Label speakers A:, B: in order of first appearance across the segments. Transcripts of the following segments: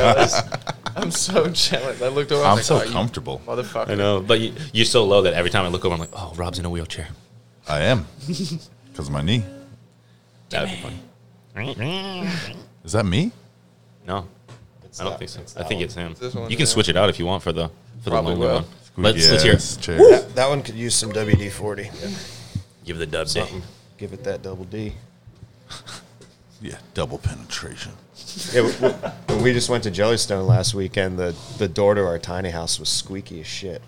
A: I'm so jealous. I looked over. I
B: I'm
A: was
B: so
A: like, oh,
B: comfortable.
A: you motherfucker.
C: I know, but you, you're so low that every time I look over, I'm like, oh, Rob's in a wheelchair.
B: I am because of my knee.
C: That would be funny.
B: Is that me?
C: No, I don't
A: that-
C: think so.
A: it's
C: I
A: that
C: think
A: one.
C: it's him.
A: It's this one,
C: you can
A: yeah.
C: switch it out if you want for the for the
A: Probably
C: longer
A: will.
C: one. Let's let's hear.
B: Yes,
C: it.
B: cheers.
D: That, that one could use some WD forty.
C: Give the dub something.
D: Give it that double D.
B: Yeah, double penetration.
D: Yeah, we, we- when we just went to Jellystone last weekend, the, the door to our tiny house was squeaky as shit.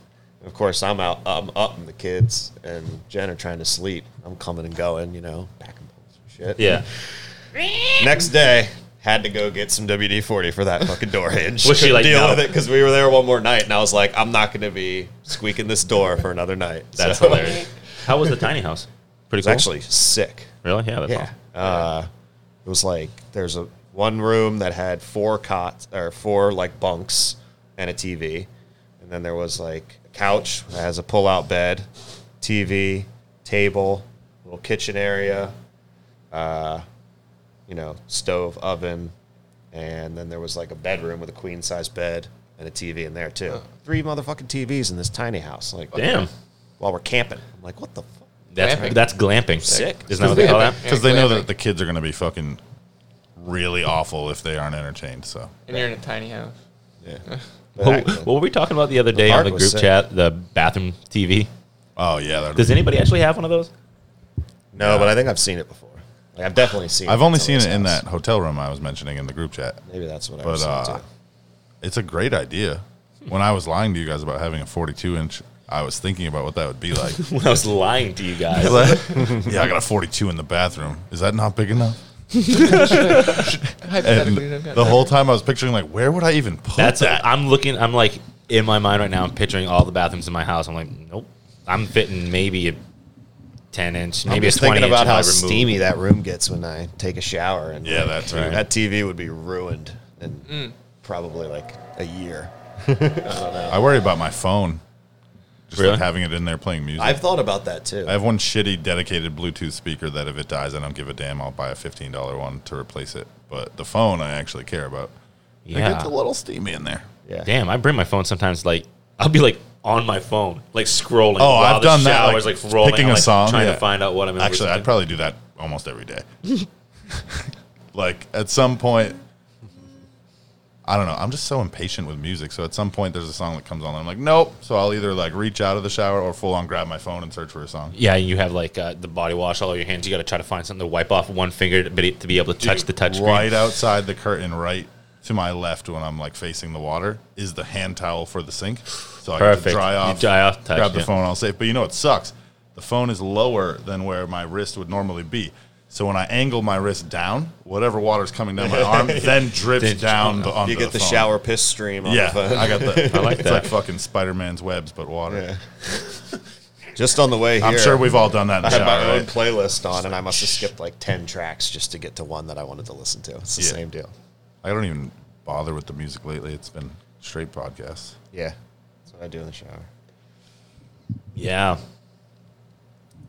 D: Of course, I'm out, I'm up, and the kids and Jen are trying to sleep. I'm coming and going, you know, back and forth and shit.
C: Yeah.
D: Next day, had to go get some WD forty for that fucking door hinge.
C: Was she
D: Couldn't
C: like,
D: deal
C: "No"?
D: with it because we were there one more night, and I was like, I'm not going to be squeaking this door for another night.
C: That's
D: So-
C: hilarious. How was the tiny house? Pretty
D: It's
C: cool.
D: actually sick.
C: really, yeah, that's
D: Yeah.
C: awesome.
D: Uh, it was like there's a one room that had four cots or four like bunks and a TV, and then there was like a couch that has a pull-out bed, TV, table, little kitchen area, uh, you know, stove, oven, and then there was like a bedroom with a queen size bed and a TV in there too. Three motherfucking TVs in this tiny house. Like
C: Damn,
D: while we're camping, I'm like, what the fuck?
C: that's
A: Glamping.
C: that's glamping.
D: Sick.
C: Isn't that what they call that?
B: Because they know
A: glamping.
B: that the kids are going to be fucking really awful if they aren't entertained. So
A: And you're in a tiny house.
D: Yeah.
C: What, what were we talking about the other day on
D: park
C: the
D: was
C: group
D: sick.
C: chat? The bathroom TV.
B: Oh yeah, that'd
C: Does
B: be-
C: anybody actually have one of those?
D: No, but I think I've seen it before. Like, I've definitely seen.
B: I've
D: at
B: only seen
D: someone's
B: it in
D: house.
B: that hotel room I was mentioning in the group chat.
D: Maybe that's what I
B: But
D: was
B: uh,
D: too.
B: it's a great idea.
A: Hmm.
B: When I was lying to you guys about having a 42 inch, I was thinking about what that would be like.
C: When I was lying to you guys.
B: yeah, I got a 42 in the bathroom. Is that not big enough? And
A: Hypothetically, I've got
B: the whole time I was picturing like, where would I even put
C: That's
B: that?
C: I'm looking. I'm like in my mind right now. I'm picturing all the bathrooms in my house. I'm like, nope. I'm fitting maybe a ten inch,
D: I'm
C: maybe
D: just
C: a twenty inch.
D: thinking about
C: if
D: how
C: I remove-
D: steamy that room gets when I take a shower, and
B: yeah, that too.
D: that TV would be ruined in probably like a year.
B: I worry about my phone. Just
C: Really?
B: like having it in there playing music.
D: I've thought about that too.
B: I have one shitty dedicated Bluetooth speaker that if it dies, I don't give a damn. I'll buy a fifteen dollar one to replace it. But the phone, I actually care about.
C: Yeah.
B: It gets a little steamy in there.
D: yeah,
C: Damn, I bring my phone sometimes. Like I'll be like on my phone, like scrolling.
B: Oh, I've
C: the
B: done that,
C: shower's,
B: like,
C: like rolling,
B: picking
C: I'm,
B: a
C: like,
B: song,
C: trying
B: yeah.
C: to find out what I'm
B: Actually, I'd probably do that almost every day. like at some point, I don't know. I'm just so impatient with music. So at some point, there's a song that comes on, and I'm like, nope. So I'll either like reach out of the shower or full on grab my phone and search for a song.
C: Yeah, and you have like uh, the body wash all over your hands. You got to try to find something to wipe off one finger to be, to be able to touch the touch screen.
B: right outside the curtain, right to my left when I'm like facing the water, is the hand towel for the sink. So I get to
C: Perfect.
B: dry
C: You
B: off,
C: dry off, touch,
B: grab the
C: yeah.
B: phone, all safe. But you know it sucks. The phone is lower than where my wrist would normally be. So when I angle my wrist down, whatever water's coming down my arm then drips
C: Then-
B: down the, onto
D: you get the,
B: phone.
D: shower piss stream. On
B: Yeah,
D: the phone.
B: I got the. I
C: like
B: it's
C: that.
B: like fucking Spider Man's webs, but water.
D: just on the way here.
B: I'm sure we've all done that in the
D: I had
B: shower.
D: my own
B: right?
D: playlist on, and I must have skipped like ten tracks just to get to one that I wanted to listen to. It's the
B: Yeah.
D: same deal.
B: I don't even bother with the music lately. It's been straight podcasts.
D: Yeah, that's what I do in the shower.
C: Yeah.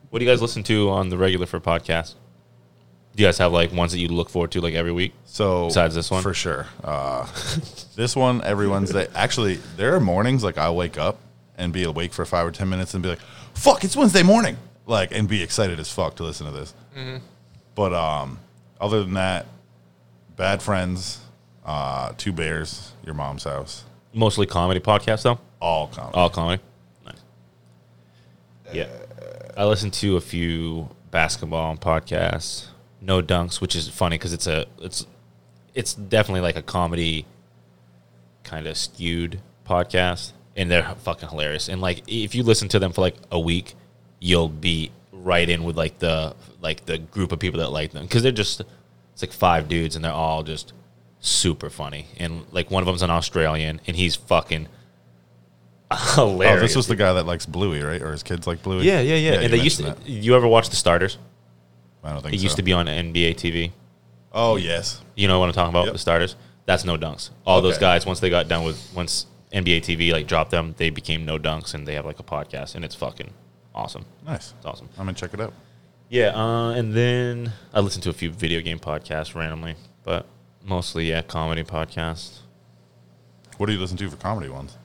C: What do you guys listen to on the regular for podcasts? Do you guys have like ones that you look forward to like every week?
B: So
C: Besides this one?
B: for sure. Uh, this one every Wednesday. Actually, there are mornings like I wake up and be awake for five or ten minutes and be like, "Fuck, it's Wednesday morning!" Like and be excited as fuck to listen to this.
C: Mm-hmm.
B: But um, other than that, bad friends, uh, two bears, your mom's house,
C: Mostly comedy podcasts though.
B: all Oh, comedy.
C: All comedy. Nice. Yeah. I listen to a few basketball podcasts. No dunks, which is funny because it's a it's it's definitely like a comedy kind of skewed podcast, and they're fucking hilarious. And like if you listen to them for like a week, you'll be right in with like the like the group of people that like them because they're just it's like five dudes and they're all just super funny. And like one of them's an Australian and he's fucking hilarious.
B: Oh, this was the guy that likes Bluey, right? Or his kids like Bluey?
C: Yeah, yeah, yeah.
B: you
C: and they used to.
B: mentioned that.
C: You ever watch The Starters?
B: I don't think
C: It used to be on NBA TV.
B: Oh yes.
C: You know what I'm talking about?
B: Yep.
C: The Starters. That's no dunks. All those
B: Okay.
C: guys once they got done with once NBA TV like dropped them, they became no dunks, and they have like a podcast, and it's fucking awesome.
B: Nice.
C: It's awesome.
B: I'm gonna check it out.
C: Yeah, uh, and then I listen to a few video game podcasts randomly, but mostly yeah, comedy podcasts.
B: What do you listen to for comedy ones?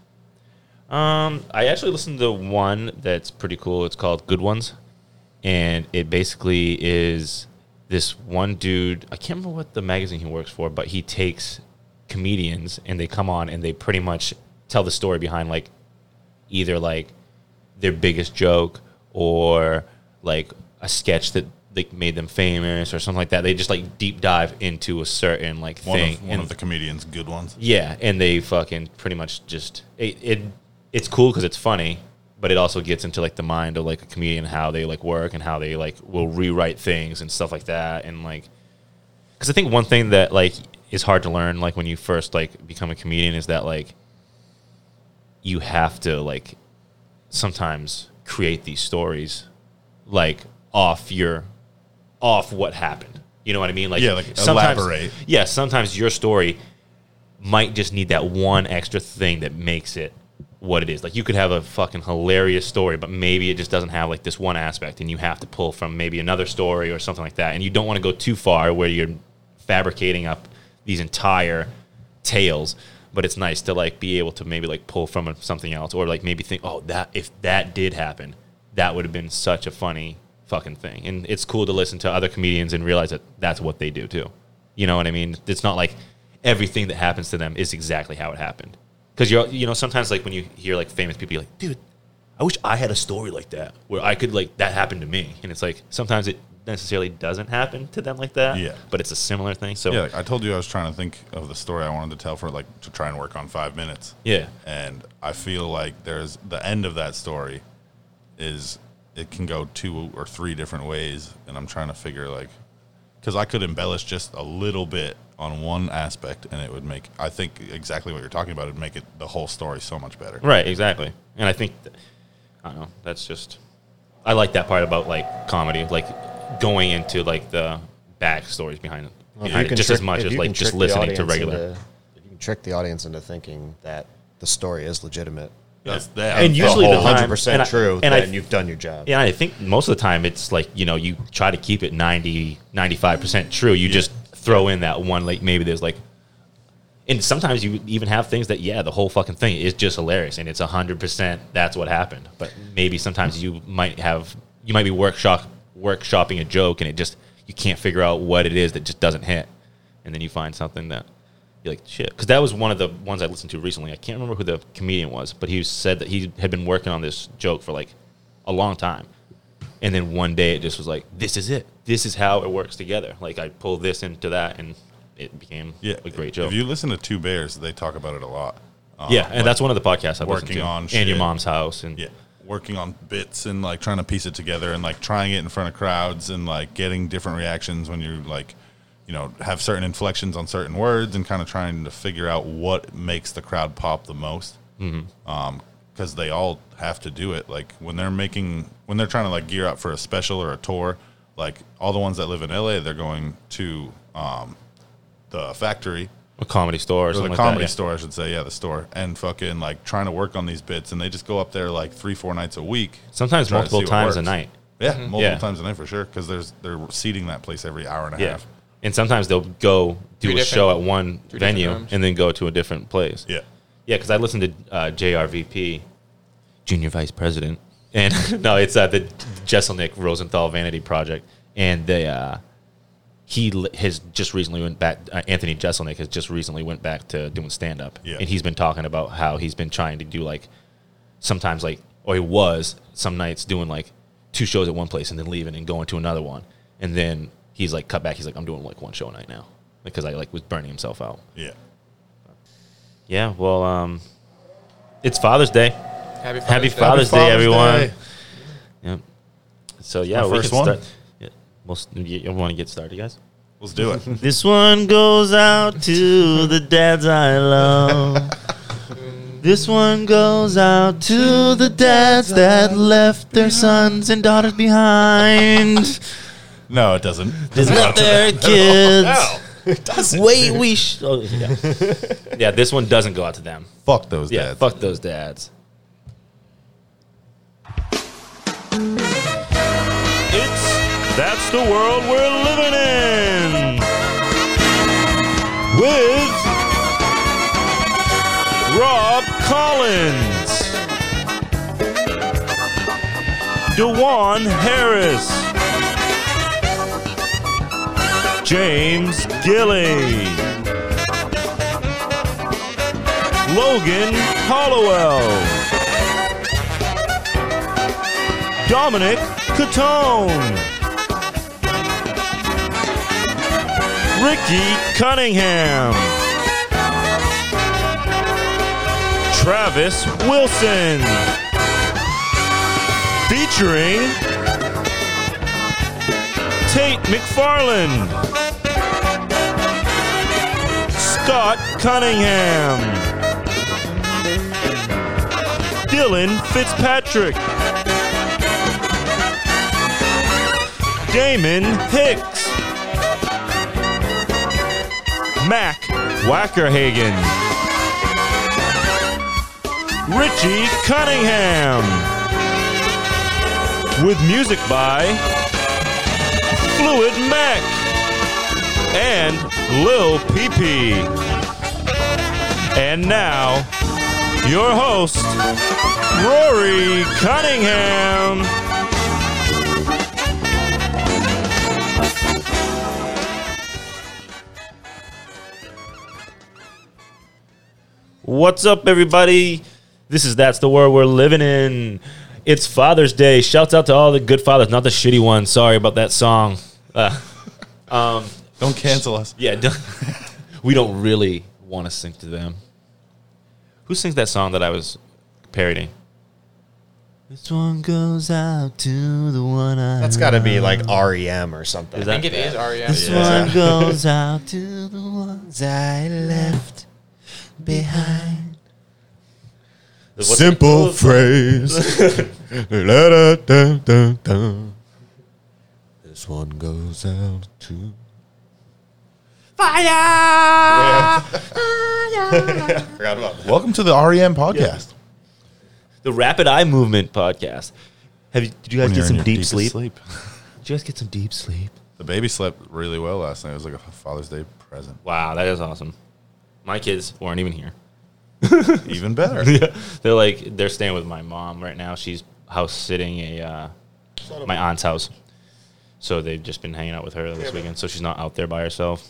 C: Um, I actually listened to one that's pretty cool. It's called Good Ones, and it basically is this one dude. I can't remember what the magazine he works for, but he takes comedians and they come on and they pretty much tell the story behind like either like their biggest joke or like a sketch that like made them famous or something like that. They just like deep dive into a certain like
B: One
C: thing.
B: of one
C: and-
B: of the comedians' good ones.
C: yeah, and they fucking pretty much just it. it it's cool because it's funny, but it also gets into like the mind of like a comedian how they like work and how they like will rewrite things and stuff like that. And like, because I think one thing that like is hard to learn like when you first like become a comedian is that like you have to like sometimes create these stories like off your off what happened. You know what I mean? Like
B: Yeah, like,
C: sometimes-
B: elaborate.
C: Yeah, sometimes your story might just need that one extra thing that makes it what it is. Like you could have a fucking hilarious story, but maybe it just doesn't have like this one aspect, and you have to pull from maybe another story or something like that. And you don't want to go too far where you're fabricating up these entire tales. But it's nice to like be able to maybe like pull from something else, or like maybe think, oh, that if that did happen, that would have been such a funny fucking thing. And it's cool to listen to other comedians and realize that that's what they do too. You know what I mean? It's not like everything that happens to them is exactly how it happened. Because you you know sometimes like when you hear like famous people, you're like, dude, I wish I had a story like that where I could like that happened to me. And it's like sometimes it necessarily doesn't happen to them like that.
B: Yeah.
C: But it's a similar thing. So
B: Yeah,
C: yeah,
B: like I told you I was trying to think of the story I wanted to tell for like to try and work on five minutes.
C: yeah,
B: and I feel like there's the end of that story is it can go two or three different ways, and I'm trying to figure like because I could embellish just a little bit on one aspect, and it would make I think exactly what you're talking about would make it the whole story so much better.
C: right, exactly. And I think th- I don't know. That's just I like that part about like comedy, like going into like the backstories behind it,
D: If
C: behind
D: you
C: it
D: can
C: just
D: trick-
C: as much
D: if
C: as
D: you
C: like
D: can
C: just
D: trick the
C: listening to
D: audience
C: regular.
D: into- if you can trick the audience into thinking that the story is legitimate,
B: That's
C: Yeah.
B: that.
C: And
B: the
C: usually the
B: whole-
C: time-
D: hundred
C: and I-
D: percent true,
C: and I-
D: then you've done your job.
C: Yeah, I think most of the time it's like, you know, you try to keep it 90, 95% true. You just throw in that one, like maybe there's like, and sometimes you even have things that, yeah, the whole fucking thing is just hilarious and it's 100% that's what happened. But maybe sometimes you might have, you might be workshop, workshopping a joke and it just, you can't figure out what it is that just doesn't hit. And then you find something that you're like, shit. Because that was one of the ones I listened to recently. I can't remember who the comedian was, but he said that he had been working on this joke for like a long time. And then one day it just was like, this is it. This is how it works together. Like I pulled this into that and it became
B: yeah,
C: a great joke.
B: If you listen to Two Bears, they talk about it a lot. Um,
C: yeah, and that's one of the podcasts I've listened
B: working
C: to.
B: on
C: and
B: shit.
C: your mom's house and
B: yeah working on bits and like trying to piece it together and like trying it in front of crowds and like getting different reactions when you like you know have certain inflections on certain words and kind of trying to figure out what makes the crowd pop the most because they all have to do it. Like when they're making, when they're trying to like gear up for a special or a tour, like all the ones that live in LA, they're going to um, the factory
C: a comedy store or,
B: or
C: something
B: the
C: like
B: comedy
C: that.
B: store, I should say, yeah, the store, and fucking like trying to work on these bits, and they just go up there like three, four nights a week,
C: Sometimes
B: try to
C: multiple
B: see what
C: times a
B: works.
C: night.
B: Yeah, multiple
C: Yeah.
B: times a night for sure, because there's they're seating that place every hour and a
C: Yeah.
B: half.
C: And sometimes they'll go do
A: Three
C: a
A: different-
C: show at one
A: three different
C: venue
A: rooms.
C: and then go to a different place.
B: Yeah,
C: Yeah, because I listened to uh, JRVP, Junior Vice President, and no, it's uh, the Jesselnick Rosenthal Vanity Project, and they uh, he l- has just recently went back. Uh, Anthony Jesselnick has just recently went back to doing stand up,
B: Yeah.
C: and he's been talking about how he's been trying to do like sometimes like or he was some nights doing like two shows at one place and then leaving and going to another one, and then he's like cut back. He's like, I'm doing like one show a night now because I like was burning himself out.
B: yeah.
C: Yeah, well, um, it's Father's Day.
A: Happy Father's
C: Happy
A: Day.
C: Father's, Day,
B: Father's
C: everyone.
B: Day.
C: Yep. So yeah,
B: my
C: we
B: first
C: can
B: one.
C: start. Yeah, most you, want to get started, guys.
B: Let's do it.
C: This one goes out to the dads I love. This one goes out to the dads that left their sons and daughters behind.
B: no, it doesn't.
C: They left their kids.
D: it doesn't.
C: Wait, we. Sh- oh, yeah. yeah, this one doesn't go out to them.
B: Fuck those
C: Yeah,
B: dads.
C: fuck those dads. It's that's the world we're living in with Rob Collins, Dewan Harris, James Gilly, Logan Hollowell, Dominic Catone. Ricky Cunningham. Travis Wilson. Featuring Tate McFarland. Scott Cunningham. Dylan Fitzpatrick. Damon Hicks. Mac Wackerhagen. Richie Cunningham. With music by Fluid Mac and Lil PP. And now, your host, Rory Cunningham. What's up, everybody? This is That's the World We're Living In. It's Father's Day. Shouts out to all the good fathers, not the shitty ones. Sorry about that song. Uh,
B: Don't cancel us.
C: yeah, don't- we don't really want to sing to them. Who sings that song that I was parodying? This one goes out to the one I.
D: That's got to be like REM or something.
C: Is
A: I E.
C: that-
A: think it is REM.
C: This one goes out to the ones I left behind.
D: Simple phrase. La-da-dum-dum-dum. This one goes out to. Fire! Forgot about that.
B: Welcome to the REM podcast.
C: The Rapid Eye Movement podcast. Have you? Did you guys
B: When
C: get
B: you're in
C: some
B: your
C: deep
B: deepest
C: sleep? Did you guys get some deep sleep?
B: The baby slept really well last night. It was like a Father's Day present.
C: Wow, that is awesome. My kids weren't even here.
B: Even better.
C: They're like they're staying with my mom right now. She's house sitting a uh, my aunt's house, so they've just been hanging out with her this weekend. So she's not out there by herself.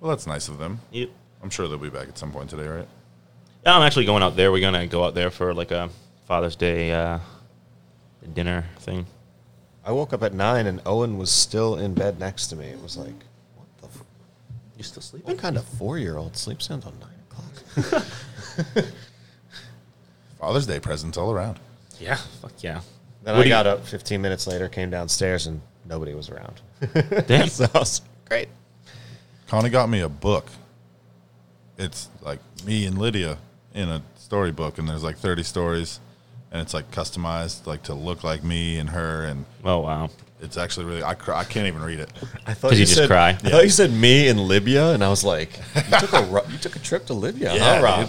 B: Well, that's nice of them.
C: Yep.
B: I'm sure they'll be back at some point today, right?
C: I'm actually going out there. We're gonna go out there for like a Father's Day uh, dinner thing.
D: I woke up at nine and Owen was still in bed next to me. It was like, what the? F-
C: You still sleeping?
D: what kind of four-year-old sleeps until nine o'clock?
B: Father's Day presents all around.
C: Yeah. Fuck yeah.
D: Then
C: What
D: I
C: do you-
D: got up 15 minutes later, came downstairs, and nobody was around.
C: Damn.
D: so I was great.
B: Connie got me a book. It's like me and Lydia in a storybook, and there's like 30 stories, and it's like customized, like to look like me and her, and
C: Oh wow.
B: it's actually really I cry, I can't even read it.
D: I thought
C: Did you just cry?
D: I thought you said me in Libya, and I was like, you took a, ru- you took a trip to Libya,
B: Yeah,
D: huh, Rob?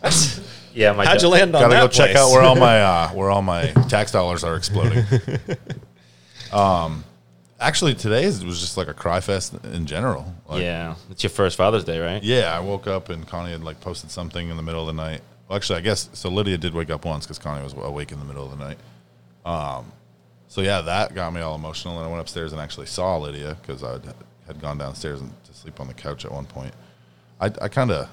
D: That's-
C: Yeah. My
D: How'd
C: da-
D: you land on
B: Gotta
D: that
B: go check
D: place?
B: out where all my uh, where all my tax dollars are exploding. um, actually, today's was just like a cry fest in general. Like,
C: yeah. It's your first Father's Day, right?
B: Yeah, I woke up and Connie had like posted something in the middle of the night. Well, actually, I guess so. Lydia did wake up once because Connie was awake in the middle of the night. Um, so yeah, that got me all emotional, and I went upstairs and actually saw Lydia because I had- had gone downstairs and to sleep on the couch at one point. I, I kind of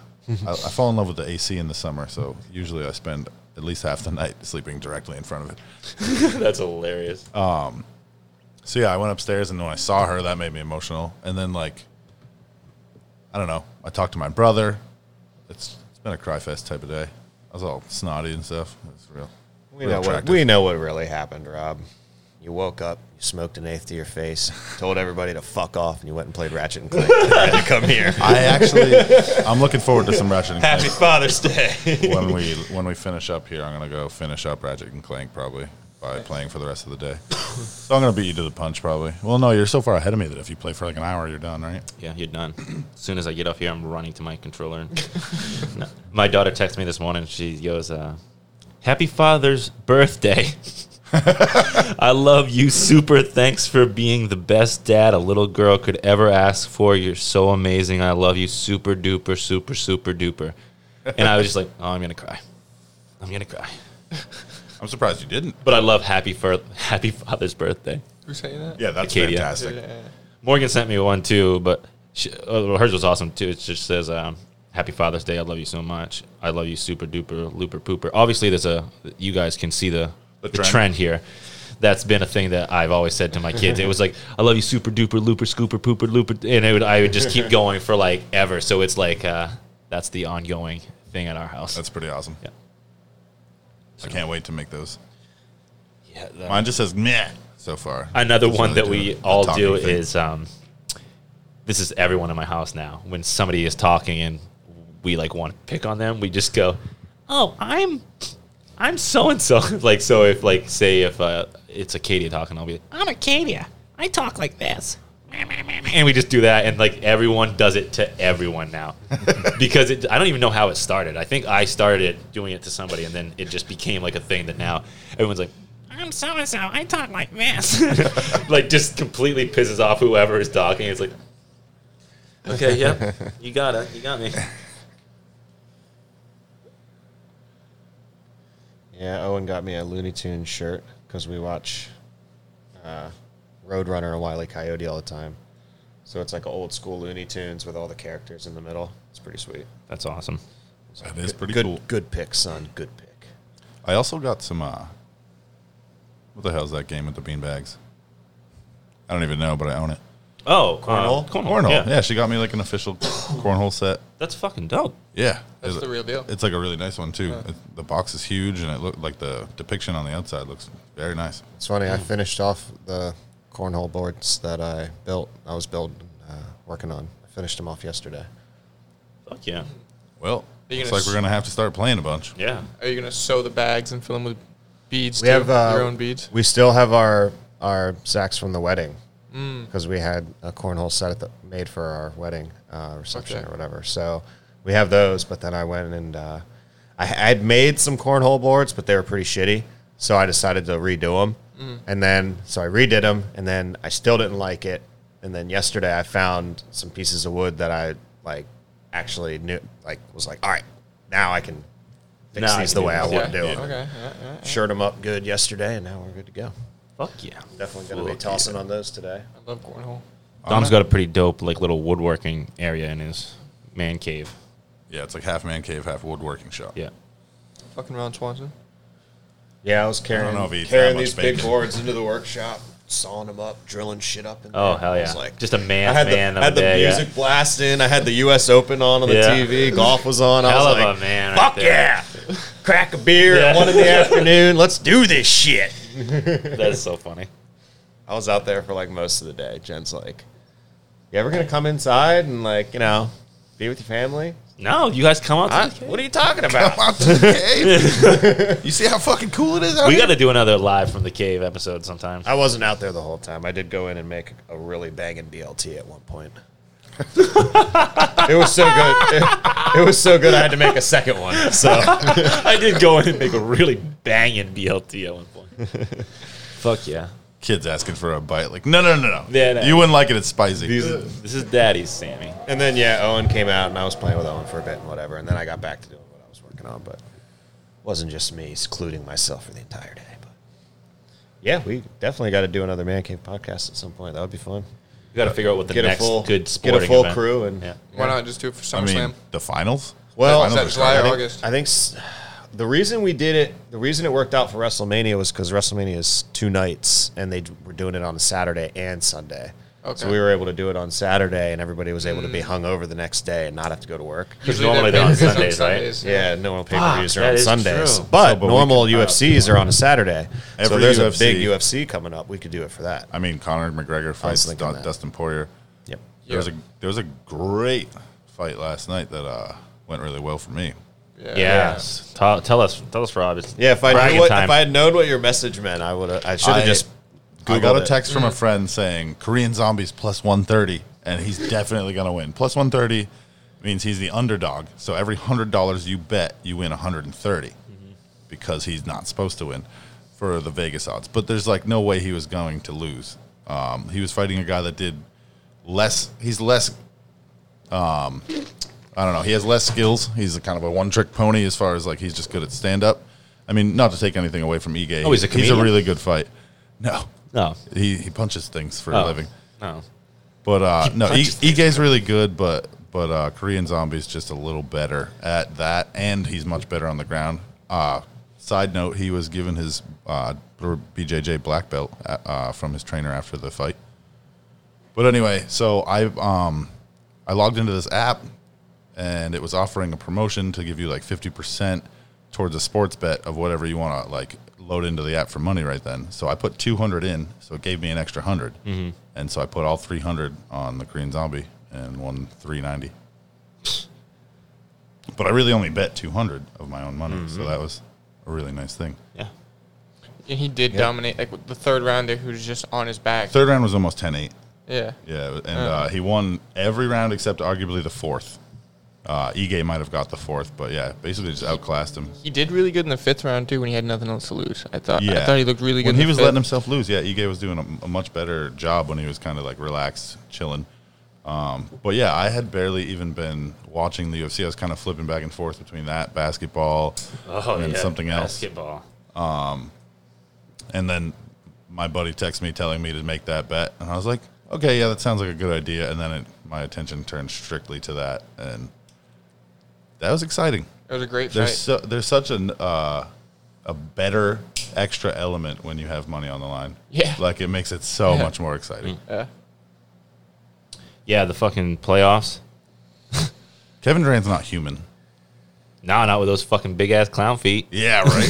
B: I, I fall in love with the AC in the summer, so usually I spend at least half the night sleeping directly in front of it. Um,
C: That's hilarious.
B: So yeah, I went upstairs and when I saw her, that made me emotional. And then like, I don't know, I talked to my brother. It's it's been a cry fest type of day. I was all snotty and stuff. It's real.
D: We
B: real
D: know, what,
B: attractive.
D: we know what really happened, Rob. You woke up, you smoked an eighth to your face, told everybody to fuck off, and you went and played Ratchet and Clank. and had to come here.
B: I actually, I'm looking forward to some Ratchet and Clank.
D: Father's Day.
B: When we when we finish up here, I'm gonna go finish up Ratchet and Clank probably by playing for the rest of the day. so I'm gonna beat you to the punch probably. Well, no, you're so far ahead of me that if you play for like an hour, you're done, right?
C: Yeah, you're done. As soon as I get off here, I'm running to my controller. And No. My daughter texts me this morning. She goes, uh, "Happy Father's birthday! I love you, super. Thanks for being the best dad a little girl could ever ask for. You're so amazing. I love you, super duper, super super duper." and I was just like, oh, I'm gonna cry, I'm gonna cry.
B: I'm surprised you didn't.
C: But I love Happy for Happy Father's Birthday.
A: Who's saying that? uh,
B: Yeah, that's
C: Acadia.
A: Yeah,
B: fantastic.
A: yeah, yeah.
C: Morgan sent me one too, but she, oh, well, hers was awesome too. It just says, um, "Happy Father's Day. I love you so much. I love you, super duper looper pooper." Obviously, there's a you guys can see the
B: The
C: the,
B: trend.
C: trend. here. That's been a thing that I've always said to my kids. It was like, "I love you, super duper looper scooper pooper looper," and it would, I would just keep going for like ever. So it's like uh, that's the ongoing thing at our house.
B: That's pretty awesome.
C: Yeah.
B: I can't wait to make those.
C: yeah, that-
B: Mine just says meh so far.
C: another
B: That's
C: one
B: how they
C: that
B: do
C: we
B: it. The
C: all
B: talking
C: do
B: thing.
C: is um, this is everyone in my house now when somebody is talking and we like want to pick on them we just go oh i'm i'm so and so like so if like say if uh, it's acadia talking i'll be like "Oh, i'm acadia i talk like this and we just do that and like everyone does it to everyone now because it, i don't even know how it started i think i started doing it to somebody and then it just became like a thing that now everyone's like i'm so and so i talk like this like just completely pisses off whoever is talking it's like okay yep you got it you got me
D: Yeah, Owen got me a Looney Tunes shirt because we watch uh, Roadrunner and Wile E. Coyote all the time. So it's like old school Looney Tunes with all the characters in the middle. It's pretty sweet.
C: that's awesome
B: That is pretty
D: good,
B: cool.
D: Good pick, son. Good pick.
B: I also got some. Uh, what the hell's that game with the beanbags? I don't even know, but I own it.
C: oh
D: Cornhole?
C: uh,
B: Cornhole. Yeah.
C: yeah
B: she got me like an official cornhole set.
C: that's fucking dope
B: Yeah,
A: That's
B: It's-
A: the real deal.
B: It's like a really nice one too. It- the box is huge, and it look like the depiction on the outside looks very nice.
D: It's funny. I finished off the cornhole boards that I built. I was building, uh, working on. I finished them off yesterday.
C: fuck yeah
B: Well,
A: Are you
B: looks
A: gonna
B: like we're
A: s-
B: gonna have to start playing a bunch.
C: yeah
A: Are you gonna sew the bags and fill them with beads?
D: We
A: too?
D: have uh,
A: your own beads.
D: We still have our our sacks from the wedding
A: Mm.
D: because we had a cornhole set at the, made for our wedding uh, reception
A: Okay.
D: or whatever. So we have those. But then I went and uh, I had made some cornhole boards, but they were pretty shitty. So I decided to redo them,
A: Mm.
D: and then so I redid them, and then I still didn't like it. And then yesterday I found some pieces of wood that I like actually knew like was like all right now I can fix
C: Now I
D: these
C: can
D: the
C: do
D: way I
C: this."
D: want to
A: Yeah.
D: do it
A: Okay. Yeah, yeah.
D: shirt them up good yesterday, and now we're good to go.
C: fuck yeah
D: Definitely going to be
C: Fuck
D: tossing on those today.
A: I love cornhole.
C: Dom's got a pretty dope like little woodworking area in his man cave.
B: Yeah, it's like half man cave, half woodworking shop.
C: Yeah.
A: Fucking Ron Swanson.
D: Yeah, I was carrying
B: I don't know if he eats
D: carrying
B: that much
D: these big
B: bacon.
D: boards into the workshop, sawing them up, drilling shit up. In
C: Oh
D: there.
C: hell
D: I
C: yeah!
D: was like,
C: Just a
D: I
C: man's
D: had the,
C: man of
D: had
C: the
D: the
C: day.
D: music blasting. I had the U.S. Open on on the
C: Yeah.
D: TV. Golf was on.
C: yeah.
D: I
C: Hell
D: was
C: of
D: like,
C: a man.
D: fuck
C: right there.
D: yeah! Crack a beer
C: Yeah.
D: at one in the afternoon. Let's do this shit.
C: That is so funny.
D: I was out there for like most of the day. Jen's like, "You ever gonna come inside and like you know be with your family?"
C: No, you guys come
D: I,
C: out. to the
D: what are you talking about?
B: Out to the cave. you see how fucking cool it is out
C: we
B: here?
C: got to do another live from the cave episode sometime.
D: I wasn't out there the whole time. I did go in and make a really banging BLT at one point. it was so good. It, it was so good. I had to make a second one. So
C: I did go in and make a really banging BLT at one point. fuck yeah!
B: Kids asking for a bite. Like, no, no, no, no.
C: Yeah, no.
B: You wouldn't like it. It's spicy.
C: This is Daddy's Sammy.
D: and then yeah, Owen came out and I was playing with Owen for a bit and whatever. And then I got back to doing what I was working on, but it wasn't just me secluding myself for the entire day. But yeah, we definitely got to do another man cave podcast at some point. That would be fun.
C: We got to figure out what the
D: Get a
C: next
D: full
C: good sporting
D: get a full
C: event.
D: crew and
C: Yeah.
A: Why not just do it for
B: I
A: SummerSlam?
B: mean, the finals.
D: Well,
B: The
A: Is
B: finals
A: that
B: are
A: July
B: coming.
A: or
D: think-
A: August?
D: I think s- the reason we did it, the reason it worked out for WrestleMania was because WrestleMania is two nights, and they d- were doing it on Saturday and Sunday.
A: Okay. Mm.
D: So we were able to do it on Saturday, and everybody was able to be hung over the next day and not have to go to work.
C: Because
A: Usually
C: normally
A: their
C: they're on
A: pay-per-views
C: Sundays, right?
D: Yeah, normal pay per views
C: Fuck,
D: are
C: that
D: on
C: is
D: Sundays,
C: true.
D: but
B: So, but we
D: normal
B: could-
D: UFCs are on a Saturday. so
B: Every
D: there's a
B: UFC
D: big UFC coming up. We could do it for that.
B: I mean, Conor McGregor fights
D: thinking
B: Dun-
D: that.
B: Dustin Poirier.
D: Yep.
B: There was a
A: Yeah.
B: there was a great fight last night that uh, went really well for me.
A: Yeah.
C: Yes. Tell, tell us. Tell us, Rob. It's
D: Yeah, if I
C: bragging
D: knew what,
C: time.
D: if I had known what your message meant, I would have. I should
B: I-
D: have just.
B: I got
D: Googled
B: a
D: it.
B: text from a friend saying Korean zombies plus one thirty, and he's definitely gonna win. Plus one thirty means he's the underdog. So every hundred dollars you bet, you win hundred and thirty because he's not supposed to win for the Vegas odds. But there's like no way he was going to lose. Um, he was fighting a guy that did less. He's less I don't know. He has less skills. He's a kind of a one trick pony as far as like he's just good at stand up. I mean, not to take anything away from Ige.
C: Oh, he's
B: he's
C: a
B: a
C: comedian?
B: really good fight. No,
C: No.
B: he he punches things for a
C: Oh.
B: living.
C: No.
B: But uh, no, I-
C: punches
B: Ige's really good, but but uh, Korean Zombie's just a little better at that, and he's much better on the ground. Uh, side note: He was given his uh, BJJ black belt uh, uh, from his trainer after the fight. But anyway, so I um I logged into this app, and it was offering a promotion to give you like fifty percent towards a sports bet of whatever you want to like load into the app for money right then. So I put two hundred in, so it gave me an extra 100 and so I put all three hundred on the Korean Zombie and won three ninety. But I really only bet two hundred of my own money, so that was a really nice thing.
C: Yeah.
A: And he did dominate. Like with the third rounder, who was just on his back.
B: Third round was almost 10-8.
A: Yeah.
B: Yeah, and uh, he won every round except arguably the fourth. Uh, Ige might have got the fourth, but yeah, basically just outclassed him.
A: He did really good in the fifth round too, when he had nothing else to lose. I thought.
B: Yeah,
A: I thought he looked really good.
B: When
A: in
B: he
A: the
B: was
A: fifth.
B: letting himself loose, yeah, Ige was doing a, a much better job when he was kind of like relaxed, chilling. Um, but yeah, I had barely even been watching the UFC. I was kind of flipping back and forth between that basketball and then something else.
C: Oh, Basketball.
B: And then my buddy texted me telling me to make that bet, and I was like, okay, yeah, that sounds like a good idea. And then it, my attention turned strictly to that, and that was exciting.
A: It was a great
B: There's
A: fight.
B: so, there's such an uh, a better extra element when you have money on the line.
A: Yeah.
B: like it makes it so
A: Yeah.
B: much more
C: Mm.
B: exciting.
A: Yeah.
C: Yeah, the fucking playoffs.
B: Kevin Durant's not human.
C: Nah, not with those fucking big ass clown feet.
B: Yeah, right.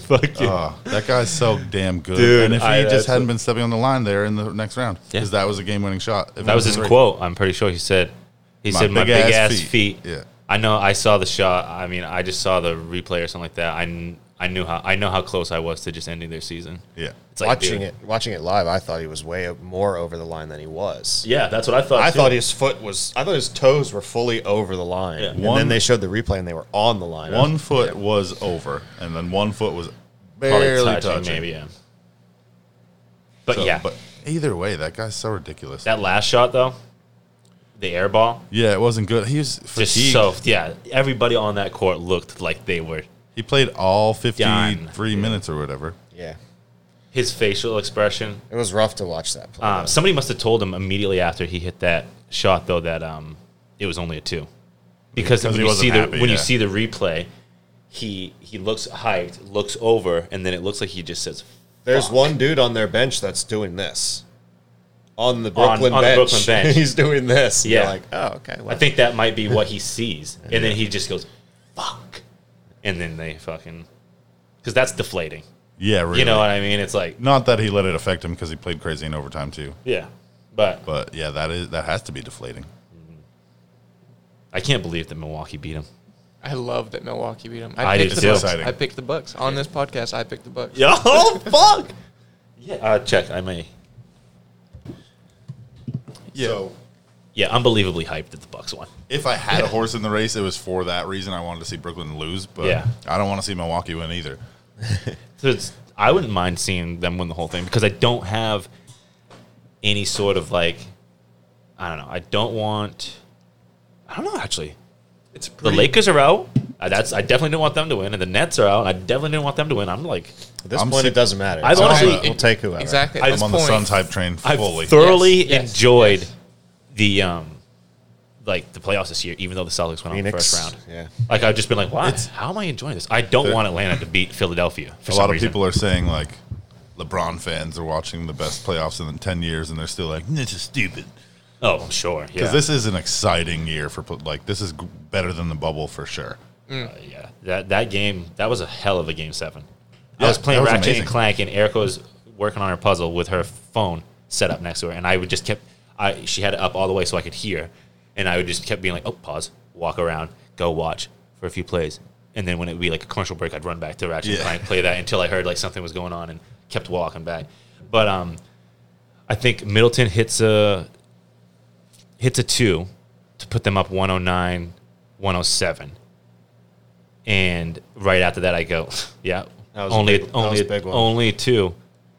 C: Fuck you.
B: oh, that guy's so damn good.
C: Dude,
B: and if he
C: I-
B: just
C: that's-
B: hadn't been stepping on the line there in the next round,
C: Yeah.
B: because that was a game-winning shot. If
C: that
B: it
C: was his
B: three,
C: quote. I'm pretty sure he said. He said my big ass, feet.
B: Yeah.
C: I know. I saw the shot. I mean, I just saw the replay or something like that. I, kn- I knew how. I know how close I was to just ending their season.
B: Yeah.
C: It's like,
D: watching
C: dude.
D: it, watching it live, I thought he was way o- more over the line than he was.
C: Yeah, that's what I thought.
D: I
C: too.
D: thought his foot was. I thought his toes were fully over the line.
C: Yeah.
D: And
B: One-
D: then they showed the replay, and they were on the line.
B: One foot was over, and then one foot was
C: Probably
B: barely touching.
C: maybe. Yeah. But
B: So-
C: yeah,
B: But either way, that guy's so ridiculous.
C: that last shot though, the air ball,
B: yeah, it wasn't good. He was
C: just
B: fatigued.
C: so yeah. Everybody on that court looked like they were.
B: He played all 53
C: Done.
B: minutes or whatever.
D: Yeah,
C: His facial expression.
D: it was rough to watch that play.
C: Um, somebody must have told him immediately after he hit that shot though that um, it was only a two, because,
B: Because
C: when
B: he
C: you
B: wasn't
C: see the
B: happy,
C: when you
B: yeah.
C: see the replay, he he looks hyped, looks over, and then it looks like he just says
D: There's one dude on their bench that's doing this. On the Brooklyn
C: on the
D: bench,
C: Brooklyn bench.
D: he's doing this. and
C: Yeah.
D: you're like, oh, okay.
C: I
D: well."
C: think that might be what he sees. And then he just goes, fuck. And then they fucking. Because that's deflating.
B: Yeah, really.
C: You know what I mean? It's like,
B: Not that he let it affect him because he played crazy in overtime too.
C: yeah. But
B: But yeah, that is that has to be deflating.
C: I can't believe that Milwaukee beat him.
A: I love that Milwaukee beat him.
C: I
A: picked
C: did
A: the
C: too.
A: Bucks.
B: Exciting.
A: I picked the Bucks on this podcast. I picked the Bucks.
C: Yo, fuck. Yeah. Uh, check. I may.
A: Yeah.
B: So
C: Yeah, unbelievably hyped that the Bucks won.
B: if I had a horse in the race, it was for that reason. I wanted to see Brooklyn lose, but
C: Yeah.
B: I don't want to see Milwaukee win either.
C: So it's, I wouldn't mind seeing them win the whole thing because I don't have any sort of like. I don't know. I don't want. I don't know, actually.
A: It's a
C: The
A: pretty,
C: Lakers are out. Uh, That's I definitely didn't want them to win, and the Nets are out. And I definitely didn't want them to win. I'm like,
D: At this
B: I'm
D: point,
B: sick-
D: it doesn't matter.
C: I've
D: It's all
C: honestly-
D: about- we'll take whoever.
A: Exactly. At
C: I'm
A: this
B: I'm on the
A: point,
B: Sun type train
C: I've
B: fully.
C: thoroughly
A: Yes, yes,
C: enjoyed
A: yes.
C: the um, like the playoffs this year, even though the Celtics went on the
D: Phoenix.
C: first round.
D: Yeah.
C: Like I've just been like, why? How am I enjoying this? I don't want Atlanta to beat Philadelphia. For
B: a
C: some
B: lot of
C: reason.
B: people are saying like LeBron fans are watching the best playoffs in ten years, and they're still like, "This is stupid."
C: Oh, I'm sure. Yeah.
B: Because this is an exciting year for pl- like this is g- better than the bubble for sure.
C: Uh, yeah. That that game that was a hell of a game seven.
B: Yeah,
C: I was playing
B: that was
C: Ratchet
B: amazing.
C: and Clank, and Erica was working on her puzzle with her phone set up next to her, and I would just kept. I she had it up all the way so I could hear, and I would just kept being like, "Oh, pause, walk around, go watch for a few plays." And then when it would be like a commercial break, I'd run back to Ratchet and
B: Yeah.
C: Clank, play that until I heard like something was going on, and kept walking back. But um, I think Middleton hits a hits a two to put them up 109, 107. And right after that, I go, yeah,
D: That was a
C: only
D: big- that
C: only
D: was a big one.
C: only two.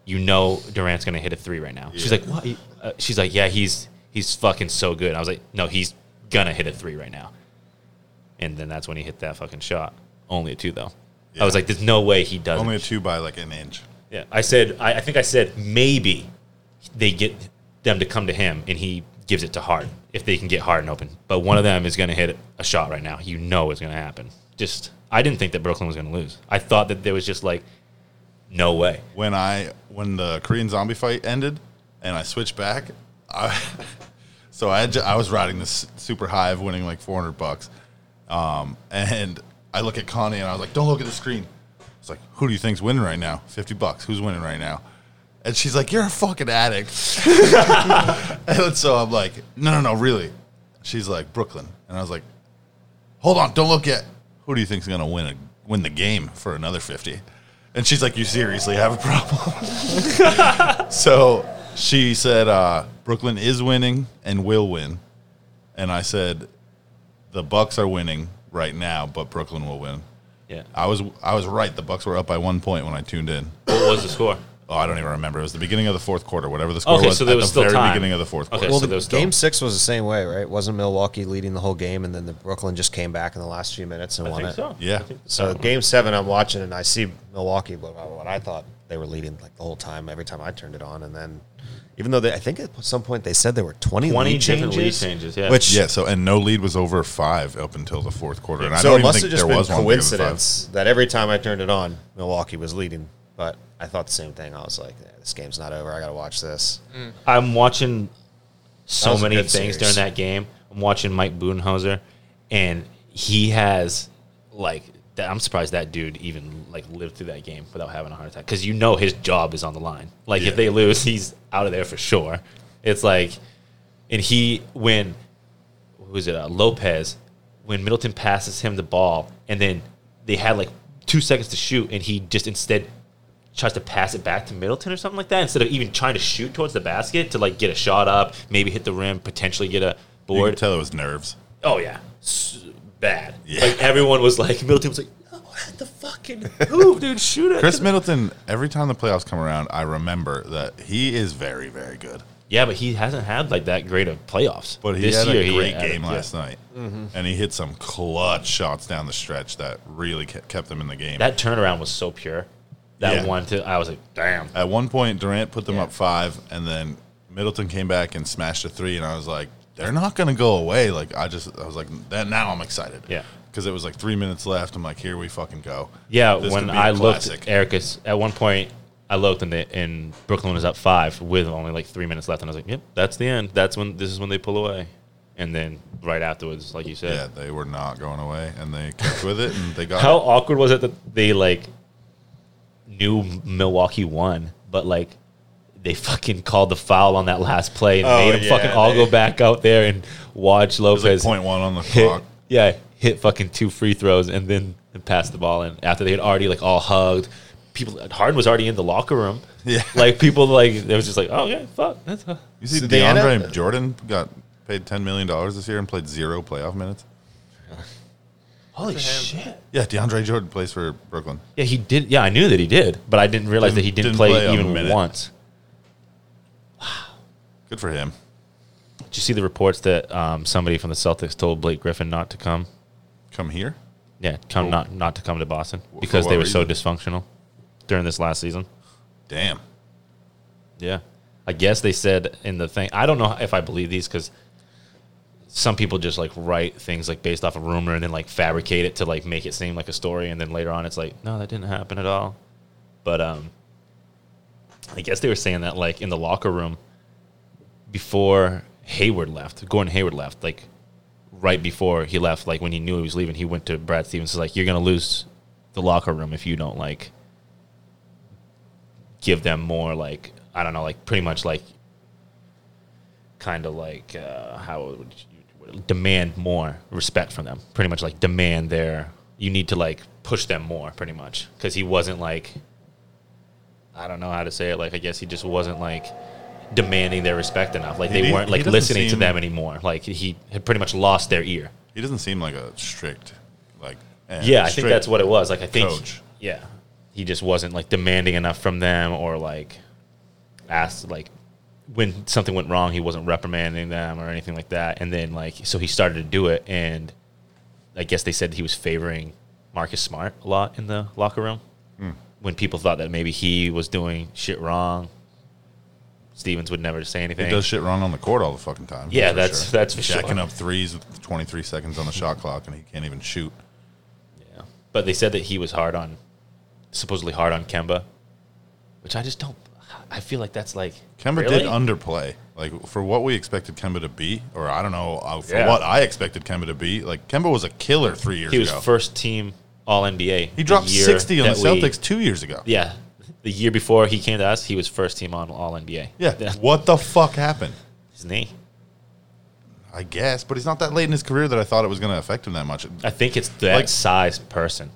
C: You know Durant's gonna hit a three right now. She's
B: Yeah.
C: like, what? Uh, she's like, yeah, he's he's fucking so good. I was like, no, he's gonna hit a three right now. and then that's when he hit that fucking shot. Only a two though. I was like, there's no way he doesn't.
B: Only a two by like an inch.
C: yeah, I said, I, I think I said maybe they get them to come to him and he gives it to Hart if they can get Harden open. But one of them is going to hit a shot right now. You know it's going to happen. Just I didn't think that Brooklyn was going to lose. I thought that there was just like no way.
B: When I when the Korean zombie fight ended, and I switched back, I so I had, ju- I was riding this super high of winning like four hundred bucks, um, and I look at Connie and I was like, "Don't look at the screen." It's like, "Who do you think's winning right now? Fifty bucks. Who's winning right now?" And she's like, "You're a fucking addict." and so I'm like, "No, no, no, really." She's like, "Brooklyn," and I was like, hold on, don't look yet. Who do you think's gonna win win the game for another fifty? And she's like, you seriously have a problem? so she said, uh, Brooklyn is winning and will win. And I said, the Bucks are winning right now, but Brooklyn will win.
C: Yeah.
B: I was I was right. The Bucks were up by one point when I tuned in.
C: What was the score?
B: Oh, I don't even remember. It was the beginning of the fourth quarter, whatever the score
C: Okay,
B: was.
C: so there
B: at
C: was
B: the
C: still
B: very
C: time.
B: beginning of the fourth
C: Okay.
B: quarter.
C: Well,
D: Well,
C: so
D: the
C: those
D: game
C: don't-
D: six was the same way, right? Wasn't Milwaukee leading the whole game, and then the Brooklyn just came back in the last few minutes and won it.
B: Yeah.
D: So game seven, I'm watching and I see Milwaukee, but what I thought they were leading like the whole time. Every time I turned it on, and then even though they, I think at some point they said there were 20,
C: 20
D: lead
C: different
D: changes,
C: lead changes, yeah.
D: which
B: Yeah, so and no lead was over five up until the fourth quarter. And I
D: so
B: don't
D: it
B: even
D: must
B: think
D: have just
B: there
D: been
B: was one bigger than five.
D: coincidence that every time I turned it on, Milwaukee was leading. But I thought the same thing. I was like, "Yeah, this game's not over. I got to watch this.
C: I'm watching so
D: was a
C: many
D: good
C: things during
D: series.
C: that game. I'm watching Mike Boonhauser, and he has like that. I'm surprised that dude even like lived through that game without having a heart attack because you know his job is on the line. Like
B: Yeah.
C: if they lose, he's out of there for sure. It's like, and he when who is it? Uh, Lopez when Middleton passes him the ball, and then they had like two seconds to shoot, and he just instead tries to pass it back to Middleton or something like that instead of even trying to shoot towards the basket to like get a shot up, maybe hit the rim, potentially get a
B: You
C: board.
B: could tell it was nerves.
C: oh yeah, S- bad.
B: Yeah.
C: Like everyone was like Middleton was like, "No, what the fucking move, dude? Shoot it."
B: Chris Middleton, every time the playoffs come around, I remember that he is very, very good.
C: yeah, but he hasn't had like that great of playoffs.
B: But he
C: This
B: had
C: year
B: a
C: he
B: great
C: had-
B: game
C: yeah. Mm-hmm.
B: last night. And he hit some clutch shots down the stretch that really kept, kept them in the game.
C: That turnaround was so pure. That
B: Yeah.
C: one, too. I was like, damn.
B: At one point, Durant put them
C: Yeah.
B: up five, and then Middleton came back and smashed a three, and I was like, they're not going to go away. Like, I just, I was like, that, now I'm excited.
C: Yeah.
B: Because it was like three minutes left. I'm like, here we fucking go.
C: Yeah,
B: This could
C: when
B: be a
C: I looked,
B: classic.
C: Erica's at one point, I looked and, they, and Brooklyn was up five with only like three minutes left, and I was like, "Yep, that's the end. That's when this is when they pull away." And then right afterwards, like you said,
B: Yeah, they were not going away, and they kept with it, and they got
C: how awkward was it that they like knew Milwaukee won, but like they fucking called the foul on that last play and
D: Oh,
C: made them
D: yeah,
C: fucking all
D: they-
C: go back out there and watch
B: it was
C: Lopez
B: like 0.1 on the
C: hit,
B: clock.
C: yeah, hit fucking two free throws and then pass the ball in after they had already like all hugged. People Harden was already in the locker room.
B: Yeah.
C: like people like it was just like, oh yeah, fuck, that's a-"
B: You see,
D: So they end
B: DeAndre
D: up-
B: Jordan got paid ten million dollars this year and played zero playoff minutes.
C: holy
A: for him.
C: shit.
B: Yeah, DeAndre Jordan plays for Brooklyn.
C: Yeah, he did. Yeah, I knew that he did, but I didn't realize that he didn't,
B: Didn't
C: play,
B: play a
C: even
B: minute.
C: once.
B: Good for him.
C: Did you see the reports that um, somebody from the Celtics told Blake Griffin not to come?
B: Come here.
C: Yeah, come not not to come to Boston
B: For
C: because
B: what
C: they were so dysfunctional during this last season.
B: Damn.
C: Yeah. I guess they said in the thing. I don't know if I believe these because some people just like write things like based off a rumor and then like fabricate it to like make it seem like a story, and then later on it's like, no, that didn't happen at all. But um, I guess they were saying that like in the locker room before Hayward left, Gordon Hayward left, like right before he left, like when he knew he was leaving, he went to Brad Stevens. Like, you're gonna lose the locker room if you don't like give them more like I don't know, like pretty much like kind of like uh, how would you demand more respect from them? Pretty much like demand their you need to like push them more, pretty much because he wasn't like I don't know how to say it. Like I guess he just wasn't like demanding their respect enough. Like
B: He
C: they
B: did-
C: weren't
B: he
C: like
B: doesn't
C: listening to
B: seem-
C: them anymore. Like he had pretty much lost their ear.
B: He doesn't seem like a strict, like. eh,
C: Yeah, I think
B: strict-
C: that's what it was. Like I think
B: coach.
C: yeah. He just wasn't like demanding enough from them or like asked like when something went wrong, he wasn't reprimanding them or anything like that. And then like so he started to do it and I guess they said he was favoring Marcus Smart a lot in the locker room
B: Hmm.
C: when people thought that maybe he was doing shit wrong. Stevens would never say anything.
B: He does shit wrong on the court all the fucking time.
C: Yeah, that's- that's for
B: jacking
C: sure.
B: up threes with 23 seconds on the shot clock, and he can't even shoot.
C: Yeah. But they said that he was hard on, supposedly hard on Kemba, which I just don't. I feel like that's like
B: Kemba
C: really?
B: did underplay. Like for what we expected Kemba to be, or I don't know, uh, for
C: Yeah.
B: what I expected Kemba to be. Like Kemba was a killer three years
C: he was
B: ago.
C: first team All NBA.
B: he dropped 60 on the Celtics two years ago.
C: yeah, the year before he came to us, he was first team on All NBA.
B: Yeah. What the fuck happened?
C: his knee.
B: I guess, but he's not that late in his career that I thought it was going to affect him that much.
C: I think it's that
B: Like-
C: size person.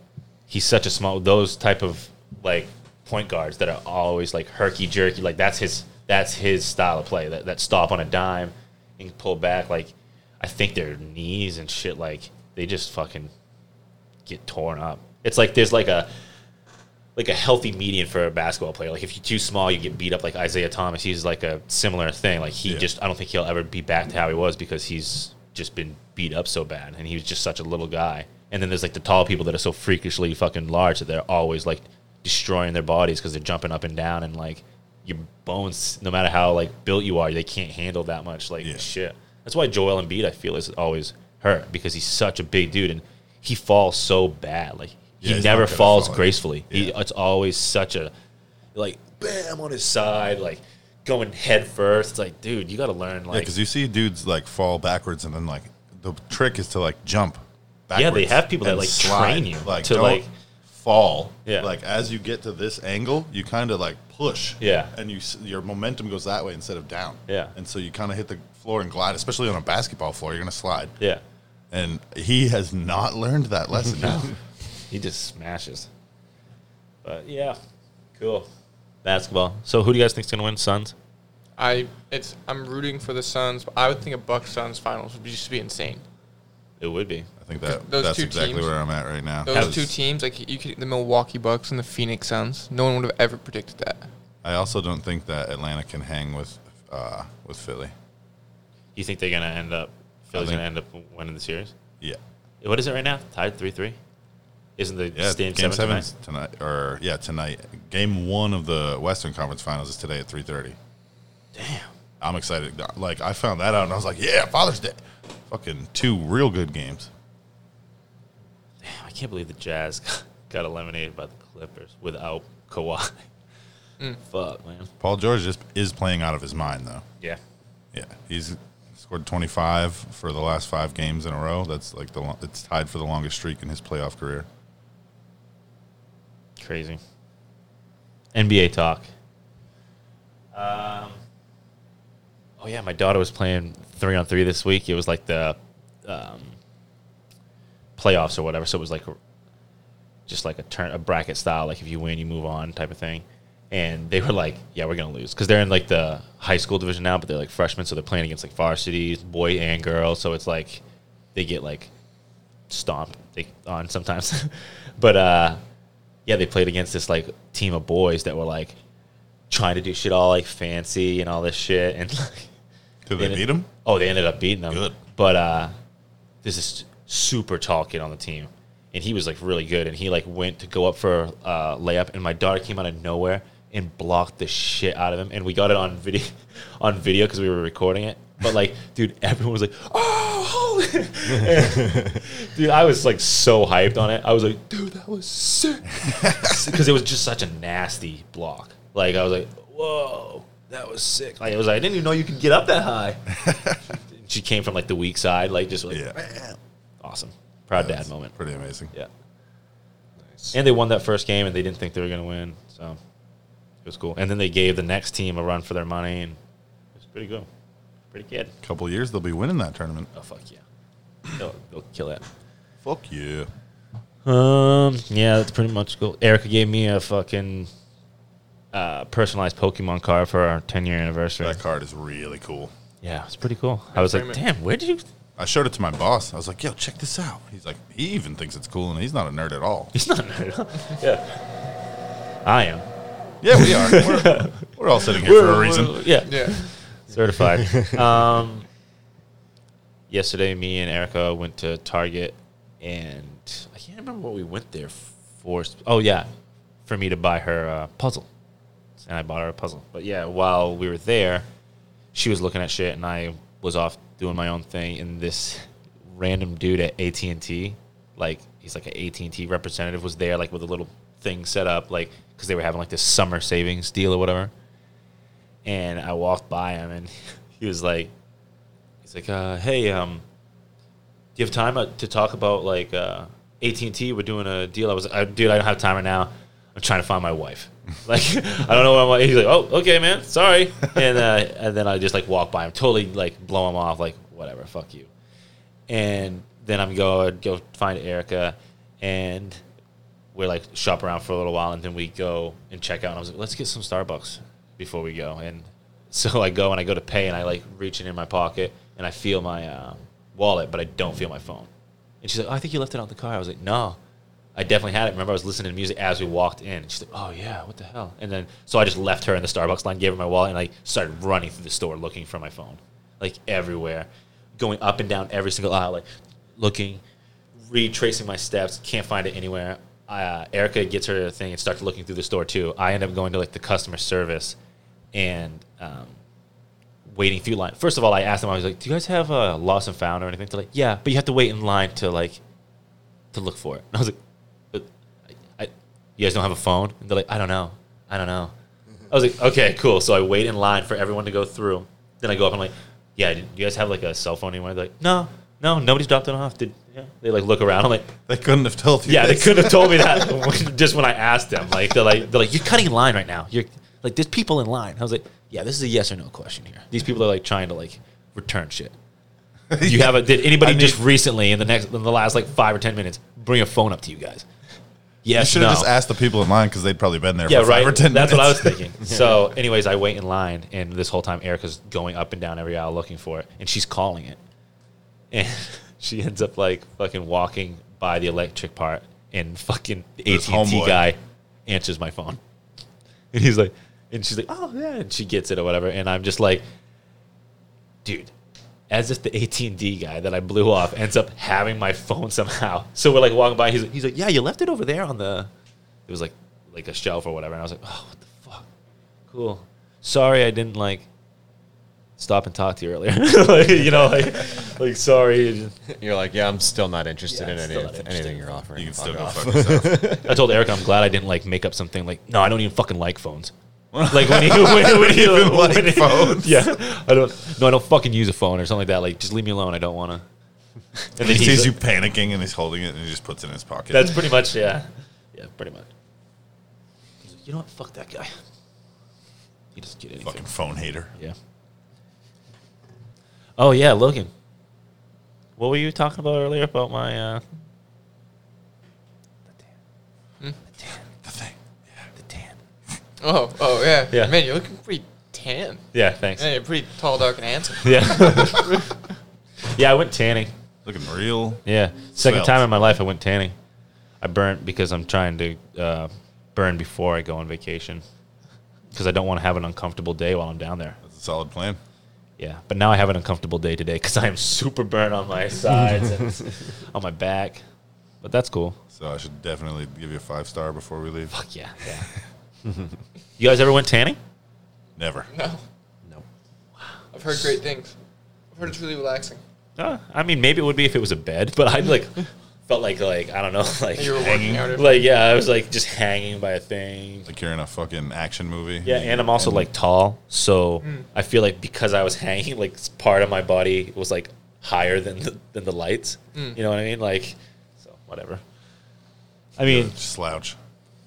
C: He's such a small. Those type of like point guards that are always like herky jerky. Like that's his that's his style of play. That that stop on a dime and pull back. Like I think their knees and shit. Like they just fucking get torn up. It's like there's like a like a healthy median for a basketball player. Like if you're too small, you get beat up. Like Isaiah Thomas, he's like a similar thing. Like he
B: Yeah.
C: just, I don't think he'll ever be back to how he was because he's just been beat up so bad, and he was just such a little guy. And then there's like the tall people that are so freakishly fucking large that they're always like destroying their bodies because they're jumping up and down and like your bones, no matter how like built you are, they can't handle that much like
B: Yeah.
C: shit. That's why Joel Embiid I feel is always hurt because he's such a big dude and he falls so bad. Like he
B: Yeah, he's
C: never
B: not gonna
C: falls
B: fall.
C: gracefully. He,
B: Yeah.
C: it's always such a like bam on his side, like going head first. It's like, dude, you got to learn
B: Yeah,
C: like
B: because you see dudes like fall backwards, and then like the trick is to like jump. Backwards
C: Yeah, they have people that,
B: and
C: like, train you to,
B: don't
C: like-
B: fall.
C: Yeah.
B: like as you get to this angle, you kind of like push.
C: Yeah.
B: and you s- your momentum goes that way instead of down.
C: Yeah.
B: and so you kind of hit the floor and glide, especially on a basketball floor. You're gonna slide.
C: yeah.
B: And he has not learned that lesson. yet.
C: He just smashes. But yeah, cool. Basketball. So who do you guys think's gonna win? Suns.
A: I it's I'm rooting for the Suns, but I would think a Bucks Suns finals would just be insane.
C: It would be.
B: I think that
A: Those
B: that's
A: two
B: exactly
A: teams-
B: where I'm at right now.
A: Those two teams, like you could the Milwaukee Bucks and the Phoenix Suns, no one would have ever predicted that.
B: I also don't think that Atlanta can hang with uh, with Philly.
C: You think they're gonna end up? Philly's
B: think-
C: gonna end up winning the series.
B: Yeah.
C: What is it right now? Tied three three. Isn't the
B: Yeah,
C: stand
B: game
C: seven tonight?
B: seven's tonight? or yeah, tonight. Game one of the Western Conference Finals is today at three thirty.
C: Damn.
B: I'm excited. Like I found that out, and I was like, yeah, Father's Day. Fucking two real good games.
C: I can't believe the Jazz got eliminated by the Clippers without Kawhi. Fuck, man.
B: Paul George just is playing out of his mind though.
C: Yeah.
B: Yeah, he's scored 25 for the last five games in a row. That's like the lo- it's tied for the longest streak in his playoff career.
C: Crazy. NBA talk. Um, oh, yeah. My daughter was playing three on three this week. It was like the um, playoffs or whatever. So it was like just like a turn, a bracket style. Like if you win, you move on type of thing. And they were like, yeah, we're going to lose. Because they're in like the high school division now, but they're like freshmen. So they're playing against like varsities, boy and girl. So it's like they get like stomped they, on sometimes. but, uh, yeah, they played against this like team of boys that were like trying to do shit all like fancy and all this shit, and like,
B: Did they
C: Yeah.
B: beat him?
C: oh, they ended up beating them.
B: Good.
C: but uh, there's this super tall kid on the team, and he was like really good, and he like went to go up for uh, layup, and my daughter came out of nowhere and blocked the shit out of him, and we got it on video, on video because we were recording it. But like, dude, everyone was like, "Oh, holy!" dude, I was like so hyped on it. I was like, "Dude, that was sick." because it was just such a nasty block. Like I was like, whoa, that was sick. Like I was like, I didn't even know you could get up that high. she came from like the weak side, like just like
B: Yeah.
C: "Bam." awesome, proud dad
B: That's
C: moment.
B: Pretty amazing.
C: Yeah,
D: Nice.
C: and they won that first game, and they didn't think they were gonna win, so it was cool. And then they gave the next team a run for their money, and it was pretty good, pretty good.
B: Couple years they'll be winning that tournament.
C: Oh fuck yeah, they'll, they'll kill it.
B: Fuck you.
C: Um, yeah, that's pretty much cool. Erica gave me a fucking uh, personalized Pokemon card for our 10 year anniversary.
B: That card is really cool.
C: Yeah, it's pretty cool. I was like,
A: frame it.
C: damn, where did you?
B: I showed it to my boss. I was like, "Yo, check this out." He's like, "He even thinks it's cool, and he's not a nerd at all."
C: He's not a nerd. yeah, I am.
B: Yeah, we are. We're, we're all sitting here for a reason.
C: Yeah,
A: Yeah.
C: certified. um, yesterday, me and Erica went to Target, and I can't remember what we went there for. Oh yeah, for me to buy her a puzzle, and I bought her a puzzle. But yeah, while we were there, she was looking at shit, and I was off doing my own thing. And this random dude at AT and T, like he's like an AT and T representative, was there like with a little thing set up, like because they were having like this summer savings deal or whatever. And I walked by him, and he was like, he's like, uh, hey, um do you have time uh, to talk about like uh, AT and T? We're doing a deal. I was, uh, dude, I don't have time right now. I'm trying to find my wife. Like, I don't know what I'm. Like. He's like, oh, okay, man, sorry. And uh, and then I just like walk by him, totally like blow him off, like whatever, fuck you. And then I'm go I'd go find Erica, and we're like shop around for a little while, and then we go and check out. And I was like, let's get some Starbucks before we go. And so I go and I go to pay, and I like reach it in my pocket, and I feel my. Uh, wallet, but I don't feel my phone. And she's like, oh, I think you left it out in the car. I was like, no, I definitely had it. Remember, I was listening to music as we walked in. And she's like, oh, yeah, what the hell? And then, so I just left her in the Starbucks line, gave her my wallet, and I started running through the store looking for my phone, like everywhere, going up and down every single aisle, like looking, retracing my steps, can't find it anywhere. Uh, Erica gets her thing and starts looking through the store too. I end up going to like the customer service and, um, waiting through line. First of all, I asked them. I was like, "Do you guys have a lost and found or anything?" They're like, "Yeah, but you have to wait in line to like to look for it." And I was like, "But I, I, you guys don't have a phone?" And they're like, "I don't know. I don't know." I was like, "Okay, cool." So I wait in line for everyone to go through. Then I go up and I'm like, "Yeah, do you guys have like a cell phone anywhere?" They're like, "No, no, nobody's dropped it off." Did yeah. They like look around. I'm like,
B: They couldn't have told you.
C: yeah, they
B: this.
C: couldn't have told me that when- just when I asked them. Like they're like they're like you're cutting line right now. You're like there's people in line. I was like, yeah, this is a yes or no question here. These people are like trying to like return shit. You have a did anybody
B: I mean-
C: just recently in the next in the last like five or ten minutes bring a phone up to you guys?
B: You
C: Yes,
B: should
C: no.
B: have just asked the people in line because they'd probably been there
C: yeah,
B: for
C: right.
B: five or ten
C: That's what I was
B: minutes.
C: thinking. So, anyways, I wait in line, and this whole time Erica's going up and down every aisle looking for it, and she's calling it, and she ends up like fucking walking by the electric part, and fucking AT
B: This
C: and T
B: homeboy.
C: guy answers my phone, and he's like, and she's like, oh yeah, and she gets it or whatever, and I'm just like, dude. As if the AT and T guy that I blew off ends up having my phone somehow. So we're like walking by. He's like, he's like, yeah, you left it over there on the it was like like a shelf or whatever, and I was like, oh, what the fuck? Cool. Sorry, I didn't like stop and talk to you earlier. like, you know, like like sorry. It just-
D: You're like, yeah, I'm still not interested
C: Yeah,
D: in
C: I'm
D: any,
C: still not interested.
D: anything you're offering.
B: You can
D: Fuck
B: still go
D: off.
B: fuck yourself.
C: I told Eric I'm glad I didn't like make up something like no, I don't even fucking like phones. Like when he when, when he
B: even
C: when
B: like
C: he-
B: phones.
C: Yeah, I don't. No, I don't fucking use a phone or something like that. Like just leave me alone. I don't want to. And
B: He
C: he's
B: sees
C: like-
B: you panicking and he's holding it and he just puts it in his pocket.
C: That's pretty much yeah, yeah, pretty much. He's like, you know what? Fuck that guy. He doesn't get anything.
B: fucking phone hater.
C: Yeah. Oh yeah, Logan. What were you talking about earlier about my? Uh, the tan.
B: The thing.
C: The tan.
A: Oh, oh yeah.
C: Yeah.
A: Man, you're looking pretty tan.
C: Yeah. Thanks.
A: Yeah, you're pretty tall, dark, and handsome.
C: Yeah. yeah, I went tanning.
B: Looking real.
C: Yeah, second
B: Svelte.
C: time in my life I went tanning. I burnt because I'm trying to uh, burn before I go on vacation because I don't want to have an uncomfortable day while I'm down there.
B: That's a solid plan.
C: Yeah, but now I have an uncomfortable day today because I am super burnt on my sides and on my back. But that's cool.
B: So I should definitely give you a five star before we leave.
C: Fuck yeah. yeah. you guys ever went tanning?
B: Never.
A: No,
D: No.
A: I've heard great things. I've heard it's really relaxing.
C: Uh, I mean, maybe it would be if it was a bed, but I like felt like like I don't know, like
A: You were working out.
C: like yeah, I was like just hanging by a thing.
B: Like you're in a fucking action movie.
C: Yeah, and I'm also like tall, so
A: Mm.
C: I feel like because I was hanging, like s- part of my body was like higher than the, than the lights.
A: Mm.
C: You know what I mean? Like, so whatever. I mean,
B: slouch.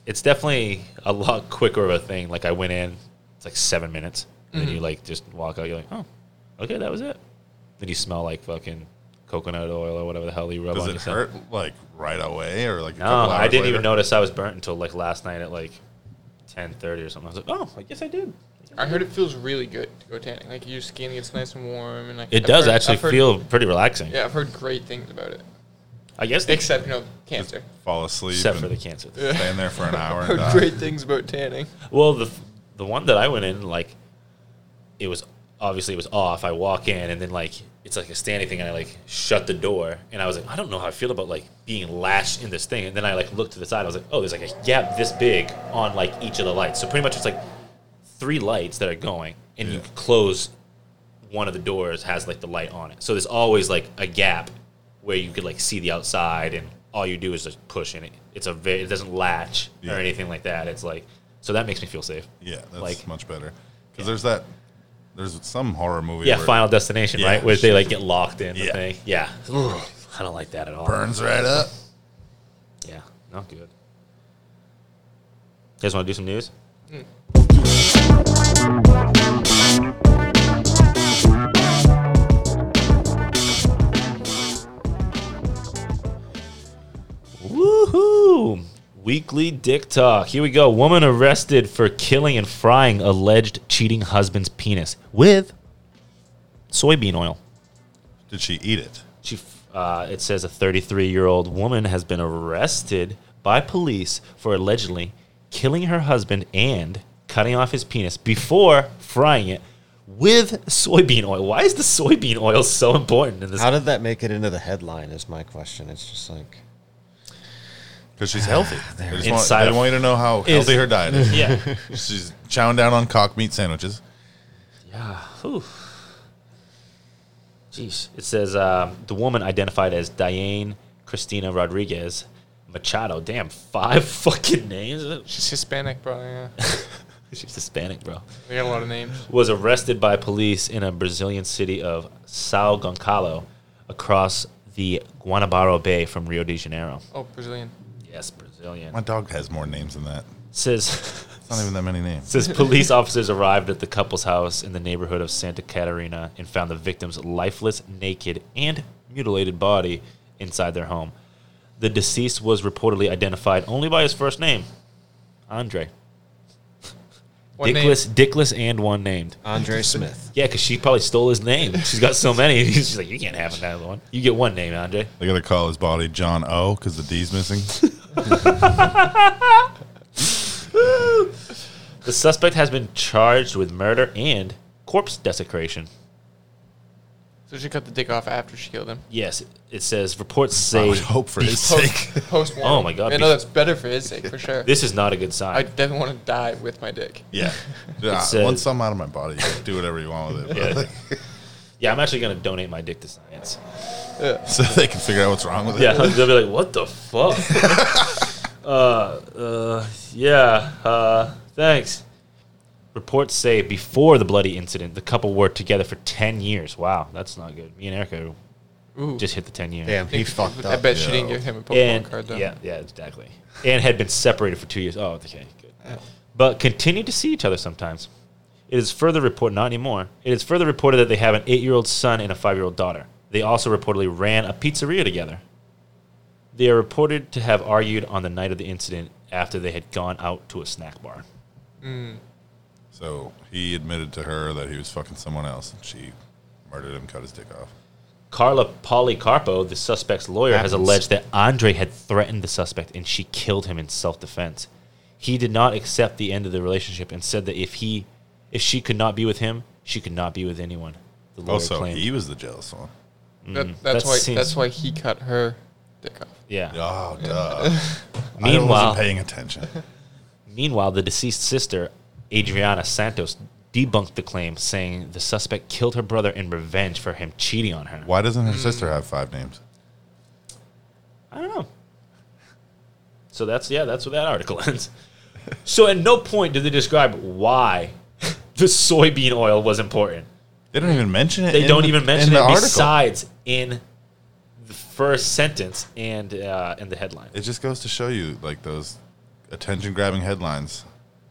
C: it's definitely a lot quicker of a thing. Like I went in, it's like seven minutes, and
B: Mm-hmm.
C: then you like just walk out. You're like, oh, okay, that was it. Then you smell like fucking coconut oil or whatever the hell you rub
B: Does
C: on
B: it
C: yourself.
B: hurt like right away or like a
C: No,
B: couple
C: I
B: hours
C: didn't
B: later?
C: even notice I was burnt until like last night at like ten thirty or something. I was like, oh, I guess I did.
A: I heard it feels really good to go tanning. Like your skin gets nice and warm, and like
C: It
A: I've
C: does
A: heard-
C: actually
A: I've heard-
C: feel pretty relaxing.
A: Yeah, I've heard great things about it.
C: I guess they,
A: Except you know cancer.
B: fall asleep.
C: except
B: and
C: for the cancer. thing.
B: Stand there for an hour.
A: I've
B: and
A: heard
B: die.
A: great things about tanning.
C: Well, the the one that I went in like it was obviously it was off. I walk in and then like it's like a standing thing, and I like shut the door, and I was like, I don't know how I feel about like being lashed in this thing, and then I like looked to the side, I was like, oh, there's like a gap this big on like each of the lights, so pretty much it's like three lights that are going, and you
B: Yeah.
C: close one of the doors has like the light on it, so there's always like a gap where you could like see the outside, and all you do is just push, and it it's a ve- it doesn't latch
B: Yeah.
C: or anything like that. It's like so that makes me feel safe.
B: Yeah, that's
C: Like-
B: much better. Because there's that, there's some horror movie.
C: Yeah,
B: where it
C: Final Destination,
B: Yeah.
C: right? Where they like get locked in
B: Yeah.
C: the thing. Yeah. I don't like that at all.
B: burns right up.
C: Yeah, not good. You guys want to do some news? Woohoo! Weekly dick talk. Here we go. Woman arrested for killing and frying alleged cheating husband's penis with soybean oil.
B: Did she eat it?
C: She, f- uh, it says a 33 year old woman has been arrested by police for allegedly killing her husband and cutting off his penis before frying it with soybean oil. Why is the soybean oil so important in this?
D: How did that make it into the headline? Is my question. It's just like
B: Because she's healthy. they just want,
C: Ah, Inside
B: they
C: of-
B: want you to know how healthy her diet is.
C: yeah.
B: she's chowing down on cock meat sandwiches.
C: yeah. Whew. Jeez. It says um, the woman identified as Diane Christina Rodriguez Machado. Damn, five fucking names.
A: She's Hispanic, bro. Yeah.
C: She's Hispanic, bro.
A: They got a lot of names.
C: was arrested by police in a Brazilian city of Sao Goncalo across the Guanabara Bay from Rio de Janeiro.
A: Oh, Brazilian.
C: Yes, Brazilian.
B: My dog has more names than that.
C: Says
B: It's not even that many names.
C: says police officers arrived at the couple's house in the neighborhood of Santa Catarina and found the victim's lifeless, naked, and mutilated body inside their home. The deceased was reportedly identified only by his first name, Andre.
A: One name.
C: Dickless, Dickless, and one named.
D: Andre Smith.
C: Yeah, because she probably stole his name. She's got so many. She's like, you can't have another one. You get one name, Andre.
B: They gotta call his body John O because the D's missing.
C: The suspect has been charged with murder and corpse desecration.
A: So she cut the dick off after she killed him.
C: Yes, it says reports
B: I
C: say
B: would hope for his sake.
A: Post, post one.
C: Oh my God,
A: I know
C: be-
A: that's better for his sake for sure.
C: this is not a good
A: I
C: sign.
A: definitely want to die with my dick.
B: Yeah. yeah
C: says-
B: once I'm out of my body, you can do whatever you want with it.
C: Yeah.
B: but-
C: yeah, I'm actually going to donate my dick to science.
A: Ugh.
B: so they can figure out what's wrong with it.
C: Yeah, they'll be like, what the fuck? uh, uh, yeah, uh, thanks. Reports say before the bloody incident, the couple were together for 10 years. Wow, that's not good. Me and Erica
A: Ooh.
C: just hit the 10 years.
D: Damn, he fucked
A: I
D: up.
A: bet
B: Yeah.
A: she didn't give him a Pokemon
C: and
A: card though.
C: yeah, yeah, exactly. And had been separated for two years. Oh, okay, good. But continued to see each other sometimes. It is further reported, not anymore. It is further reported that they have an eight-year-old son and a five-year-old daughter. They also reportedly ran a pizzeria together. They are reported to have argued on the night of the incident after they had gone out to a snack bar.
B: So he admitted to her that he was fucking someone else, and she murdered him, cut his dick off.
C: Carla Policarpo, the suspect's lawyer,
D: Happens.
C: has alleged that Andre had threatened the suspect and she killed him in self-defense. He did not accept the end of the relationship and said that if he, if she could not be with him, she could not be with anyone. The lawyer
B: Also,
C: claimed,
B: he was the jealous one.
A: That, that's
C: mm, that
A: why.
C: seems-
A: That's why he cut her dick off.
C: yeah.
B: Oh, duh. I
C: Meanwhile,
B: wasn't paying attention.
C: meanwhile, the deceased sister, Adriana Santos, debunked the claim, saying the suspect killed her brother in revenge for him cheating on her.
B: Why doesn't her sister have five names?
C: I don't know. So that's yeah, that's where that article ends. So at no point did they describe why the soybean oil was important.
B: They don't even mention it.
C: They
B: in
C: don't
B: the-
C: even mention
B: in
C: it
B: the article.
C: besides in the first sentence and uh, in the headline.
B: It just goes to show you, like those attention-grabbing headlines.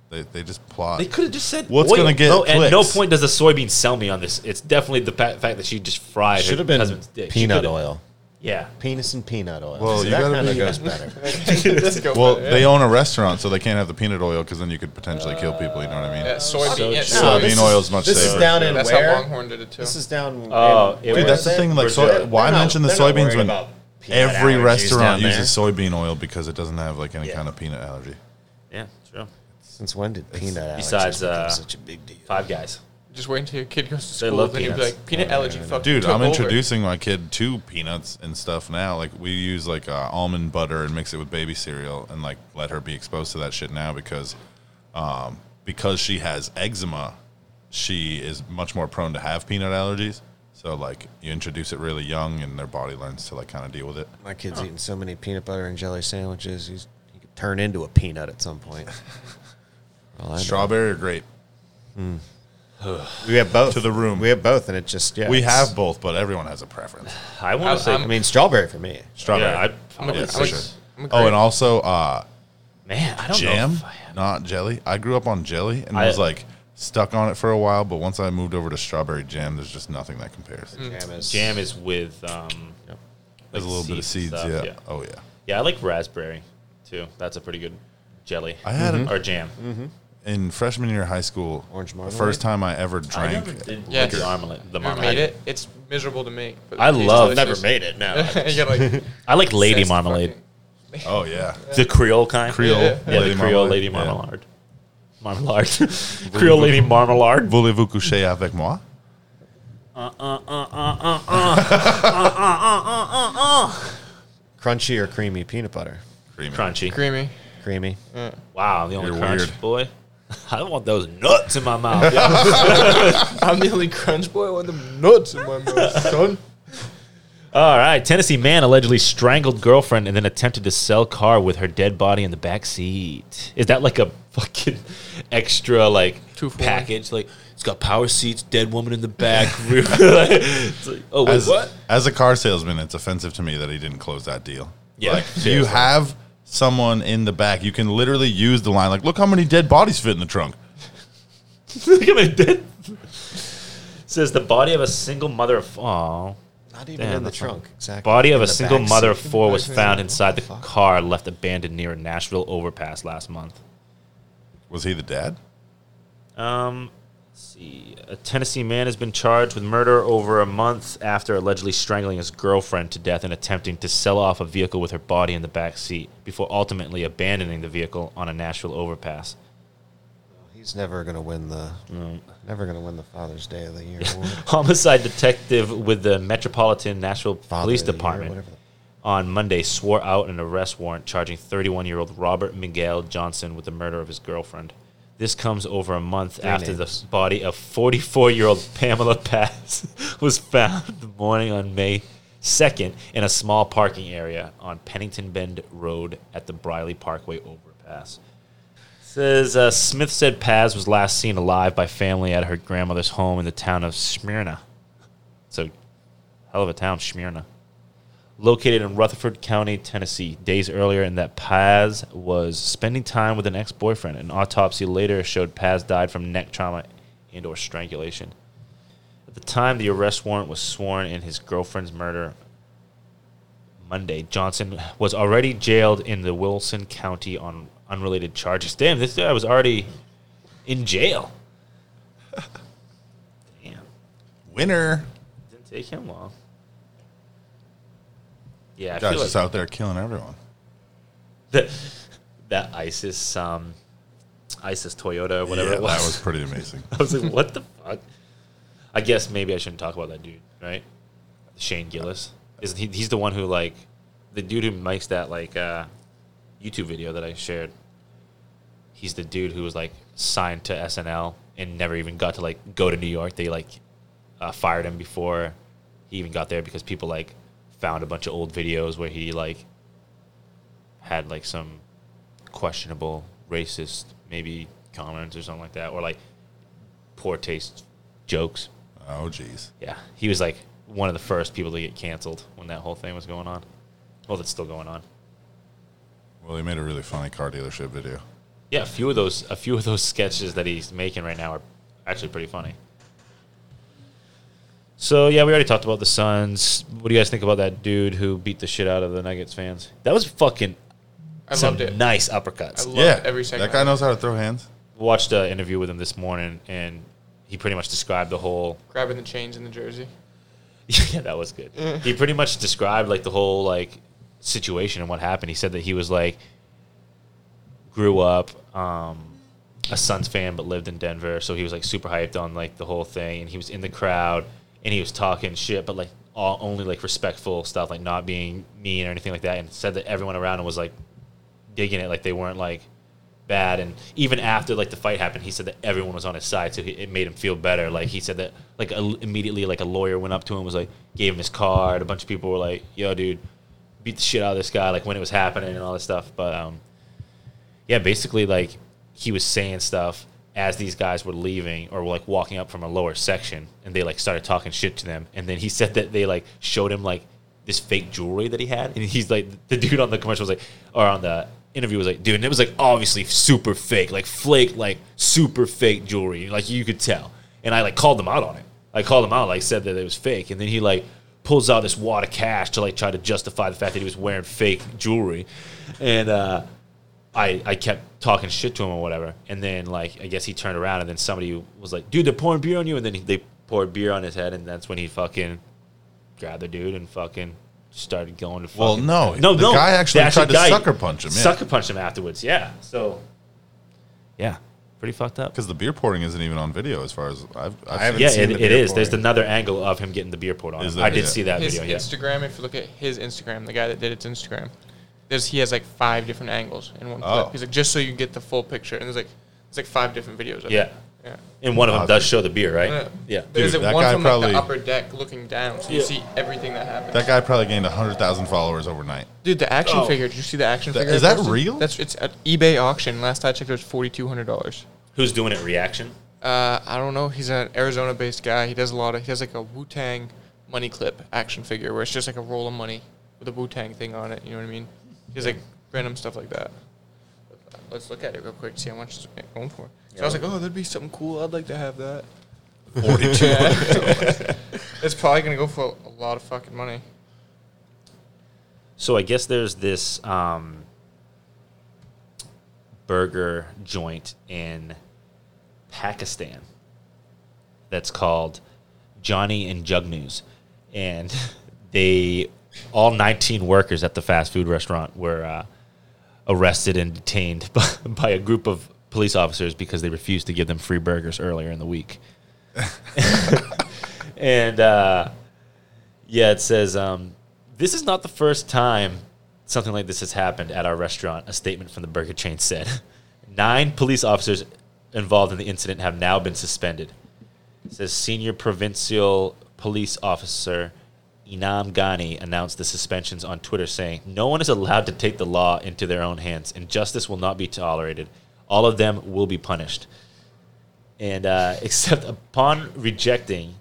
B: They they just plot.
C: They could have just said
B: What's
C: oil.
B: gonna get
C: no, At no
B: clicks?
C: point does the soybean sell me on this. It's definitely the pa- fact that she just fried.
D: Should
C: her
D: have been
C: husband's dick. She
D: peanut
C: coulda-
D: oil.
C: Yeah,
D: Penis and peanut oil.
B: Well,
D: So
B: you
D: that
B: gotta
D: kinda
B: be-
D: goes better.
A: Let's go.
B: well,
A: for it,
B: they
A: yeah.
B: own a restaurant, so they can't have the peanut oil because then you could potentially kill people. You know what I mean?
A: Yeah, soybean.
C: So
A: yeah,
C: true.
A: no,
B: Soybean
A: this is-
B: oil is much
D: This is
B: safer.
D: down in
A: That's how
D: where?
A: Longhorn did it too.
D: This is down.
C: Oh,
D: in-
C: it
B: Dude, that's the thing. Like, so,
D: Brazil.
B: why
D: They're not-
B: mention the
D: they're not
B: soybeans
D: worried
B: when
D: about peanut
B: every
D: allergies
B: restaurant
D: down there.
B: uses soybean oil because it doesn't have like any
C: Yeah.
B: kind of peanut allergy?
C: yeah, true.
D: Since when did peanut allergies
C: Besides,
D: become
C: uh,
D: such a big deal?
C: Five guys.
A: Just wait until your kid goes to
C: They
A: school.
C: love
A: then you'd be
C: peanuts.
A: like, peanut
C: Yeah, yeah,
A: allergy.
C: yeah.
A: Fuck,
B: Dude,
A: took
B: I'm
A: over."
B: introducing my kid to peanuts and stuff now. Like we use like uh, almond butter and mix it with baby cereal and like let her be exposed to that shit now because um, because she has eczema, she is much more prone to have peanut allergies. So like you introduce it really young and their body learns to like kind of deal with it.
D: My kid's eating so many peanut butter and jelly sandwiches, he's, he could turn into a peanut at some point. Well, I know. Hmm.
B: Strawberry or grape?
D: We have both
B: To the room.
D: We have both, and it just yeah.
B: We
D: it's-
B: have both, but everyone has a preference.
C: I want
A: I'm-
C: to say,
D: I
A: I'm-
D: mean, strawberry for me.
B: Strawberry.
C: yeah, I'd
A: I'm a,
C: probably
A: I'm a-
B: for
C: say-
B: sure.
A: I'm a
B: oh,
A: grape.
B: and also uh,
C: man, I don't know.
B: jam,
C: if I-
B: not jelly. I grew up on jelly and
C: I-
B: was like stuck on it for a while, but once I moved over to strawberry jam, there's just nothing that compares.
C: Mm,
D: Jam is
C: Jam is with um,
B: There's a little bit of seeds,
C: seeds and
B: yeah.
C: stuff, yeah.
B: Oh yeah.
C: yeah, I like raspberry too. That's a pretty good jelly. Mm-hmm.
B: I had an-
C: or jam.
B: In freshman year of high school,
D: Orange
B: the
D: marmalade?
B: first time I ever
C: I
B: drank
C: never did
A: Yes.
C: the marmalade. The
A: Never
C: marmalade.
A: made it. It's miserable to make. But
C: I
A: it tastes
C: love-
D: Never
A: delicious.
D: made it. No,
A: You're like
C: I like lady
A: obsessed
C: marmalade,
A: fucking-
B: Oh yeah.
C: the Creole kind.
B: Creole
A: Yeah,
C: yeah, the Creole lady
B: yeah.
C: marmalade. Marmalade. Creole lady marmalade.
B: Voulez-vous coucher avec moi?
D: crunchy or creamy peanut butter.
B: Creamy.
C: Crunchy.
A: Creamy.
D: Creamy.
C: Wow, I'm the only
B: You're
C: crunch
B: weird.
C: boy. I want those nuts in my mouth. yeah.
A: I'm the only crunch boy. I want them nuts in my mouth, son.
C: All right, Tennessee man allegedly strangled girlfriend and then attempted to sell car with her dead body in the back seat. Is that like a fucking extra like
A: Two for one.
C: package? Like it's got power seats, dead woman in the back. It's like, oh wait,
B: As,
C: what?
B: as a car salesman, it's offensive to me that he didn't close that deal.
C: Yeah,
B: Like, you
C: seriously.
B: have someone in the back. You can literally use the line like, "Look how many dead bodies fit in the trunk."
C: Look at my dead. Says the body of a single mother of aw.
D: Not even
C: Damn,
D: in the
C: that's fun.
D: trunk. Exactly.
C: Body of
D: In
C: a
D: the
C: single
D: back
C: mother of
D: seat.
C: four was
A: Backseat.
C: found inside the
D: Fuck.
C: car left abandoned near a Nashville overpass last month.
B: Was he the dad?
C: Um, let's see, a Tennessee man has been charged with murder over a month after allegedly strangling his girlfriend to death and attempting to sell off a vehicle with her body in the back seat before ultimately abandoning the vehicle on a Nashville overpass.
D: He's never gonna win the. Never gonna win the Father's Day of the Year award.
C: Homicide detective with the Metropolitan Nashville
D: Father
C: Police
D: of the Year,
C: Department
D: whatever the-
C: on Monday swore out an arrest warrant charging 31 year old Robert Miguel Johnson with the murder of his girlfriend. This comes over a month after
D: names.
C: the body of 44 year old Pamela Pass was found the morning on May 2nd in a small parking area on Pennington Bend Road at the Briley Parkway overpass. Says uh, Smith said Paz was last seen alive by family at her grandmother's home in the town of Smyrna. So, hell of a town, Smyrna located in Rutherford County, Tennessee, days earlier, and that Paz was spending time with an ex boyfriend. An autopsy later showed Paz died from neck trauma and or strangulation. At the time the arrest warrant was sworn in his girlfriend's murder Monday, Johnson was already jailed in the Wilson County on unrelated charges. Damn, this guy was already in jail. Damn.
B: Winner.
C: Didn't take him long. Yeah, I
B: Guys
C: feel like
B: just out there killing everyone.
C: the, that ISIS, um, ISIS Toyota or whatever
B: Yeah,
C: it was.
B: That was pretty amazing.
C: I was like, what the fuck? I guess maybe I shouldn't talk about that dude, right? Shane Gillis. Isn't he? He's the one who like the dude who makes that like uh, YouTube video that I shared. He's the dude who was like signed to SNL and never even got to like go to New York. They like uh, fired him before he even got there because people like found a bunch of old videos where he like had like some questionable racist maybe comments or something like that or like poor taste jokes.
B: Oh, jeez.
C: Yeah, he was like one of the first people to get canceled when that whole thing was going on. Well, that's still going on.
B: Well, he made a really funny car dealership video.
C: Yeah, a few of those, a few of those sketches that he's making right now are actually pretty funny. So yeah, we already talked about the Suns. What do you guys think about that dude who beat the shit out of the Nuggets fans? That was fucking
A: I
C: some
A: loved it.
C: nice
A: I
C: uppercuts.
A: loved
B: yeah,
A: every second.
B: That guy
A: of it.
B: knows how to throw hands.
C: Watched an interview with him this morning, and he pretty much described the whole
A: grabbing the chains in the jersey.
C: Yeah, that was good. he pretty much described like the whole like situation and what happened. He said that he was like grew up um a Suns fan but lived in Denver, so he was like super hyped on like the whole thing, and he was in the crowd and he was talking shit, but like all only like respectful stuff, like not being mean or anything like that, and said that everyone around him was like digging it, like they weren't like bad, and even after like the fight happened, he said that everyone was on his side, so he, it made him feel better. Like he said that like a, immediately like a lawyer went up to him was like gave him his card, a bunch of people were like, "Yo, dude." Beat the shit out of this guy, like when it was happening and all this stuff. But um, yeah, basically like he was saying stuff as these guys were leaving or were like walking up from a lower section and they like started talking shit to them and then he said that they like showed him like this fake jewelry that he had and he's like the dude on the commercial was like or on the interview was like dude and it was like obviously super fake like flake like super fake jewelry like you could tell and I like called them out on it I called him out like said that it was fake and then he like pulls out this wad of cash to like try to justify the fact that he was wearing fake jewelry and uh I, I kept talking shit to him or whatever. And then, like, I guess he turned around and then somebody was like, dude, they're pouring beer on you. And then he- they poured beer on his head. And that's when he fucking grabbed the dude and fucking started going to fucking.
B: Well, no,
C: No,
B: the
C: no.
B: guy actually
C: The
B: tried to
C: guy
B: sucker punch him, yeah.
C: Sucker punched him afterwards. Yeah. So, yeah. Pretty fucked up.
B: Because the beer pouring isn't even on video, as far as I've, I've
D: I haven't
C: Yeah,
D: seen
C: it,
D: the
C: it
D: beer
C: is. There's
D: pouring.
C: another angle of him getting the beer poured on
B: Is
C: him.
B: there?
C: I did
B: Yeah.
C: see that
A: his
C: video. Yeah.
A: Instagram, if you look at his Instagram, the guy that did it's Instagram, there's he has like five different angles in one
B: Oh.
A: clip. He's like just so you get the full picture, and there's like there's like five different videos. Of
C: Yeah.
A: it. yeah.
C: And one of them does show the beer,
A: Yeah.
C: right? Yeah.
A: There's
B: Dude,
A: like
B: that
A: one
B: guy
A: from like
B: probably-
A: the upper deck looking down, so you
C: Yeah.
A: see everything that happens.
B: That guy probably gained 100,000 followers overnight.
A: Dude, the action
C: Oh.
A: figure. Did you see the action
B: That-
A: figure?
B: is
A: I
B: that
A: posted?
B: real?
A: That's it's at eBay auction. Last I checked, it was forty two hundred dollars.
C: Who's doing it? Reaction?
A: Uh, I don't know. He's an Arizona-based guy. He does a lot of. He has like a Wu Tang money clip action figure where it's just like a roll of money with a Wu Tang thing on it. You know what I mean? He has like random stuff like that. Let's look at it real quick. See how much it's going for. So I was like, oh, that'd be something cool. I'd like to have that.
B: 42.
A: It's probably gonna go for a lot of fucking money.
C: So I guess there's this um, burger joint in Pakistan that's called Johnny and Jugnews, and they all 19 workers at the fast food restaurant were uh, arrested and detained by, by a group of police officers because they refused to give them free burgers earlier in the week. and uh, yeah, it says um, this is not the first time something like this has happened at our restaurant. A statement from the burger chain said nine police officers involved in the incident have now been suspended. It says senior provincial police officer Inam Ghani announced the suspensions on Twitter, saying, "No one is allowed to take the law into their own hands, and justice will not be tolerated. All of them will be punished." And uh, except upon rejecting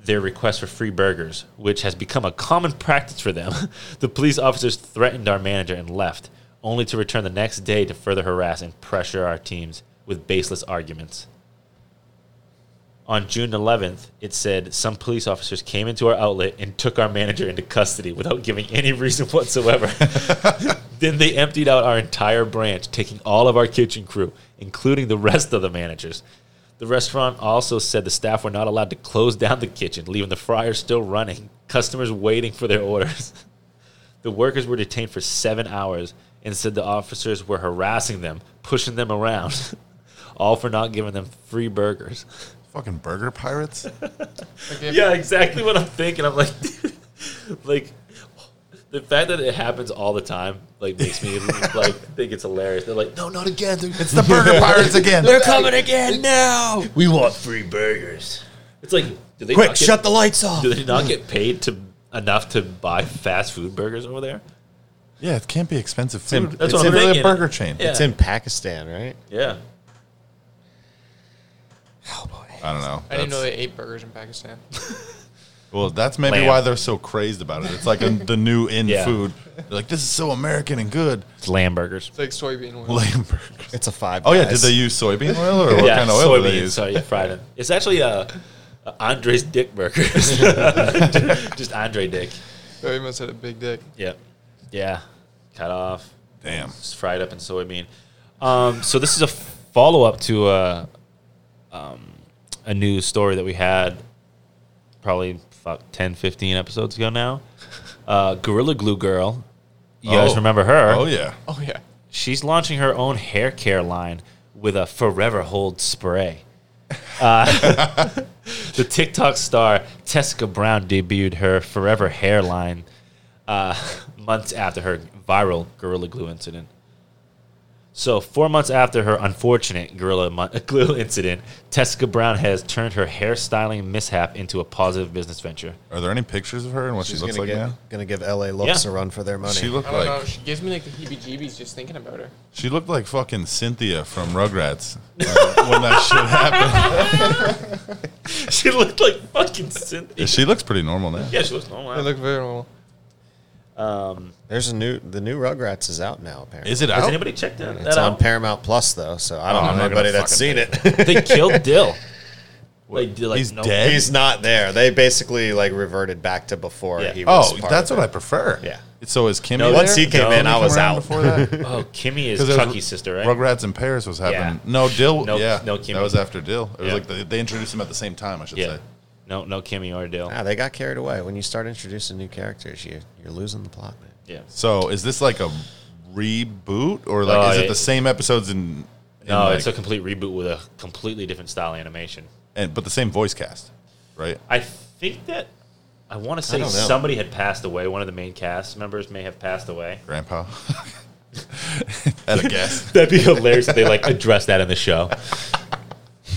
C: their request for free burgers, which has become a common practice for them. the police officers threatened our manager and left, only to return the next day to further harass and pressure our teams with baseless arguments. On June 11th, it said some police officers came into our outlet and took our manager into custody without giving any reason whatsoever. then they emptied out our entire branch, taking all of our kitchen crew, including the rest of the managers. The restaurant also said the staff were not allowed to close down the kitchen, leaving the fryer still running, customers waiting for their orders. The workers were detained for seven hours and said the officers were harassing them, pushing them around, all for not giving them free burgers.
B: Fucking burger pirates?
A: Like if,
C: Yeah, exactly what I'm thinking. I'm like, dude, like the fact that it happens all the time like makes me like think it's hilarious. They're like, no, not again. They're,
B: It's the burger pirates again.
C: coming again now. We want free burgers. It's like, do they
D: Quick,
C: not get-
D: shut the lights off.
C: Do they not get paid to enough to buy fast food burgers over there?
B: Yeah, it can't be expensive
D: in-
B: food. it's
C: that's what I'm
B: literally
C: thinking.
B: a burger chain.
C: Yeah.
D: It's in Pakistan, right?
C: Yeah.
D: Oh boy.
B: I don't know.
A: I didn't know
B: That's-
A: they ate burgers in Pakistan.
B: well, that's maybe
C: Lamb.
B: why they're so crazed about it. It's like a, the new in
C: Yeah.
B: food. They're like, this is so American and good.
C: It's lamb burgers.
A: It's like soybean oil.
B: Lamb burgers.
D: It's a five.
B: Oh, yeah. Did
D: Guys.
B: they use soybean oil or what
C: yeah,
B: kind of oil did
C: soybeans,
B: they use?
C: Sorry, yeah, fried it. It's actually a, a Andre's Dick burgers. Just Andre Dick.
A: Oh, you must have a big dick.
C: Yeah. Yeah. Cut off.
B: Damn.
C: It's fried up in soybean. Um, so this is a follow up to a, um, a news story that we had probably fuck 10, 15 episodes ago now. Uh, Gorilla Glue Girl. You guys
B: Oh.
C: remember her?
B: Oh, yeah.
A: Oh yeah.
C: She's launching her own hair care line with a forever hold spray. Uh, the TikTok star Tessica Brown debuted her forever hairline uh, months after her viral Gorilla Glue incident. So, four months after her unfortunate Gorilla Mon- Glue incident, Tessica Brown has turned her hairstyling mishap into a positive business venture.
B: Are there any pictures of her and what
D: She's
B: she looks
D: gonna
B: like
D: get,
B: now?
D: gonna give LA looks
C: Yeah.
D: a run for their money.
B: She
A: I
B: looked
A: don't
B: like
A: know. She gives me like the heebie-jeebies just thinking about her.
B: she looked like fucking Cynthia from Rugrats uh, when that shit happened.
C: she looked like fucking Cynthia.
B: She looks pretty normal now.
C: Yeah, she looks normal.
A: They look very normal.
C: Um,
D: There's a new the new Rugrats is out now apparently.
B: Is it
C: has
B: out?
C: anybody checked that,
D: it's
C: that
D: on
C: out?
D: Paramount Plus though, so I
B: Oh,
D: don't
B: I'm
D: know
B: not gonna
D: anybody that's seen
B: fucking
D: it.
C: they killed Dill. Like, did, like,
B: He's
C: no-
B: dead.
D: He's not there. They basically like reverted back to before
C: Yeah.
D: he was.
B: oh,
D: part
B: that's
D: of
B: what I
D: it.
B: prefer.
D: Yeah.
B: So is Kimmy?
C: No,
B: there?
D: Once he came
C: No.
D: in,
B: Kimmy
D: I
B: come
D: was
B: around
D: out.
B: Before that?
C: Oh, Kimmy is
B: Because it was
C: Chucky's sister, right?
B: Rugrats in Paris was happening.
C: Yeah.
B: No, Dill.
C: No-
B: yeah,
C: no
B: That
C: Kimmy.
B: was after Dill. It was
C: Yeah.
B: like they, they introduced him at the same time. I should
C: Yeah.
B: say.
C: No, no Kimmy or Dill.
D: Ah, they got carried away. When you start introducing new characters, you you're losing the plot, man.
C: Yeah.
B: So is this like a reboot or like
C: No,
B: is it,
C: Uh, it-
B: the same episodes in? in
C: No,
B: like-
C: it's a complete reboot with a completely different style animation.
B: and but the same voice cast, right?
C: I think that I want to
D: I
C: say
D: don't know.
C: somebody had passed away. One of the main cast members may have passed away.
B: Grandpa. at a guess.
C: That'd be hilarious if they like address that in the show.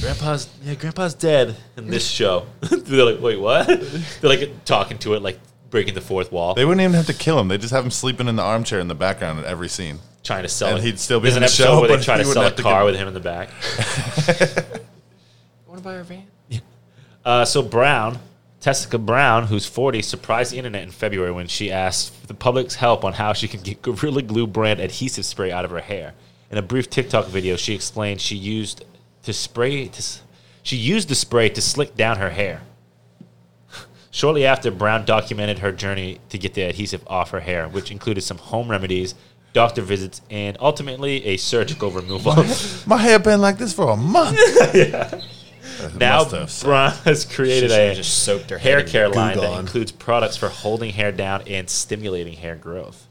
C: Grandpa's yeah, Grandpa's dead in this show. They're like, wait, what? They're like talking to it, like breaking the fourth wall,
B: They wouldn't even have to kill him. They just have him sleeping in the armchair in the background at every scene.
C: trying to sell.
B: and
C: it.
B: he'd still be
C: There's
B: in the
C: an episode
B: show,
C: where they
B: but
C: try
B: he
C: to
B: wouldn't
C: sell a
B: have to
C: car
B: go-
C: with him in the back.
A: Want to buy her van?
C: Uh, so Brown, Tessica Brown, who's 40, surprised the internet in February when she asked for the public's help on how she can get Gorilla Glue brand adhesive spray out of her hair. In a brief TikTok video, she explained she used to spray to, s- she used the spray to slick down her hair. Shortly after, Brown documented her journey to get the adhesive off her hair, which included some home remedies, doctor visits, and ultimately a surgical removal.
B: My hair been like this for a month.
C: now,
B: Mustache.
C: Brown has created
D: should've
C: a
D: just soaked her head
C: hair
D: in
C: care
D: Goo
C: line that
D: Gone.
C: includes products for holding hair down and stimulating hair growth.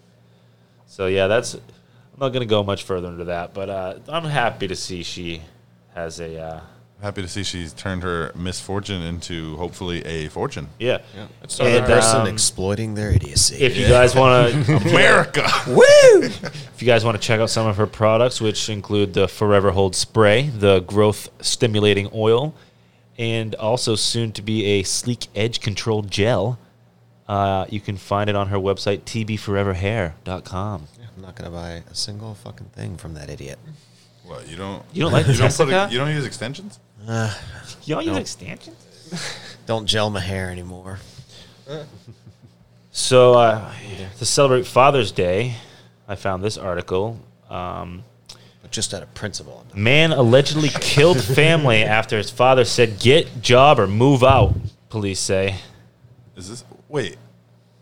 C: So yeah, that's. I'm not gonna go much further into that, but uh, I'm happy to see she has a. Uh,
B: Happy to see she's turned her misfortune into hopefully a fortune.
C: yeah.
A: That's
C: And,
A: not
C: uh,
A: her.
D: Person
C: Um,
D: exploiting their idiocy.
C: If you guys wanna,
B: America.
D: Woo!
C: if you guys wanna check out some of her products, which include the Forever Hold spray, the growth stimulating oil, and also soon to be a sleek edge control gel. Uh, you can find it on her website tbforeverhair.com.
D: I'm not gonna buy a single fucking thing from that idiot.
B: What you don't?
C: You don't like
B: you don't, put
C: Tessica?
B: a, you don't use extensions?
C: Y'all use
D: Nope.
C: extensions?
D: Don't gel my hair anymore.
C: So, uh, to celebrate Father's Day, I found this article. Um,
D: But just out of principle.
C: man allegedly killed family after his father said, get job or move out, police say.
B: Is this wait?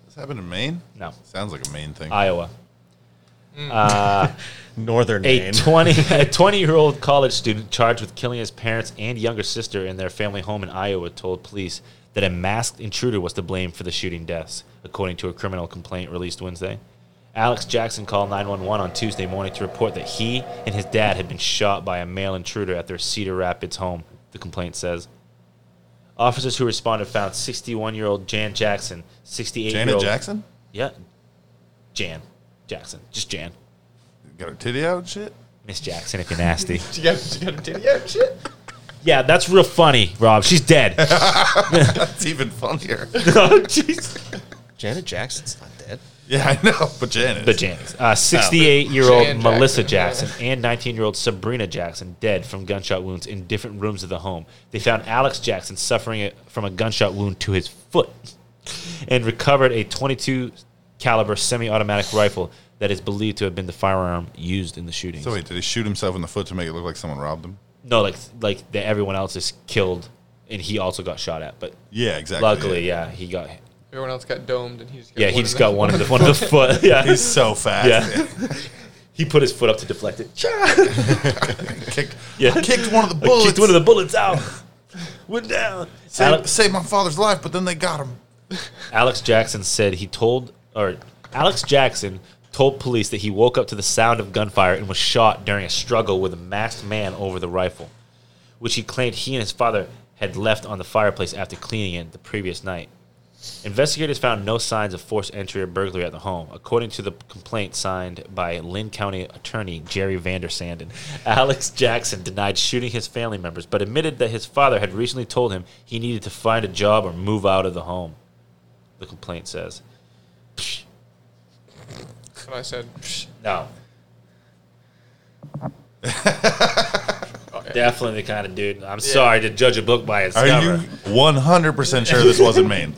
B: This happened in Maine?
C: No,
B: Sounds like a Maine thing.
C: Iowa.
D: Northern
C: A
D: name.
C: 20, a 20 year old college student charged with killing his parents and younger sister in their family home in Iowa told police that a masked intruder was to blame for the shooting deaths, according to a criminal complaint released Wednesday. Alex Jackson called 911 on Tuesday morning to report that he and his dad had been shot by a male intruder at their Cedar Rapids home, the complaint says. Officers who responded found 61 year old Jan Jackson, 68 year
B: Janet
C: old.
B: Jackson
C: Yeah. Jan Jackson. Just Jan.
B: got her titty out and shit.
C: Miss Jackson, if you're nasty.
A: She got she got a titty out and shit.
C: Yeah, that's real funny, Rob. She's dead.
B: That's even funnier.
C: oh, jeez.
D: Janet Jackson's not dead.
B: yeah, I know. But Janet.
C: The Janice. Uh, 68 year old
A: Jan
C: Melissa
A: Jackson.
C: Jackson and 19 year old Sabrina Jackson dead from gunshot wounds in different rooms of the home. They found Alex Jackson suffering a- from a gunshot wound to his foot and recovered a 22 caliber semi automatic rifle that is believed to have been the firearm used in the shooting.
B: so wait, did he shoot himself in the foot to make it look like someone robbed him?
C: no, like, like that everyone else is killed and he also got shot at, but
B: Yeah, exactly.
C: luckily, yeah, he got.
A: Everyone else got domed, and he just got
C: Yeah,
A: one
C: he
A: in
C: just
A: the-
C: got one in the one of the foot. Yeah,
B: He's so fast.
C: Yeah. he put his foot up to deflect it.
B: kicked,
C: Yeah.
B: kicked one of the
C: I
B: bullets.
C: Kicked one of the bullets out. Went down.
B: saved,
C: Alex,
B: saved my father's life, but then they got him.
C: Alex Jackson said he told, or Alex Jackson told police that he woke up to the sound of gunfire and was shot during a struggle with a masked man over the rifle, which he claimed he and his father had left on the fireplace after cleaning it the previous night. Investigators found no signs of forced entry or burglary at the home, according to the complaint signed by Lynn County attorney Jerry Vandersanden. Alex Jackson denied shooting his family members, but admitted that his father had recently told him he needed to find a job or move out of the home. The complaint says.
A: That's what I said.
C: No. Definitely the kind of dude. I'm sorry to judge a book by its
B: Are
C: cover.
B: you 100% sure this wasn't Maine?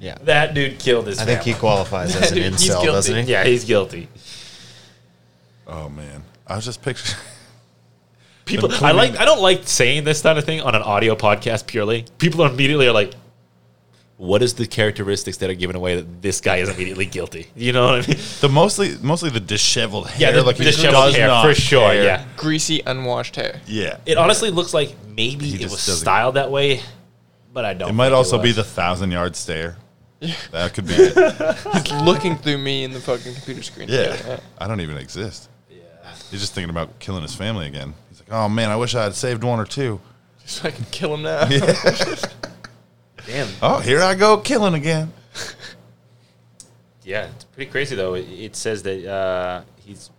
D: Yeah.
C: That dude killed his.
D: I think he
C: family.
D: qualifies as an
A: Dude, he's
D: incel,
A: guilty.
D: doesn't he?
C: Yeah, he's guilty.
B: Oh, man. I was just picturing.
C: People,
B: Them
C: I like.
B: cleaning-
C: I don't like saying this kind of thing on an audio podcast purely. People are immediately are like, "What is the characteristics that are given away that this guy is immediately guilty?" You know what I mean?
B: The mostly mostly the disheveled hair.
C: Yeah, the
B: like he
C: disheveled
B: does
C: hair
B: not
C: for sure.
B: care.
C: Yeah,
A: Greasy, unwashed hair.
B: Yeah. It,
C: it honestly looks like maybe
B: He
C: it
B: just
C: was
B: doesn't-
C: styled that way, but I don't.
B: might
C: think
B: also be
C: was.
B: the thousand yard stare. That could be it.
A: He's looking through me in the fucking computer screen.
B: Yeah. I don't even exist. He's just thinking about killing his family again. He's like, oh man, I wish I had saved one or two.
A: Just so I can kill him now.
C: damn.
B: Oh, here I go killing again.
C: Yeah, it's pretty crazy though. It, it says that uh, he's.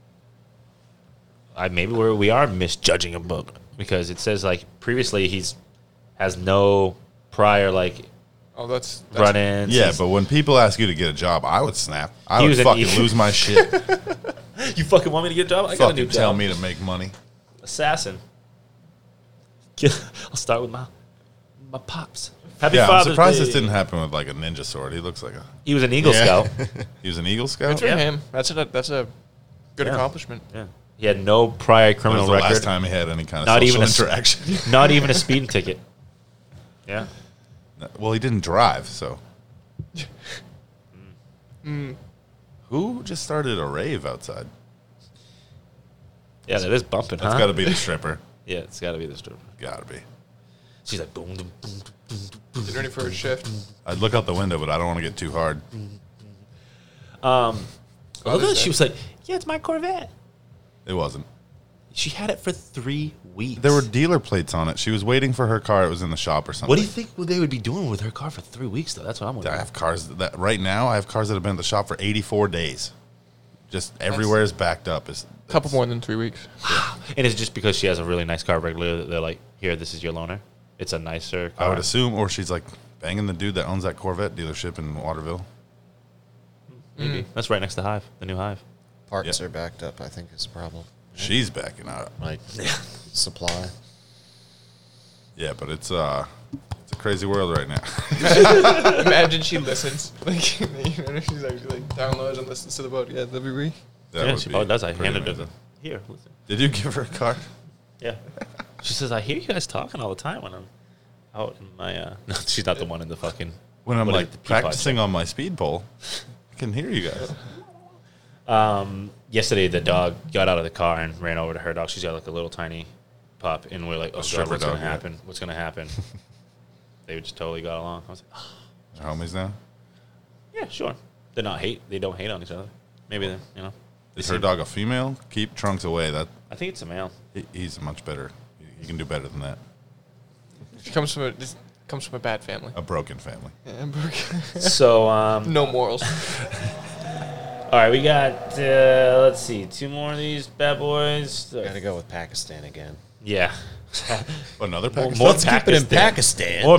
C: I maybe where we are misjudging a book because it says like previously he's has no prior like
A: Oh, that's, that's
C: run-ins.
B: Yeah, but when people ask you to get a job, I would snap. I
C: He
B: would
C: was an
B: fucking
C: idiot.
B: lose my shit.
C: but you fucking want me to get a job? I got a new
B: fucking
C: job.
B: tell me to make money.
C: assassin. Kill- I'll start with my my pops. Happy
B: yeah, I'm
C: Father's
B: surprised
C: Day.
B: this didn't happen with like a ninja sword. He looks like a.
C: He was an Eagle
B: Yeah.
C: Scout.
B: He was an Eagle
A: Good
B: Scout.
A: for
C: Yeah.
A: him. That's a that's a good
C: Yeah.
A: accomplishment.
C: Yeah, he had no prior
B: That was
C: criminal
B: the
C: record.
B: last time he had any kind of
C: Not
B: social
C: even a s-
B: interaction.
C: Not even a speeding ticket. Yeah.
B: Well, he didn't drive, so. Who just started a rave outside?
C: Yeah, that is bumping,
B: That's
C: huh?
B: got to be the stripper.
C: yeah, it's got to be the stripper.
B: Got to be.
C: She's like, boom, boom, boom.
A: Get ready for a shift.
C: Mm.
B: I'd look out the window, but I don't want to get too hard.
C: Oh, look,
A: is
C: she
A: that?
C: was like, yeah, it's my Corvette.
B: It wasn't.
C: She had it for three weeks.
B: There were dealer plates on it. She was waiting for her car. It was in the shop or something.
C: What do you think would- they would be doing with her car for three weeks, though? That's what I'm
B: I
C: wondering.
B: have cars that right now. I have cars that have been at the shop for 84 days. Just everywhere is backed up. It's,
A: Couple more than three weeks.
C: And it's just because she has a really nice car regularly that they're like, here, this is your loaner. It's a nicer car.
B: I would assume, or she's like banging the dude that owns that Corvette dealership in Waterville.
C: Maybe. That's right next to Hive, the new Hive.
D: Parts
B: Yeah.
D: are backed up, I think is the problem.
B: She's backing out.
D: Like supply.
B: Yeah, but it's uh, it's a crazy world right now.
A: Imagine she listens. Like you know, she's like, like downloads and listens to the podcast every week.
B: That
C: yeah,
B: would
C: she
B: be
C: probably does. I
B: pretty
C: handed her
B: amazing.
C: the. Here, listen.
B: Did you give her a card?
C: Yeah. she says, I hear you guys talking all the time when I'm out in my. Uh... No, she's not the one in the fucking.
B: When I'm
C: what is it, the
B: like
C: peapod
B: practicing on my speed pole, I can hear you guys.
C: yesterday the dog got out of the car and ran over to her dog. She's got like a little tiny pup, and we're like, "Oh god,
B: stripper
C: what's
B: dog,
C: gonna
B: yeah.
C: happen? What's gonna happen?" they just totally got along. I was like, "Oh,
B: Your homies now.
C: "Yeah, sure." They're not hate. They don't hate on each other. Maybe they, you know.
B: Is her dog a female? Keep trunks away. That
C: I think it's a male.
B: he- he's much better. You- You can do better than that.
A: She comes from a this comes from a bad family.
B: A broken family.
A: Yeah, Burke.
C: so, um,
A: no morals.
C: all right, we got. Uh, let's see, two more of these bad boys.
D: Gotta go with Pakistan again.
C: Yeah.
B: Another pack.
C: more
D: Let's keep it in Pakistan.
C: More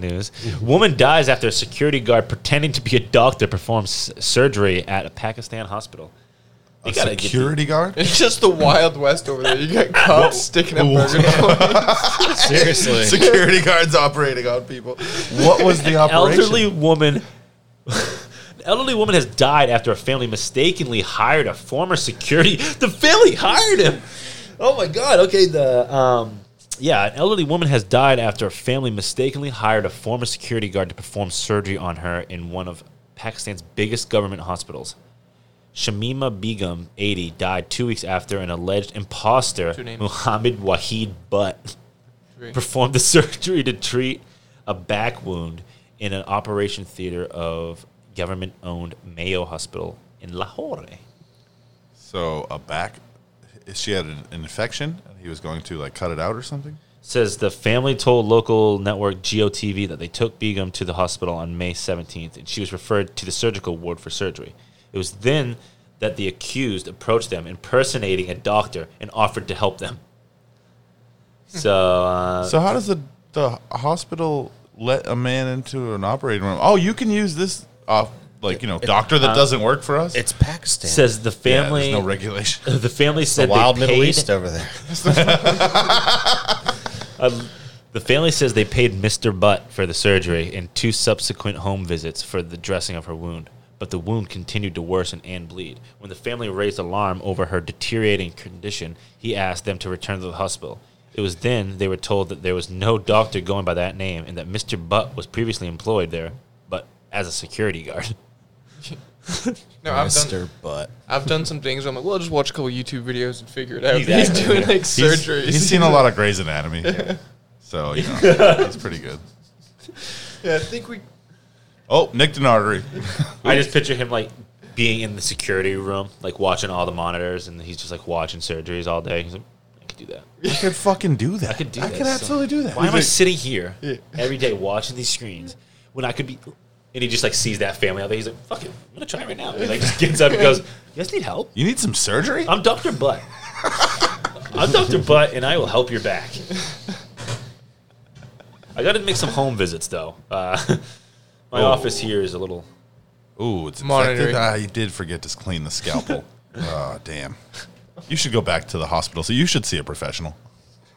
C: news. Woman dies after a security guard pretending to be a doctor performs s- surgery at a Pakistan hospital. They
B: a
C: gotta get the-
B: security guard.
A: It's just the Wild West over there. You got cops sticking up burger
D: Seriously.
B: security guards operating on people. What was the operation?
C: elderly woman an elderly woman has died after a family mistakenly hired a former security the family hired him oh my god okay the um yeah an elderly woman has died after a family mistakenly hired a former security guard to perform surgery on her in one of pakistan's biggest government hospitals Shamima Begum, 80, died two weeks after an alleged imposter,
A: Two names.
C: Muhammad Wahid Butt, performed the surgery to treat a back wound in an operation theater of government owned Mayo Hospital in Lahore.
B: So a back, she had an infection, and he was going to like cut it out or something.
C: Says the family told local network GOTV that they took Begum to the hospital on May 17th, and she was referred to the surgical ward for surgery. It was then that the accused approached them, impersonating a doctor, and offered to help them.
D: Hmm.
C: So, uh,
B: So how does the the hospital let a man into an operating room? Oh, you can use this off like you know doctor that doesn't work for us.
D: It's Pakistan.
C: says the
B: Yeah,
C: family.
B: there's no regulation.
C: the family
D: the
C: said
D: wild
C: they paid,
D: Middle East over there.
C: The family says they paid Mr. Butt for the surgery and two subsequent home visits for the dressing of her wound, but the wound continued to worsen and bleed. When the family raised alarm over her deteriorating condition, he asked them to return to the hospital. It was then they were told that there was no doctor going by that name and that Mr. Butt was previously employed there, but as a security guard.
A: No, I've done,
E: Mr. Butt.
A: I've done some things where I'm like, well, I'll just watch a couple YouTube videos and figure it out. He's
C: Exactly.
A: doing like
B: He's-
A: surgeries.
B: He's seen a lot of Grey's Anatomy, so you know he's pretty good.
A: yeah, I think we.
B: Oh, nicked an artery.
C: I just picture him like being in the security room, like watching all the monitors, and he's just like watching surgeries all day. He's like, I could do that.
B: I could fucking do that. I
C: could do
B: I
C: that,
B: could
C: son.
B: absolutely do that.
C: Why am I
B: He's
C: sitting here every day watching these screens when I could be? And he just like sees that family out there. He's like, "Fuck it, I'm gonna try right now." He like just gets up and goes, "You guys need help?
B: like, you need some surgery?
C: I'm Doctor Butt. I'm Doctor Butt, and I will help your back." I got to make some home visits though. Uh, my
B: Oh.
C: office here is a little.
B: Ooh, it's
A: Monitoring.
B: infected. Ah, you did forget to clean the scalpel. oh, damn. You should go back to the hospital. So you should see a professional.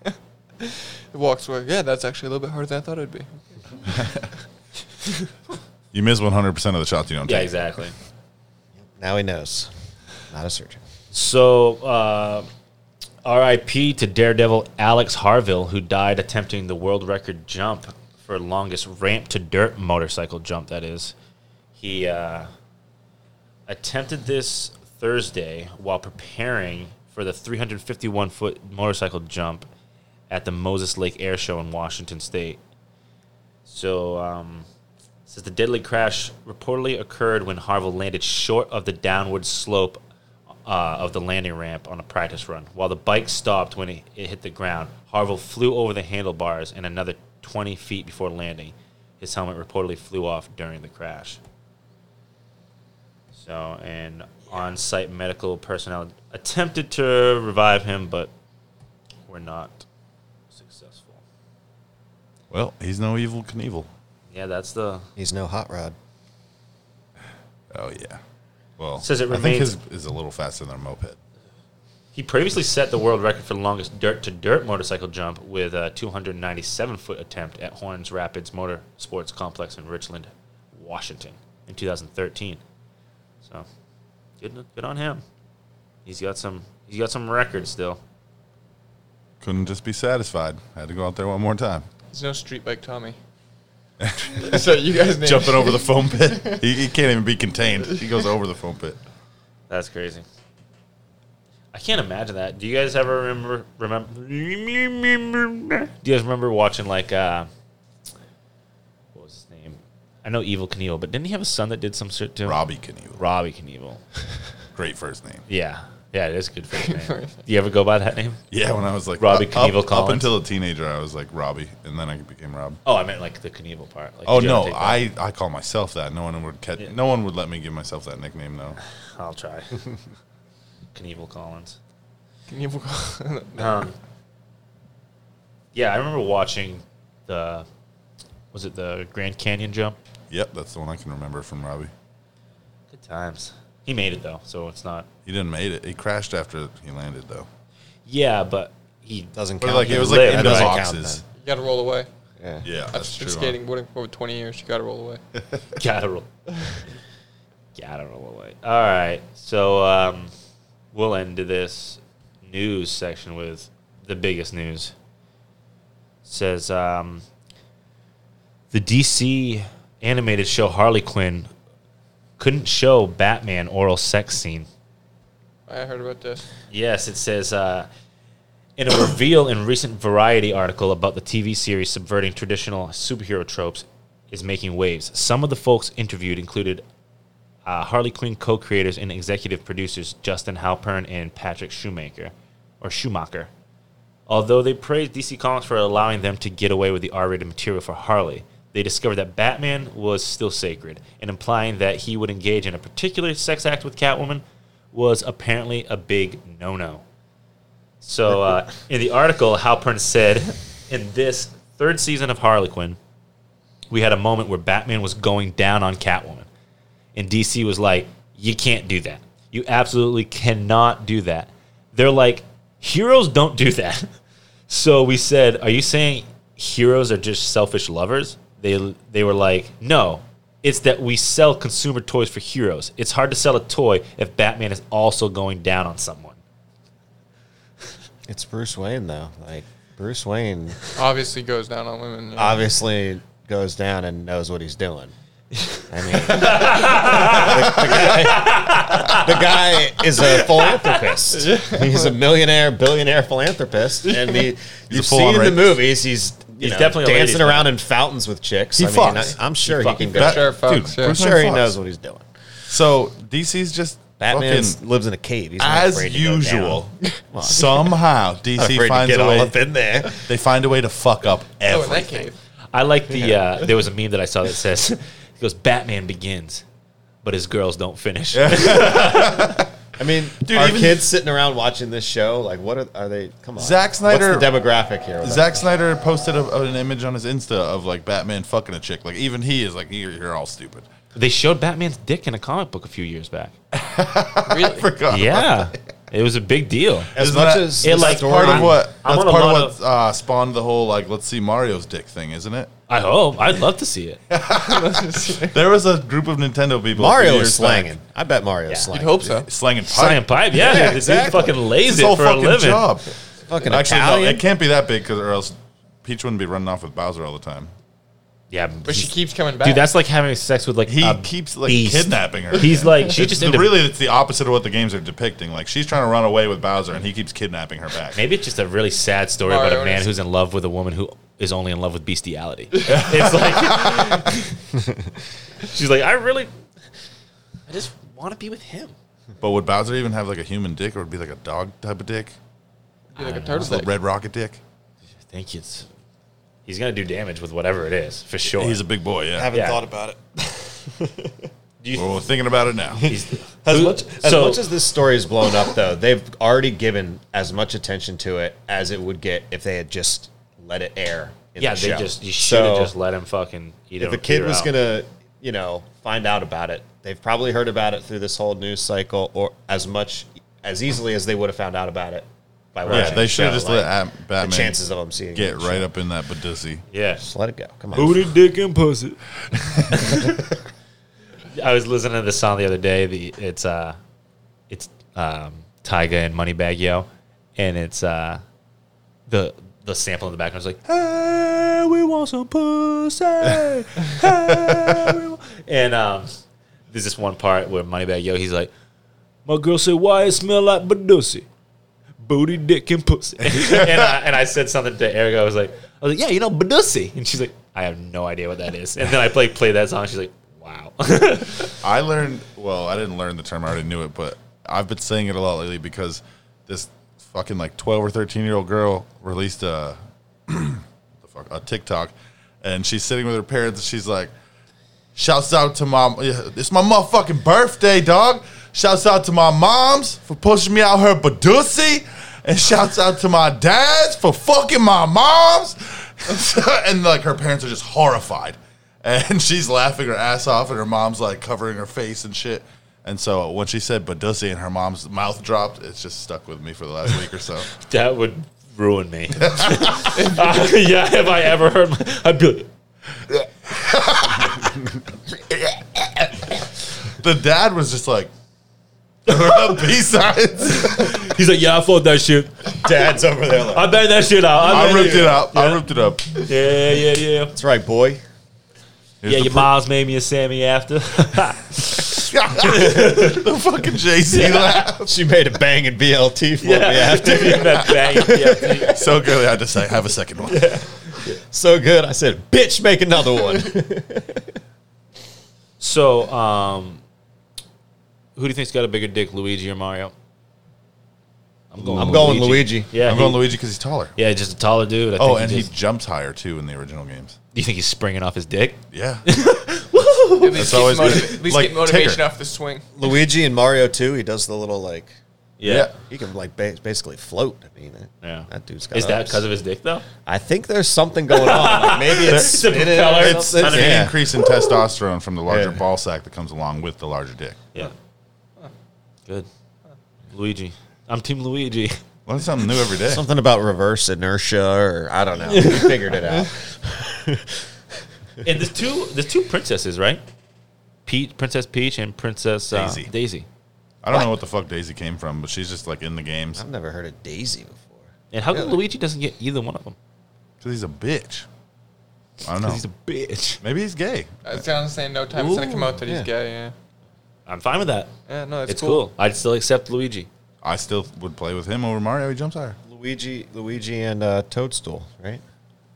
A: It walks away. Yeah, that's actually a little bit harder than I thought it would be.
B: You miss 100% of the shots you don't
C: Yeah,
B: take.
C: exactly.
D: Now he knows. Not a surgeon.
C: So, uh, RIP to Daredevil Alex Harville, who died attempting the world record jump for longest ramp to dirt motorcycle jump, that is. He uh, attempted this Thursday while preparing for the 351 foot motorcycle jump at the Moses Lake Air Show in Washington State. So, um, says the deadly crash reportedly occurred when Harville landed short of the downward slope uh, of the landing ramp on a practice run. While the bike stopped when it, it hit the ground, Harville flew over the handlebars and another 20 feet before landing. His helmet reportedly flew off during the crash. So, an on site medical personnel attempted to revive him, but were not successful.
B: Well, he's no evil Knievel.
C: Yeah, that's the.
D: He's no hot rod.
B: Oh, yeah. Well,
C: Says it
B: I think
C: remains-
B: his is a little faster than a moped.
C: He previously set the world record for the longest dirt to dirt motorcycle jump with a 297 foot attempt at Horns Rapids Motor Sports Complex in Richland, Washington, in 2013. So, good, good on him. He's got some. He's got some records still.
B: Couldn't just be satisfied. Had to go out there one more time.
A: There's no street bike Tommy. so you guys name
B: Jumping over the foam pit. He, he can't even be contained. He goes over the foam pit.
C: That's crazy. I can't imagine that. Do you guys ever remember? Remember? Do you guys remember watching like uh, what was his name? I know Evil Knievel, but didn't he have a son that did some shit too?
B: Robbie Knievel.
C: Robbie Knievel.
B: Great first name.
C: Yeah, yeah, it is a good first name. Do you ever go by that name?
B: Yeah, when I was like
C: Robbie
B: up,
C: Knievel
B: up, up
C: Collins.
B: until a teenager, I was like Robbie, and then I became Rob.
C: Oh, I meant like the Knievel part. Like,
B: Oh
C: did you ever
B: no,
C: take that?
B: I, I call myself that. No one would catch. No one would let me give myself that nickname though.
C: I'll try. Knievel Collins.
A: Can you
C: Um, yeah, I remember watching the was it the Grand Canyon jump?
B: Yep, that's the one I can remember from Robbie.
C: Good times. He made it though, so it's not.
B: He didn't made it. He crashed after he landed though.
C: Yeah, but he
D: Doesn't
B: But
D: count.
B: like it
D: then.
B: was like
C: lived.
B: into
D: That doesn't
B: boxes.
A: You gotta roll away.
D: Yeah.
B: Yeah, that's
A: I've
B: true.
A: been skateboarding for 20 years. You gotta roll away.
C: gotta roll. gotta roll away. All right, so um, we'll end this news section with the biggest news. says um, the DC animated show Harley Quinn couldn't show Batman oral sex scene.
A: I heard about this.
C: Yes, it says uh, in a reveal in recent Variety article about the TV series subverting traditional superhero tropes is making waves. Some of the folks interviewed included uh, uh, Harley Quinn co-creators and executive producers Justin Halpern and Patrick Shoemaker, or Schumacher. Although they praised DC Comics for allowing them to get away with the R-rated material for Harley, they discovered that Batman was still sacred, and implying that he would engage in a particular sex act with Catwoman was apparently a big no-no. So uh, in the article, Halpern said, in this third season of Harlequin, we had a moment where Batman was going down on Catwoman. And DC was like, you can't do that. You absolutely cannot do that. They're like, heroes don't do that. So we said, are you saying heroes are just selfish lovers? They they were like, no. It's that we sell consumer toys for heroes. It's hard to sell a toy if Batman is also going down on someone.
D: It's Bruce Wayne though. Like Bruce Wayne
A: Obviously goes down on women. you know.
D: obviously goes down and knows what he's doing. I mean, the, the guy, the guy is a philanthropist. He's a millionaire, billionaire philanthropist, and he, you've
B: full-on
D: seen in the
B: rapist.
D: movies he's you
C: He's
D: know,
C: definitely a ladies'
D: dancing
C: man.
D: around in fountains with chicks.
B: He
D: I
B: fucks.
D: I, am sure
C: He
D: he,
C: fucks.
D: can go.
B: That-
A: Sure, fucks, yeah.
D: I'm
B: Bruce
D: sure
B: Wayne
D: he
B: fucks.
D: knows what he's doing.
B: So DC's just
D: Batman's
B: fucking,
D: lives in a cave. He's not
B: as
D: afraid to go
B: usual.
D: down. Well, he's
B: Somehow
D: not
B: DC
D: afraid to
B: finds
D: get
B: a
D: all
B: way.
D: up in there.
B: They find a way to fuck up
A: Oh, in that
B: everything.
A: cave.
C: I like the uh, there was a meme that I saw that says it goes Batman begins, but his girls don't finish.
D: I mean,
B: Dude,
D: our
B: even-
D: kids sitting around watching this show, like, what are, are they? Come on,
B: Zack Snyder-
D: What's the demographic here? with
B: Zack Snyder posted a, an image on his Insta of like Batman fucking a chick. Like even he is like, you're, you're all stupid.
C: They showed Batman's dick in a comic book a few years back.
A: Really?
B: Forgot.
C: Yeah, it was a big deal.
D: that? As
B: Isn't
D: much
B: that-
D: as
C: It,
D: this
C: like,
D: story-
B: Part of what
C: I'm
B: that's
C: on a
B: part of
C: lot
B: what uh, spawned the whole like let's see Mario's dick thing, isn't it?
C: I hope. I'd love to see it.
B: There was a group of Nintendo people. a
D: Mario
B: few
D: is
B: years back-
D: slanging. I bet Mario's
C: Yeah.
A: You'd
D: slanging.
A: hope so.
B: slanging pipe.
C: Science pipe. Yeah,
D: Yeah,
C: the
D: exactly.
C: dude fucking lays
B: His
C: it
B: whole
C: for a
B: fucking
C: living.
B: job.
D: Fucking
B: Actually, no,
D: Italian.
B: it can't be that big because or else Peach wouldn't be running off with Bowser all the time.
C: Yeah,
A: But she
C: he's-
A: keeps coming back.
C: dude, that's like having sex with like
B: He
C: a
B: keeps like
C: beast.
B: kidnapping her.
C: He's like she
B: It's
C: just
B: the-
C: ended,
B: really it's the opposite of what the games are depicting. Like she's trying to run away with Bowser, and he keeps kidnapping her back.
C: Maybe it's just a really sad story
A: Mario
C: about a man
A: is-
C: who's in love with a woman who is only in love with bestiality. it's like she's like, I really, I just want to be with him.
B: But would Bowser even have like a human dick, or would it be like a dog type of dick?
A: Be like a
B: Just
A: turtle
B: a
A: dick.
B: red rocket dick.
C: I think it's he's gonna do damage with whatever it is for sure.
B: He's a big boy.
D: I
B: Yeah,
D: haven't
C: Yeah.
D: thought about it.
B: well, we're thinking about it now.
C: He's-
D: As
C: who-
D: much as,
C: so
D: much as this story is blown up, though, they've already given as much attention to it as it would get if they had just let it air. In
C: yeah,
D: the
C: they
D: show.
C: just you should have
D: So,
C: just let him fucking eat it.
D: if a kid was gonna, you know, find out about it, they've probably heard about it through this whole news cycle, or as much as easily as they would have found out about it by watching.
B: Yeah, they
D: the
B: should have
D: show,
B: just
D: like,
B: let Am-
D: the
B: Batman
D: chances of them seeing
B: get
D: it.
B: right up in that badussy.
C: yeah,
D: Just let it go. Come on.
C: dick, and pussy. I was listening to this song the other day. The it's uh, it's um, Tyga and Moneybag Yo, and it's uh, the the sample in the background is like, "Hey, we want some pussy." Hey, we wa-" and um, there's this one part where Moneybag Yo, he's like, "My girl said, why it smell like Badusi?" Booty, dick, and pussy. and, I, and I said something to Erica. I was like, I was like, yeah, you know, Badusi. And she's like, I have no idea what that is. And then I play play that song. She's like, wow.
B: I learned. Well, I didn't learn the term. I already knew it, but I've been saying it a lot lately because this fucking like twelve or thirteen year old girl released a the fuck a TikTok, and she's sitting with her parents. and She's like, "Shouts out to my it's my motherfucking birthday, dog. Shouts out to my moms for pushing me out her badussy." And shouts out to my dads for fucking my moms. and like her parents are just horrified. And she's laughing her ass off, and her mom's like covering her face and shit. And so uh, when she said badussy and her mom's mouth dropped, it's just stuck with me for the last week or so.
C: that would ruin me. Uh, yeah, have I ever heard? My, I'd be like,
B: The dad was just like, B sides.
C: he's like, yeah, I fought that shit.
D: Dad's over there. Like,
C: I banged that shit out. I,
B: I
C: banged
B: ripped it up. I ripped it up.
C: Yeah, yeah, yeah.
D: That's right, boy.
B: Here's
C: yeah,
B: the
C: your mom's made me a Sammy after.
B: the fucking JC laugh.
D: She made a bang and BLT for me
C: yeah,
D: after.
C: That bang, yeah.
B: So good. I had to say, have a second one.
D: So good. I said, bitch, make another one.
C: So, um, who do you think's got a bigger dick, Luigi or Mario? I'm going.
D: I'm going Luigi.
C: Yeah,
B: I'm
C: he-
B: going Luigi because he's taller.
C: Yeah, just a taller dude. I
B: oh,
C: think
B: and
C: just-
B: he jumps higher too in the original games.
C: Do you think he's springing off his dick?
B: Yeah,
A: At least,
B: That's
A: get,
B: always good.
A: motiva- at least
B: Like
A: get motivation
B: Tigger.
A: off the swing.
D: Luigi and Mario too. He does the little like
B: Yeah.
D: he can like ba- basically float. I mean, that,
C: Yeah.
D: that dude's got.
C: Is that
D: ups.
C: because of his dick though?
D: I think there's something going on. Like maybe it's
C: It's a
D: spinning or
C: propeller.
D: something.
C: It's- it's-
B: the
D: yeah.
B: increase in testosterone from the larger
D: Yeah.
B: ball sack that comes along with the larger dick.
C: Yeah. Good. Luigi. I'm Team Luigi.
B: Learn something new every day.
D: Something about reverse inertia, or I don't know. We figured it out.
C: and there's two there's two princesses, right? Peach, Princess Peach, and Princess uh,
B: Daisy.
C: Daisy.
B: I don't know what the fuck Daisy came from, but she's just like in the games
D: I've never heard of Daisy before.
C: And how come
D: Really?
C: Luigi doesn't get either one of them?
B: because he's a bitch. I don't know.
C: He's a bitch.
B: Maybe he's gay.
A: I was gonna say no time it's gonna come out that
D: yeah.
A: he's gay. Yeah,
C: I'm fine with that.
A: yeah, no, it's,
C: It's, cool. I'd still accept Luigi.
B: I still would play with him over Mario. He jumps higher.
D: Luigi, Luigi, and uh, Toadstool, right?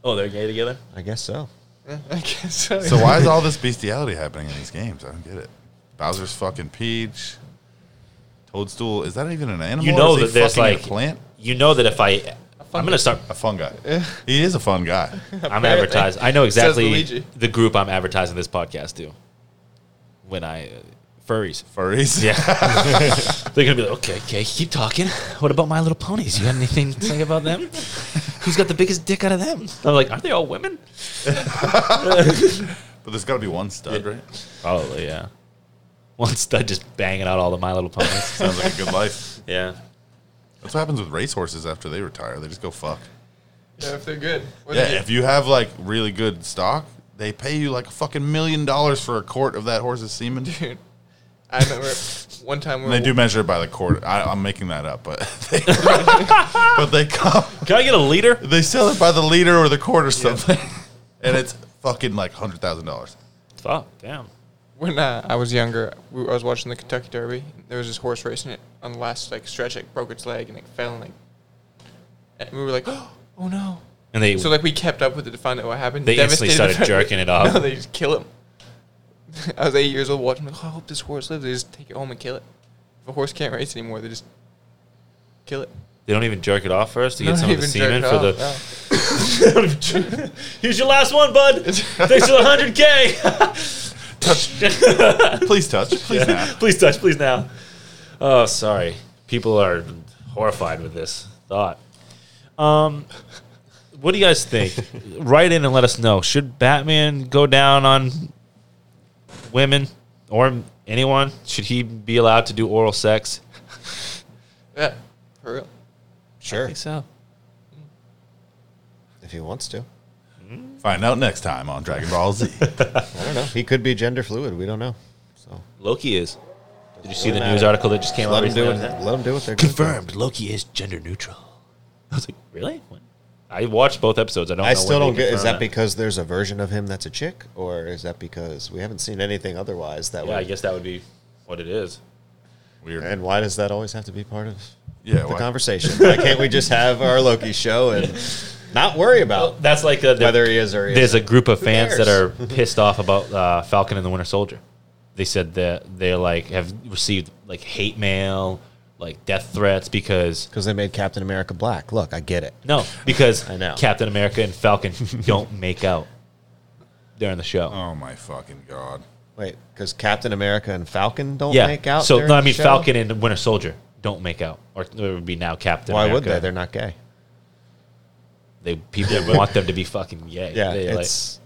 C: Oh, they're gay together.
D: I guess so.
A: Yeah, I guess so.
B: So why is all this bestiality happening in these games? I don't get it. Bowser's fucking Peach. Toadstool is that even an animal?
C: You
B: Or
C: know
B: is he
C: that there's
B: fucking a
C: like
B: plant,
C: You know that if I, I'm gonna start.
B: a fun guy. He is a fun guy.
C: I'm advertising. I know exactly
A: Luigi.
C: the group I'm advertising this podcast to. When I uh, furries,
B: Furries.
C: yeah, they're gonna be like, okay, okay, keep talking. What about My Little Ponies? You got anything to say about them? Who's got the biggest dick out of them? I'm like, aren't they all women?
B: But there's got to be one stud, right?
A: Oh,
C: Probably, yeah. One stud just banging out all the My Little Ponies.
B: Sounds like a good life.
C: yeah.
B: That's what happens with racehorses after they retire. They just go fuck.
A: Yeah, if they're good. What
B: Yeah,
A: if-
B: if you have like really good stock, they pay you like a fucking million dollars for a quart of that horse's semen.
A: dude. I remember one time we
B: And
A: were,
B: they do measure it by the quart. I, I'm making that up, but they, but they come
C: Can I get a leader?
B: they sell it by the liter or the quart or something, and it's fucking like hundred thousand dollars.
C: Fuck, damn.
A: when uh, I was younger. We, I was watching the Kentucky Derby. There was this horse racing it on the last like stretch. It broke its leg and it fell and like. And we were like, oh no!
C: And they
A: So like we kept up with it to find out what happened.
C: They instantly
A: Devastated
C: started
A: the-
C: jerking it off.
A: No, they just kill him. I was eight years old watching. Like, oh, I hope this horse lives. They just take it home and kill it. If a horse can't race anymore, they just kill it.
C: they don't even jerk it off first to get
A: Not
C: some of the
A: even
C: semen
A: jerk
C: for
A: it
C: the.
A: off, no.
C: Here's your last one, bud. Thanks for the hundred k.
B: Touch, please touch, please. not.
C: please touch, please now. Oh, sorry. People are horrified with this thought. Um, what do you guys think? Write in and let us know. Should Batman go down on women or anyone? Should he be allowed to do oral sex?
A: Yeah, for real.
C: I
D: Sure,
C: think so.
D: if he wants to.
B: Find out next time on Dragon Ball Z.
D: I don't know. He could be gender fluid. We don't know. So
C: Loki is. Did you see the
D: matter.
C: news article that just came out
D: let him
C: recently?
D: do it.
C: on that?
D: Let him do what they're doing.
C: Confirmed. Loki is gender neutral. I was like, really? What? I watched both episodes. I don't.
D: I
C: know
D: still
C: when
D: don't
C: they
D: get. Is that
C: confirmed
D: because there's a version of him that's a chick, or is that because we haven't seen anything otherwise that?
C: Yeah,
D: would-
C: I guess that would be what it is.
B: Weird.
D: And why does that always have to be part of
B: Yeah,
D: the
B: why-
D: conversation? why can't we just have our Loki show and not worry about
C: That's like a, the,
D: whether he is or he
C: there's a group of fans that
D: cares?
C: are pissed off about uh, Falcon and the Winter Soldier. They said that they're like have received like hate mail, like death threats because
D: because they made Captain America black. Look, I get it.
C: no, because
D: I know.
C: Captain America and Falcon don't make out during the show.
B: Oh my fucking god.
D: Wait, because Captain America and Falcon don't
C: yeah,
D: make out.
C: so
D: during
C: no, I
D: the
C: mean
D: show?
C: Falcon and Winter Soldier don't make out, or it would be now Captain.
D: Why would
C: America.
D: they? They're not gay.
C: They people want them to be fucking gay.
D: Yeah,
C: They, like-
D: it's.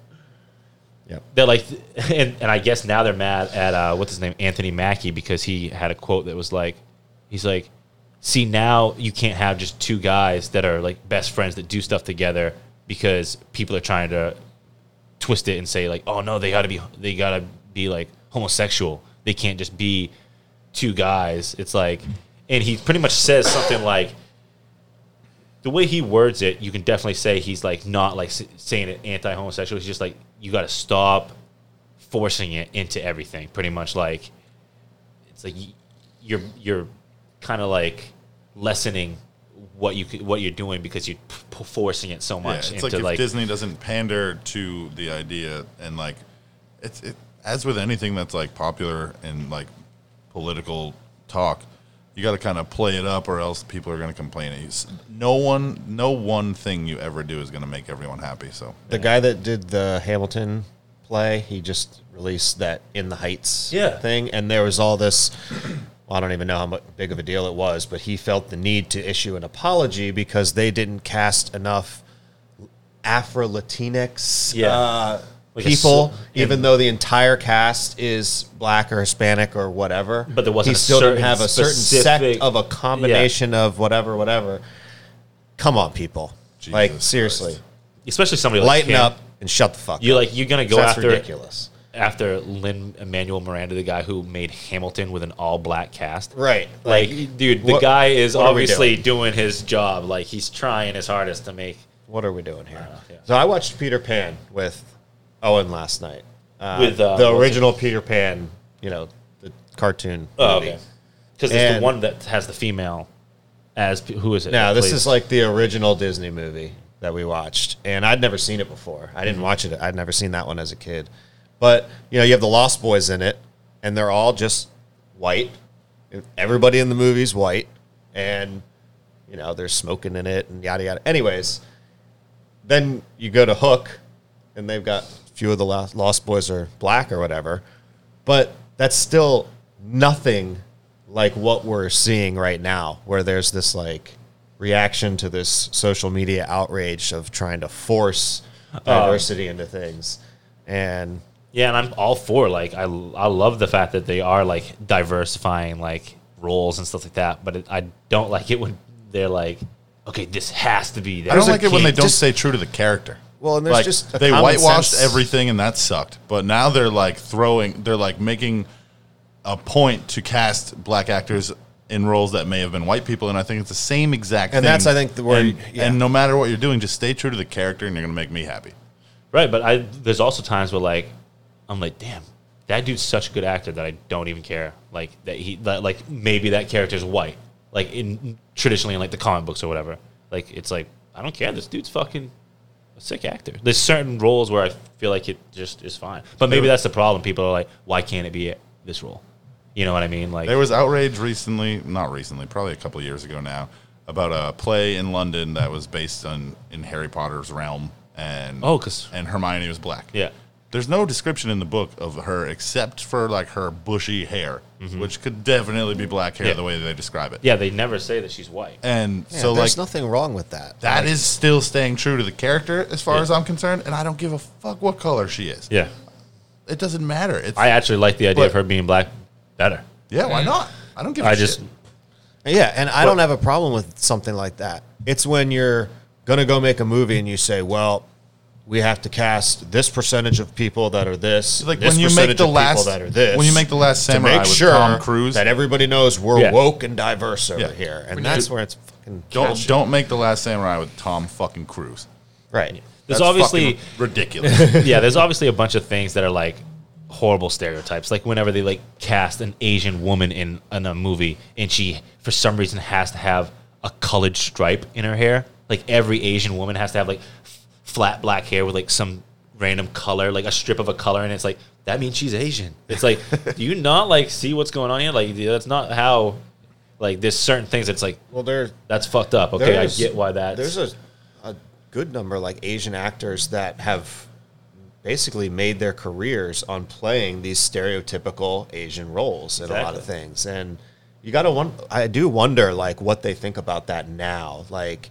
D: Yep.
C: they're like, and, and I guess now they're mad at uh, what's his name, Anthony Mackie, because he had a quote that was like, he's like, see now you can't have just two guys that are like best friends that do stuff together because people are trying to twist it and say like, oh no, they gotta be, they gotta be like homosexual. They can't just be two guys. It's like, and he pretty much says something like, the way he words it, you can definitely say he's like not like s- saying it anti-homosexual. He's just like you got to stop forcing it into everything. Pretty much like it's like y- you're you're kind of like lessening what you c- what you're doing because you're p- p- forcing it so
B: Yeah,
C: much
B: it's like
C: into
B: if
C: like,
B: Disney doesn't pander to the idea and like it's it as with anything that's like popular and like political talk. You got to kind of play it up, or else people are going to complain. at you. S- No one, no one thing you ever do is going to make everyone happy. So
D: The guy that did the Hamilton play, he just released that In the Heights
C: Yeah.
D: thing, and there was all this. well, I don't even know how much big of a deal it was, but he felt the need to issue an apology because they didn't cast enough Afro Latinx
C: Yeah.
D: uh,
C: Like a
D: people,
C: cer-
D: even
C: in-
D: though the entire cast is black or Hispanic or whatever.
C: But there wasn't a
D: He still
C: certain
D: didn't have a certain sect
C: specific-
D: of a combination of whatever, whatever. Come on, people! like
B: Jesus
D: seriously
B: Christ.
C: especially somebody like
D: lighten
C: him.
D: up and shut the fuck
C: You're
D: up.
C: like you're gonna go
D: That's
C: after
D: ridiculous.
C: after Lin Emmanuel Miranda, the guy who made Hamilton with an all black cast.
D: Right.
C: Like,
D: Like,
C: dude, the
D: what-
C: guy is
D: what are we
C: obviously doing his job. Like he's trying his hardest to make
D: What are we doing here?
C: Uh, yeah.
D: So I watched Peter Pan with Owen last night. Uh,
C: With, uh,
D: the
C: what's
D: original Peter Pan, you know, the cartoon.
C: Oh,
D: movie.
C: okay. Because it's the
D: And-
C: one that has the female as p- who is it?
D: Now
C: that
D: this
C: plays-
D: is like the original Disney movie that we watched, and I'd never seen it before. I didn't watch it. I'd never seen that one as a kid. But you know, you have the Lost Boys in it, and they're all just white. Everybody in the movie's white, and you know they're smoking in it and yada yada. Anyways, then you go to Hook, and they've got a few of the Lo- Lost Boys are black or whatever, but that's still nothing like what we're seeing right now, where there's this like reaction to this social media outrage of trying to force diversity into things, and
C: yeah, and I'm all for like I I love the fact that they are like diversifying like roles and stuff like that. But it, I don't like it when they're like, okay, this has to be.
B: I don't
C: there's a
B: like it when they
C: king.
B: don't
D: Just-
B: stay true to the character.
D: Well, and there's
B: Like,
D: just a
B: they
D: common
B: whitewashed
D: sense-
B: everything, and that sucked. But now they're like throwing, they're like making a point to cast black actors in roles that may have been white people, and I think it's the same exact.
D: And
B: thing.
D: that's, I think, the word-
B: And,
D: yeah.
B: and no matter what you're doing, just stay true to the character, and you're gonna make me happy.
C: Right, but I there's also times where like I'm like, damn, that dude's such a good actor that I don't even care. Like that he that, like maybe that character's white, like in traditionally in like the comic books or whatever. Like it's like I don't care. This dude's fucking a sick actor. There's certain roles where I feel like it just is fine, but maybe that's the problem. People are like, why can't it be this role? You know what I mean? Like
B: There was outrage recently, not recently, probably a couple years ago now, about a play in London that was based on in Harry Potter's realm, and
C: Oh, 'cause-
B: and Hermione was black.
C: yeah,
B: There's no description in the book of her except for like her bushy hair, which could definitely be black hair
C: Mm-hmm. Yeah.
B: the way that they describe it.
C: yeah. They never say that she's white.
B: And
D: yeah,
B: so like
D: there's nothing wrong with that.
B: that is still staying true to the character as far
C: Yeah.
B: as I'm concerned, and I don't give a fuck what color she is.
C: Yeah,
B: It doesn't matter. It's
C: I actually like the idea of
B: But-
C: her being black better.
B: yeah, why not? I don't give I
C: I just
D: Yeah, and I don't have a problem with something like that. It's when you're gonna go make a movie and you say, "Well, we have to cast this percentage of people that are this,
B: like
D: this
B: when you make
D: percentage
B: the
D: of
B: last
D: people that are this."
B: when you make the last
D: to
B: samurai
D: make
B: with
D: sure
B: Tom Cruise
D: that everybody knows we're
C: Yeah.
D: woke and diverse over
B: Yeah.
D: here, and
A: We need
D: that's
A: to-
D: where it's fucking
B: Don't
D: catchy.
B: don't make the last samurai with Tom fucking Cruise.
D: right.
C: there's
B: That's
C: obviously
B: fucking ridiculous.
C: yeah, there's obviously a bunch of things that are like horrible stereotypes. Like whenever they like cast an Asian woman in in a movie and she for some reason has to have a colored stripe in her hair. Like every Asian woman has to have like f- flat black hair with like some random color, like a strip of a color and it's like that means she's Asian. It's like do you not like see what's going on here? Like that's not how like there's certain things that's like
D: Well, there
C: that's fucked up. Okay, I
D: there's-
C: get why that's
D: There's a, a good number like Asian actors that have basically made their careers on playing these stereotypical Asian roles in a lot of
C: Exactly.
D: things, and you got to one. I do wonder like what they think about that now, like.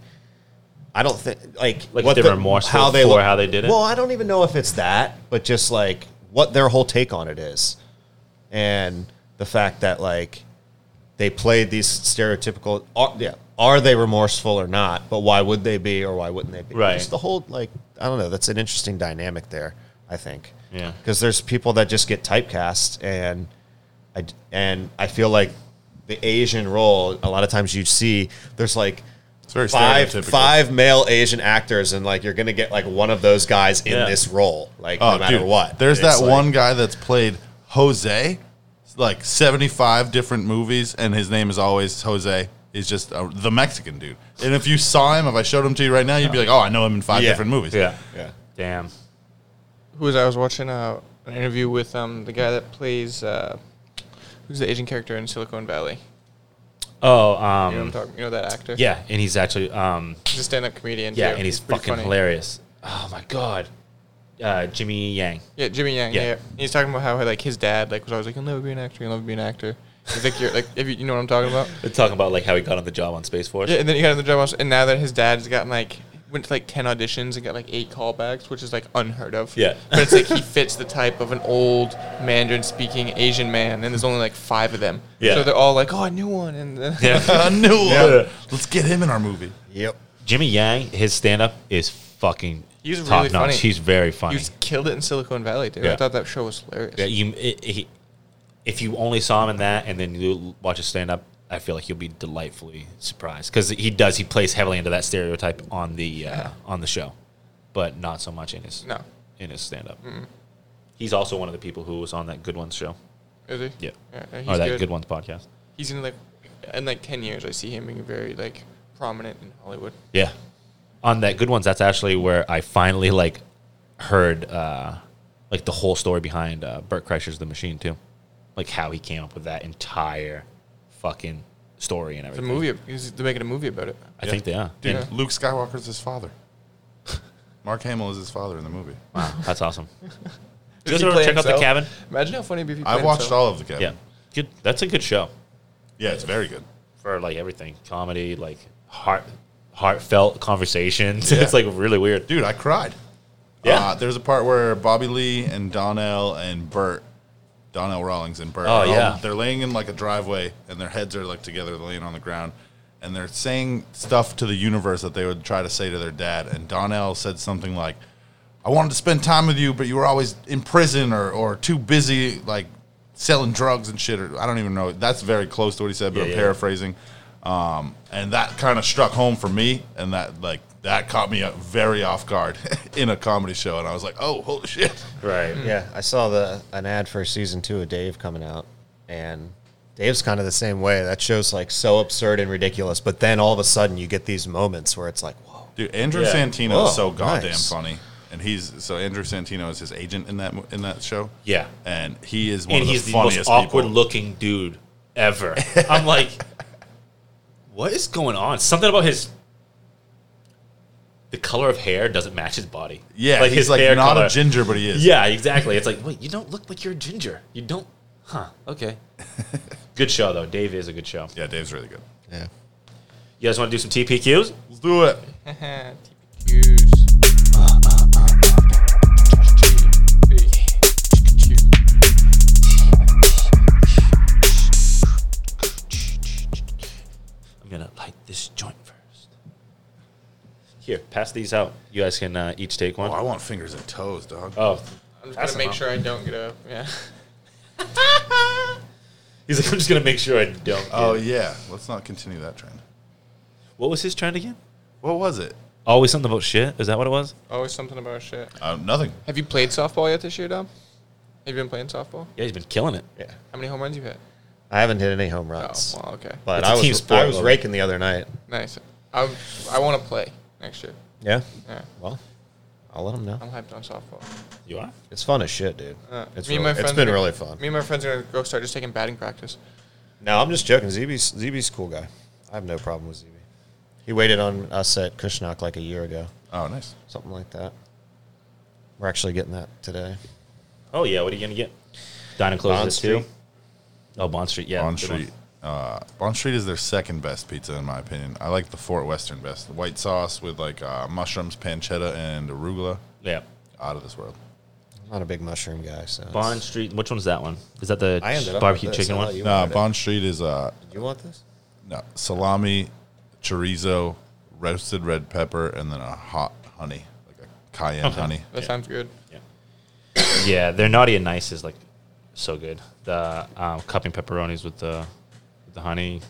D: I don't think like
C: Like, if they're remorseful for how they did it?
D: Well, I don't even know if it's that, but just like what their whole take on it is, and the fact that like they played these stereotypical. Are, yeah, are they remorseful or not? But why would they be, or why wouldn't they be?
C: Right.
D: Just the whole like I don't know. That's an interesting dynamic there. I think.
C: Yeah.
D: Because there's people that just get typecast, and I d- and I feel like the Asian role. A lot of times you see there's like.
B: It's very
D: Five
B: stereotypical.
D: five male Asian actors and like you're gonna get like one of those guys in
C: Yeah.
D: this role like
B: Oh,
D: no matter
B: dude,
D: what.
B: There's
D: It's
B: that
D: like-
B: one guy that's played Jose, like 75 different movies, and his name is always Jose. He's just uh the Mexican dude. And if you saw him, if I showed him to you right now, you'd be like, oh, I know him in five
D: Yeah.
B: different movies.
C: yeah.
D: Yeah.
C: Damn.
A: Who was I was watching uh, an interview with um the guy that plays uh, Who's the Asian character in Silicon Valley?
C: Oh,
A: You know, what I'm
C: um,
A: talking, you know that actor?
C: yeah, and he's actually um,
A: He's a stand up comedian.
C: yeah,
A: too.
C: and he's,
A: pretty
C: fucking
A: funny.
C: hilarious. Oh my god, uh, Jimmy Yang.
A: Yeah, Jimmy Yang.
C: Yeah.
A: Yeah. And He's talking about how like his dad like was always like, You'll never be an actor, you'll never be an actor. He's like you're like if you, you know what I'm talking about?
C: They're talking about like how he got on the job on Space Force.
A: Yeah, and then he got in the job also, and now that his dad's gotten like went to like ten auditions and got like eight callbacks, which is like unheard of.
C: Yeah.
A: But it's like he fits the type of an old Mandarin speaking Asian man and there's only like five of them.
C: Yeah.
A: So they're all like, Oh I knew one and then
B: I knew
C: Yeah.
B: it. Let's get him in our movie.
D: Yep.
C: Jimmy Yang, his stand up is fucking
A: He's
C: top
A: really
C: notch.
A: funny.
C: He's very
A: You
C: funny.
A: just killed it in Silicon Valley, dude.
C: Yeah.
A: I thought that show was hilarious.
C: Yeah, you, it, he, if you only saw him in that and then you watch his stand up, I feel like you'll be delightfully surprised because he does. He plays heavily into that stereotype on the uh, on the show, but not so much in his
A: No.
C: in his stand up. He's also one of the people who was on that Good Ones show.
A: Is he?
C: Yeah,
A: he's
C: or that
A: good.
C: Good. Ones podcast.
A: He's in like in like ten years I see him being very like prominent in Hollywood.
C: Yeah, on that Good Ones, that's actually where I finally like heard uh, like the whole story behind uh, Burt Kreischer's The Machine too, like how he came up with that entire fucking story and
A: The
C: everything.
A: movie he's- they're making a movie about it.
C: I think they are.
B: Dude,
C: And-
B: Luke Skywalker's his father. Mark Hamill is his father in the movie.
C: wow, that's awesome. Did you
A: Does
C: guys
A: he
C: ever
A: play
C: check out the
A: himself?
C: cabin?
A: Imagine how funny it'd be if he
B: I
A: played
B: watched
A: himself.
B: all of the Kevin.
C: Yeah, good. That's a good show
B: Yeah, it's very good.
C: for like everything, comedy, like heart, heartfelt conversations.
B: Yeah.
C: it's like really weird.
B: Dude, I cried.
C: Yeah.
B: Uh, there's a part where Bobby Lee and Donnell and Bert, Donnell Rawlings and Bert,
C: Oh,
B: are all-
C: yeah.
B: they're laying in like a driveway and their heads are like together, they're laying on the ground. And they're saying stuff to the universe that they would try to say to their dad. And Donnell said something like, I wanted to spend time with you, but you were always in prison or, or too busy, like selling drugs and shit. Or I don't even know. That's very close to what he said, but
C: Yeah,
B: I'm
C: yeah.
B: paraphrasing. Um, and that kind of struck home for me, and that like that caught me uh, very off guard in a comedy show, and I was like, oh, holy shit!
C: Right.
D: Yeah, I saw the an ad for season two of Dave coming out, and Dave's kind of the same way. That show's like so absurd and ridiculous, but then all of a sudden you get these moments where it's like, whoa.
B: Dude, Andrew
C: Yeah. Oh,
B: Santino
D: Whoa,
B: is so goddamn
D: nice.
B: funny, and he's so Andrew Santino is his agent in that mo- in that show.
C: Yeah.
B: and he is one
C: and
B: of
C: he's
B: the
C: the
B: funniest
C: most awkward
B: people.
C: looking dude ever. I'm like, what is going on? Something about his. The color of hair doesn't match his body.
B: Yeah, he's like not a ginger, but he is.
C: Yeah, exactly. It's like, wait, you don't look like you're a ginger. You don't. Huh. Okay. good show though. Dave is a good show.
B: yeah, Dave's really good.
D: Yeah.
C: You guys want to do some TPQs?
B: Let's do it.
A: TPQs.
C: I'm gonna light this joint first. Here, pass these out. You guys can uh, each take
B: Oh,
C: one.
B: I want fingers and toes, dog.
C: Oh,
A: I'm just gonna
C: Pass them
A: make
C: out.
A: sure I don't get a yeah.
C: he's like, I'm just gonna make sure I don't.
B: Oh
C: Oh,
B: yeah, let's not continue that trend.
C: what was his trend again?
B: What was it?
C: Always something about shit. Is that what it was?
A: Always something about shit.
B: Uh, nothing.
A: Have you played softball yet this year, Dom? Have you been playing softball?
C: Yeah, he's been killing it.
D: Yeah.
A: How many home runs you hit?
D: I haven't hit any home
A: Oh,
D: runs,
A: wow, okay,
D: but
C: It's a
D: I was
C: team sport,
D: I was
C: Logan.
D: raking the other night.
A: nice. I I want to play next year.
D: Yeah.
A: Yeah,
D: Well, I'll let him know.
A: I'm hyped on softball.
C: You are.
D: It's fun as shit, dude.
A: Uh,
D: it's
A: me and
D: really-
A: my
D: it's
A: friends
D: been
A: are-
D: really fun.
A: Me and my friends are gonna go start just taking batting practice.
D: No, I'm just joking. ZB's ZB's a cool guy. I have no problem with ZB. He waited on us at Kushnock like a year ago,
B: Oh, nice.
D: something like that. We're actually getting that today.
C: Oh yeah. What are you gonna get? Dine and closes
D: Bond
C: at
D: Street.
C: two. Oh, Bond Street. Yeah.
B: Bond
C: good one.
B: Street. Uh, Bond Street is their second best pizza, in my opinion. I like the Fort Western best. The white sauce with like uh, mushrooms, pancetta, and arugula.
C: Yeah.
B: Out of this world.
D: I'm not a big mushroom guy, so it's-
C: Bond Street. Which one's that one? Is that the
D: I ended up
C: barbecue
D: with this.
C: chicken
D: I
C: one?
D: thought You,
B: No,
D: wanted it.
B: Bond Street is uh,
D: you want this?
B: no, salami, chorizo, roasted red pepper, and then a hot honey, like a cayenne honey.
A: That sounds good.
C: Yeah. yeah, their naughty and nice is like so good. The um, cupping pepperonis with the with the honey.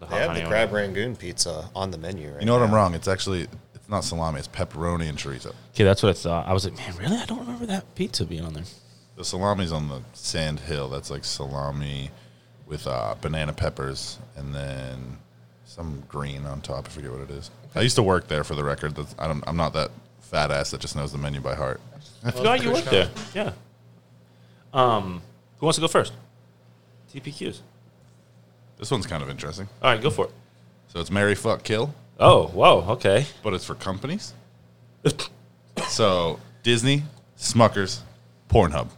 C: The
D: They have the
C: on
D: crab
C: it.
D: rangoon pizza on the menu. Right
B: You know what? I'm
D: now.
B: wrong. It's actually it's not salami. It's pepperoni and chorizo.
C: Okay, that's what I thought. I was like, man, really? I don't remember that pizza being on there.
B: The salami's on the sand hill. That's like salami with uh, banana peppers and then some green on top. I forget what it is. I used to work there for the record. That's, I don't, I'm not that fat ass that just knows the menu by heart.
C: I forgot you worked there. Yeah. Um, who wants to go first? TPQs.
B: This one's kind of interesting.
C: All right, go for it.
B: So it's marry, fuck, kill,
C: Oh, whoa, okay.
B: but it's for companies. so Disney, Smuckers, Pornhub.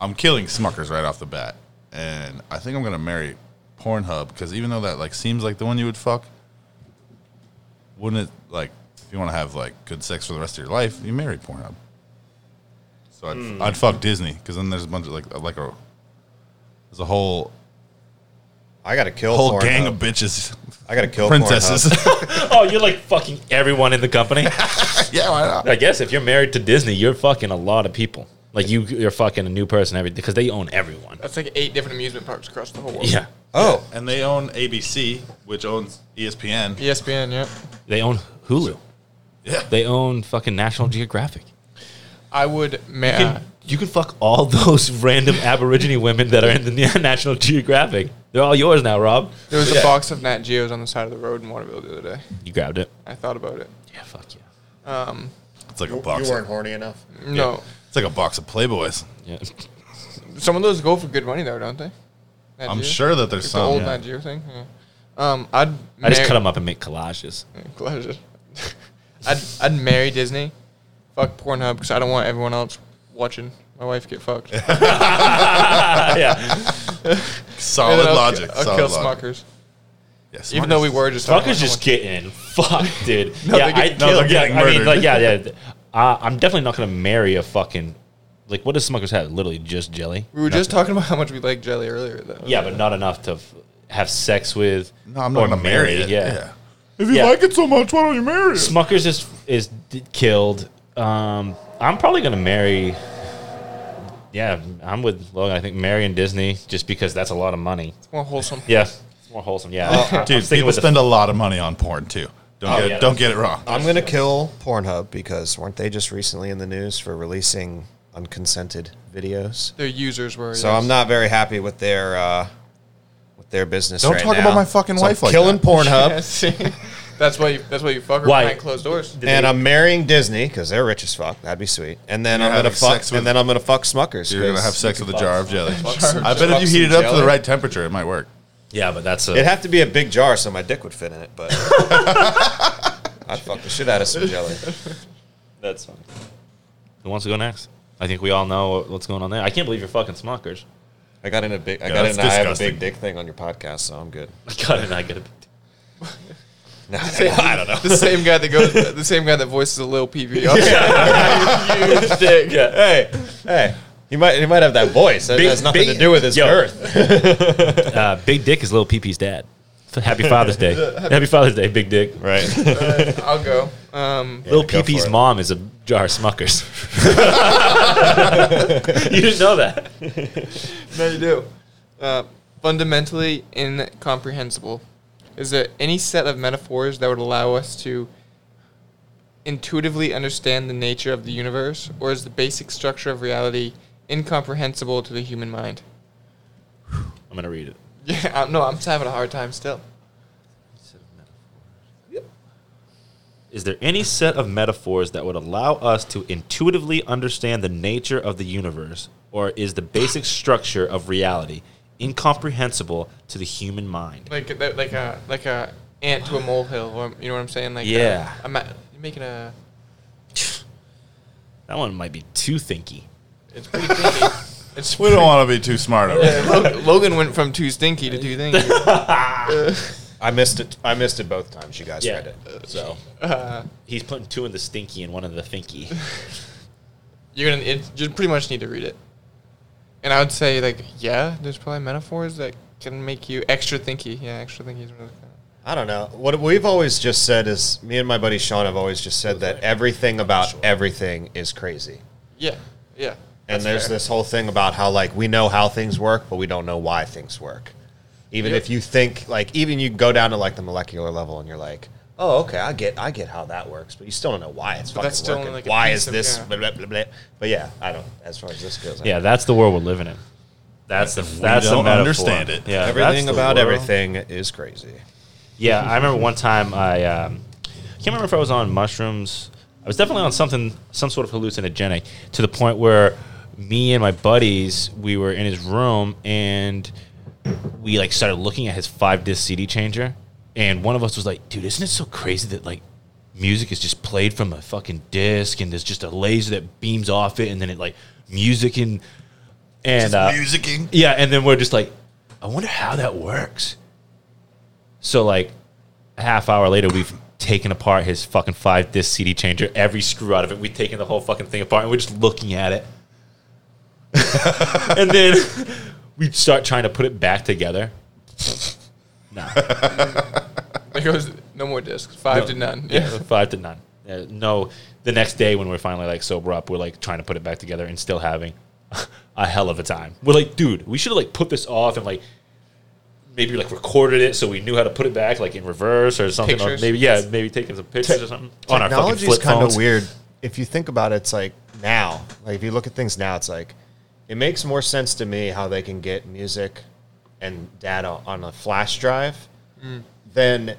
B: I'm killing Smuckers right off the bat, and I think I'm gonna marry Pornhub because even though that like seems like the one you would fuck, wouldn't it like if you want to have like good sex for the rest of your life, you marry Pornhub. So I'd, I'd fuck Disney because then there's a bunch of like like a there's a whole
D: I gotta kill
B: whole
D: Pornhub.
B: gang of bitches,
D: I gotta kill
B: princesses.
D: Pornhub.
C: oh, you're like fucking everyone in the company.
B: yeah, why not?
C: I guess if you're married to Disney, you're fucking a lot of people. Like you, you're fucking a new person every because they own everyone.
A: That's like eight different amusement parks across the whole world.
C: Yeah,
D: Oh,
B: And they own ABC, which owns E ESPN.
A: ESPN, yeah.
C: they own Hulu.
B: Yeah.
C: They own fucking National Geographic.
A: I would ma- uh,
C: Can- you can fuck all those random Aborigine women that are in the National Geographic. They're all yours now, Rob.
A: There was a box of Nat Geos on the side of the road in Waterville the other day.
C: You grabbed it.
A: I thought about it.
C: Yeah, fuck yeah.
A: Um,
B: It's like a
D: you
B: box.
D: weren't
B: Of,
D: horny enough.
A: no,
B: it's like a box of Playboys.
C: Yeah.
A: some of those go for good money though, don't they? Nat
B: I'm
A: Geo?
B: sure that there's
A: Like the
B: some.
A: old
B: yeah.
A: Nat Geo thing. Yeah. Um, I'd
C: I just
A: mar-
C: cut them up and make collages.
A: Close it. I'd I'd marry Disney, fuck Pornhub because I don't want everyone else watching my wife get fucked. And then
C: yeah.
B: Solid
A: I'll-
B: logic.
A: I'll
B: solid
A: kill
B: logic.
A: Smuckers,
B: Yeah,
A: uh, even though we
B: Smuckers.
A: were just talking about
C: Fuckers just
A: how much-
C: getting fucked, dude.
A: No,
C: yeah,
A: they get-
C: I'd
B: no,
C: kill-
B: they're getting
C: yeah, I mean,
B: murdered.
C: like, yeah, yeah. th- Uh, I'm definitely not gonna marry a fucking like. What does Smuckers have? Literally just jelly.
A: We were just talking about how much we like jelly earlier though.
C: Yeah, but not enough to f- have sex with.
B: No, I'm not
C: or
B: going to marry it.
C: Yeah.
B: If you
C: Yeah.
B: like it so much, why don't you marry it?
C: Smuckers is is d- killed. Um, I'm probably gonna marry. Yeah, I'm with Logan. I think marry and Disney just because that's a lot of money.
A: It's more wholesome.
C: Yeah, it's more wholesome. Yeah, I- I'm
B: Dude,
C: sticking
B: people
C: with the-
B: spend a lot of money on porn, too. Don't,
C: Oh,
B: get,
C: yeah,
B: it, don't
C: that's-
B: get it wrong.
D: I'm gonna kill Pornhub because weren't they just recently in the news for releasing unconsented videos?
A: Their users were.
D: So I'm not very happy with their uh, with their business.
B: Don't
D: right
B: talk
D: now.
B: about my fucking
D: So
B: wife
D: I'm
B: like
D: killing
B: that.
D: Pornhub,
A: that's why you. That's why you fuck her
C: Why?
A: behind closed doors.
C: Did
D: and
C: they-
D: I'm marrying Disney because they're rich as fuck. That'd be sweet. And then
B: You're
D: I'm gonna
B: having
D: fuck.
B: sex with-
D: And then I'm gonna fuck Smuckers.
B: You're going to
D: 'cause
B: have sex with a jar of jelly.
A: some-
B: I bet if you
A: fuck
B: heat it
A: some
B: up to the
A: jelly.
B: right temperature, it might work.
C: Yeah, but that's a
D: It'd have to be a big jar so my dick would fit in it, but I'd fuck the shit out of some jelly.
C: that's fine. Who wants to go next? I think we all know what's going on there. I can't believe you're fucking Smuckers.
D: I got in a big. I
B: Yeah,
D: got
B: that's
D: in. a- I have a
B: disgusting.
D: big dick thing on your podcast, so I'm good.
C: God, and I get a
D: No, I don't know. I don't know.
A: The same guy that goes. The same guy that voices a little PV.
C: huge dick. Yeah.
D: hey, hey, he might he might have that voice. That
C: Big-
D: has nothing
C: big-
D: to do with his
C: yo.
D: girth.
C: Uh, big Dick is little Pee-Pee's dad. So Happy Father's Day. Happy Father's Day, Big Dick.
D: Right.
A: I'll go. Um,
C: Little
D: go for
C: Pee-Pee's
D: it.
C: mom is a jar of Smuckers. you didn't know that.
A: No, you do. Uh, fundamentally incomprehensible. Is there any set of metaphors that would allow us to intuitively understand the nature of the universe, or is the basic structure of reality incomprehensible to the human mind?
C: I'm going to read it.
A: Yeah, I, no, I'm just having a hard time still.
C: Is there any set of metaphors that would allow us to intuitively understand the nature of the universe, or is the basic structure of reality incomprehensible to the human mind?
A: Like that, like a like a ant to a molehill, or you know what I'm saying? Like uh,
C: Yeah.
A: I'm at, you're making a.
C: That one might be too thinky.
A: It's pretty thinky. It's
B: We don't want to be too smart over here.
A: Yeah, Logan, Logan went from too stinky to too thinky.
D: I missed it. I missed it both times. You guys
C: Yeah.
D: read it. So
C: He's putting two in the stinky and one in the thinky.
A: you're gonna it, you pretty much need to read it. And I would say like yeah, there's probably metaphors that can make you extra thinky. Yeah, extra thinky is really kind
D: I don't know. What we've always just said is me and my buddy Sean have always just said that everything about everything is crazy.
A: yeah, yeah.
D: And
A: that's
D: there's
A: fair.
D: this whole thing about how like we know how things work, but we don't know why things work. Even
A: Yep.
D: if you think like even you go down to like the molecular level and you're like, oh okay, I get I get how that works, but you still don't know why it's fucking
A: that's still
D: working.
A: only, like, a
D: why
A: piece
D: is
A: of-
D: this?
A: yeah.
D: Blah, blah, blah, blah. But yeah, I don't. As far as this goes, I
C: Yeah, that's the world we're living in. That's the that's
B: don't
C: the metaphor.
B: understand it.
C: Yeah, that's
D: everything
C: the
D: about
C: world.
D: everything is crazy.
C: Yeah, I remember one time I um, can't remember if I was on mushrooms. I was definitely on something, some sort of hallucinogenic, to the point where me and my buddies, we were in his room and we like started looking at his five disc CD changer, and one of us was like, "Dude, isn't it so crazy that like music is just played from a fucking disc, and there's just a laser that beams off it, and then it like music and and uh,
B: musicking.
C: yeah, and then we're just like, I wonder how that works. So like, a half hour later, we've taken apart his fucking five disc CD changer, every screw out of it. We've taken the whole fucking thing apart, and we're just looking at it. and then we start trying to put it back together. No,
A: There goes no more discs. Five
C: No.
A: to none.
C: yeah,
A: Yeah.
C: five to none. Uh, no, the next day when we're finally like sober up, we're like trying to put it back together and still having a hell of a time. We're like, dude, we should have like put this off and like maybe like recorded it so we knew how to put it back like in reverse or something. Or
A: Pictures.
C: maybe yeah, maybe taking some pictures or something on our fucking
D: Technology is
C: flip
D: kind
C: phones.
D: of weird. If you think about it, it's like now, like if you look at things now, it's like it makes more sense to me how they can get music and data on a flash drive
B: Mm.
D: than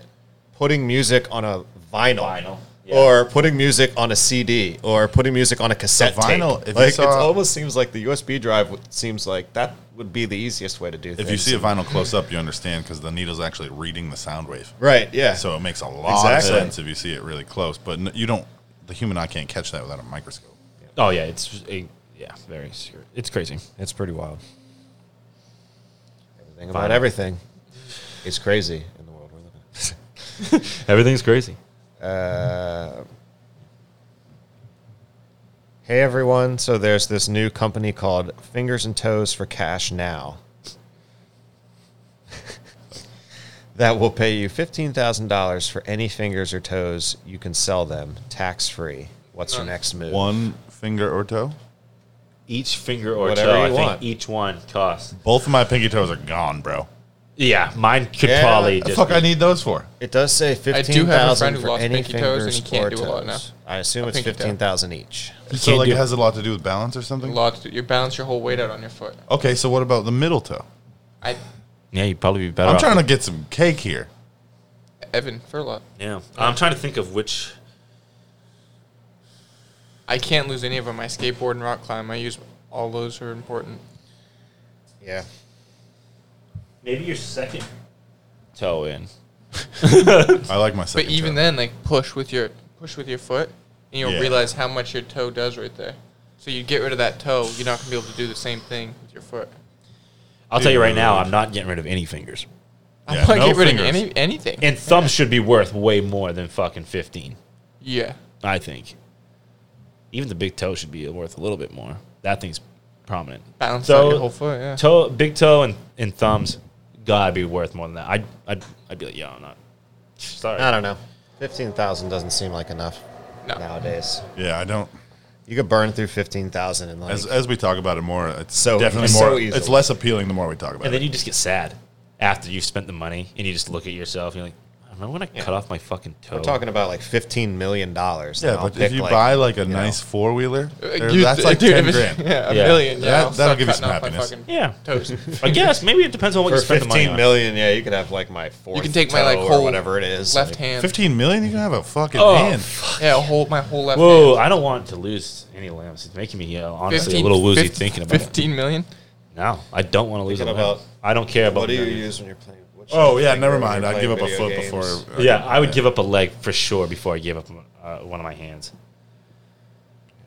D: putting music on a vinyl,
C: Vinyl, yeah.
D: or putting music on a CD or putting music on a cassette
B: A vinyl,
D: tape.
B: if you
D: like it
B: saw-
D: almost seems like the USB drive would- seems like that would be the easiest way to do things.
B: If you see a vinyl close up, you understand because the needle's actually reading the sound wave.
D: right, yeah.
B: So it makes a lot of
D: Exactly.
B: sense if you see it really close. But n- you don't. The human eye can't catch that without a microscope.
C: Oh yeah, it's a, yeah, very serious. It's crazy.
D: It's pretty wild. Everything about
C: Vinyl.
D: everything is crazy in the world we're living in.
C: Everything's crazy.
D: Uh, hey everyone! So there's this new company called Fingers and Toes for Cash Now that will pay you fifteen thousand dollars for any fingers or toes you can sell them tax free. What's your next move?
B: One finger or toe.
C: Each finger or
D: Whatever
C: toe,
D: you
C: I think
D: want.
C: each one costs.
B: Both of my pinky toes are gone, bro.
C: Yeah, mine could
D: Yeah,
C: probably
B: The
C: just.
B: fuck
C: be-
B: I need those for?
D: It does say
A: have a
D: fifteen
A: friend
D: thousand
A: who
D: for
A: lost
D: any
A: pinky toes
D: fingers
A: and he
D: or
A: can't do a lot
D: toes. I assume it's
A: pinky toe.
D: fifteen thousand each.
C: You
B: So
C: can't
B: like
C: do
B: it
C: it.
B: has a lot to do with balance or something.
A: Lot to, you balance your whole weight out on your foot.
B: Okay, so what about the middle toe?
A: I,
C: yeah, you'd probably be better.
B: I'm
C: off
B: trying to get some cake here.
A: Evan Furlot.
C: Yeah, I'm trying to think of which.
A: I can't lose any of them. I skateboard and rock climb. I use all those are important.
D: Yeah.
C: Maybe your second toe in.
B: I like my second.
A: but even
B: toe.
A: then, like push with your push with your foot, and you'll
B: Yeah.
A: realize how much your toe does right there. So you get rid of that toe, you're not gonna be able to do the same thing with your foot.
C: I'll tell you right
B: Dude.
C: now, I'm not getting rid of any fingers.
A: I
B: Yeah,
A: want to
B: no
A: get rid
B: fingers.
A: of any anything.
C: And thumbs should be worth way more than fucking 15,
A: yeah,
C: I think. Even the big toe should be worth a little bit more. That thing's prominent.
A: balance out
C: So-
A: your whole foot. Yeah,
C: Toe, big toe, and, and thumbs gotta be worth more than that. I'd, I'd, I'd be like, yo, I'm not. Sorry.
D: I don't know. Fifteen thousand doesn't seem like enough
A: No.
D: nowadays.
B: yeah, I don't.
D: You could burn through fifteen thousand and like
B: As, as we talk about it more, it's
D: So-
B: definitely
D: so
B: more.
D: easily.
B: it's less appealing the more we talk about
C: and
B: it.
C: then you just get sad after you've spent the money and you just look at yourself and you're like, I remember when I cut off my fucking toe.
D: we're talking about like fifteen million dollars.
B: yeah,
D: and I'll
B: but if
D: pick,
B: you
D: like,
B: buy like a
D: know.
B: nice four wheeler,
A: Uh, you-
B: that's like
A: dude,
B: ten
A: if it's-
B: grand.
A: Yeah, a
C: Yeah.
A: million. Yeah,
B: That-
A: I'll
B: that'll
A: start
B: give you some
A: cutting off my
B: happiness.
A: fucking
C: Yeah.
A: Toes.
C: I guess. Maybe it depends on what
D: for
C: you spend the money
D: fifteen
C: on.
D: million, yeah, you could have like my fourth.
A: you can take my like
D: toe or
A: whole
D: whatever it is.
A: left
D: like-
A: hand.
B: Fifteen million, you can have a fucking
C: Oh,
B: hand.
A: Yeah, whole my whole left.
C: Whoa,
A: hand.
C: I don't want to lose any limbs. It's making me uh, honestly
A: 15
C: a little woozy
A: 15
C: thinking about it.
A: fifteen million.
C: No, I don't want to lose a
D: Thinking
C: limb.
D: about-
C: I don't care about
D: What do you
C: millions.
D: use when you're playing? which
B: Oh yeah,
D: finger
B: never
D: when
B: mind.
D: you're
B: I give up
D: playing
B: a
D: video
B: foot
D: games?
B: before.
C: Yeah, I would give up a leg for sure before I gave up uh, one of my hands.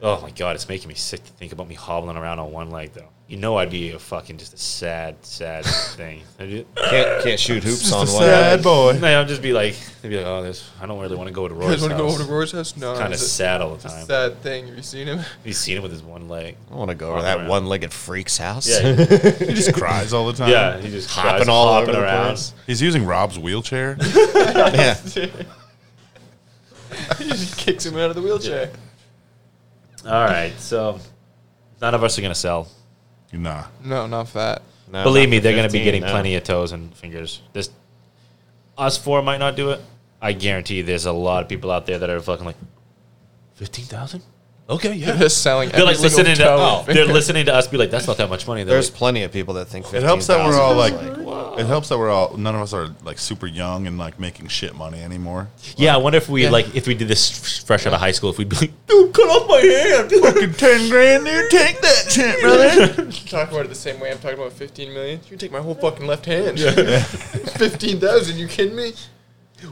C: Oh my god, it's making me sick to think about me hobbling around on one leg though. You know, I'd be a fucking just a sad, sad thing. I'd be-
D: Can't, can't shoot hoops
B: Just
D: on
B: a
D: one.
B: sad
D: hand.
B: boy.
C: I'd just be like, I'd be like, oh, this. I don't really want to go to
A: You guys
C: Roy's
A: want to go over
C: house.
A: to Roy's house? No,
C: Kind of
A: it's a-
C: sad all the
A: it's a
C: time.
A: sad thing. Have you seen him?
C: Have you seen him with his one leg?
D: I want to go over
C: Walking
D: that
C: around.
D: one-legged freak's house.
C: Yeah, he-
B: He just cries all the time.
C: yeah, he just
D: Hopping
C: hopping all
D: all over
C: hopping
D: the
C: around.
D: place.
B: He's using Rob's wheelchair.
D: yeah.
A: he just kicks him out of the wheelchair.
C: All right, so none of us are gonna sell.
B: nah.
A: No, not for that.
D: No,
C: Believe
D: not
C: me,
D: for
C: they're going to be
D: 15,
C: getting
D: no.
C: plenty of toes and fingers. This us four might not do it. I guarantee there's a lot of people out there that are fucking like fifteen thousand. Okay, yeah.
A: They're selling.
C: They're like
A: every single
C: listening to
A: toe
C: oh,
A: and
C: they're
A: finger.
C: listening to us be like that's not that much money. They're
D: There's
C: like,
D: plenty of people that think
B: It helps that we're all
D: 15,000 is
B: like It helps that we're all none of us are like super young and like making shit money anymore.
C: Yeah, I wonder if we
A: Yeah.
C: like if we did this f- fresh out of high school, if we'd be like, dude, cut off my hand.
B: Fucking ten grand there, take that shit, brother.
A: talk about it the same way I'm talking about 15 million. You take my whole fucking left hand. 15,000, you kidding me?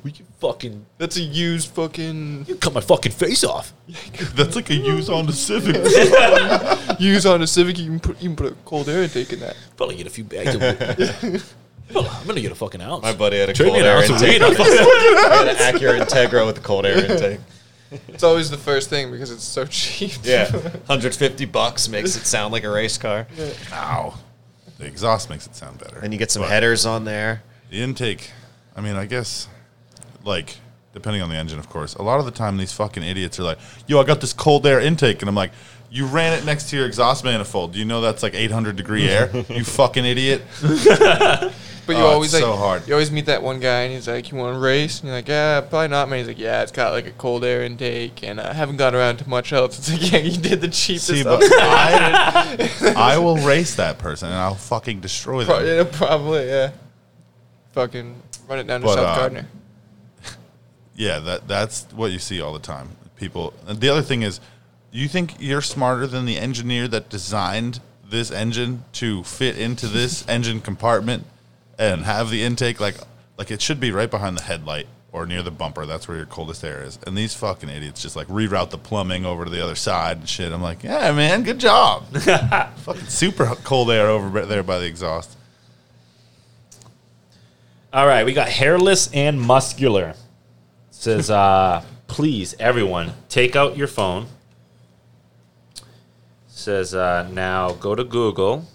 C: we can fucking
A: That's a used fucking
C: you cut my fucking face off.
B: That's like a use on the Civic.
A: use on a Civic. You can put, you can put a cold air intake in that.
C: Probably get a few bags. Of Fella, I'm gonna get a fucking ounce.
D: My buddy had a
C: Trade
D: cold
C: me an
D: air
C: ounce of
D: intake.
C: weed. I'll fucking-
D: had an Acura Integra with a cold air intake.
A: It's always the first thing because it's so cheap.
D: Yeah, 150 bucks makes it sound like a race car.
B: Ow. The exhaust makes it sound better.
D: And you get some
B: But
D: headers on there.
B: The intake. I mean, I guess, like, depending on the engine, of course. A lot of the time, these fucking idiots are like, "Yo, I got this cold air intake," and I'm like. You ran it next to your exhaust manifold. Do you know that's like 800 degree air? You fucking idiot.
A: But you
B: Oh, it's
A: always like
B: so hard.
A: you always meet that one guy and he's like, "You want to race?" And you're like, "Yeah, probably not." Man, he's like, "Yeah, it's got like a cold air intake, and uh, I haven't got around to much else." It's like, "Yeah, you did the cheapest."
B: See, but
A: option."
B: I, I will race that person and I'll fucking destroy
A: Pro-
B: them.
A: yeah, probably, yeah. Fucking run it down to
B: But,
A: South
B: uh,
A: Gardner.
B: Yeah, that that's what you see all the time. People. And the other thing is, you think you're smarter than the engineer that designed this engine to fit into this engine compartment and have the intake like like it should be right behind the headlight or near the bumper. That's where your coldest air is. And these fucking idiots just like reroute the plumbing over to the other side and shit. I'm like, yeah, man, good job. fucking super cold air over there by the exhaust.
C: All right, we got hairless and muscular. It says, uh, please, everyone, take out your phone. It says, uh, now go to Google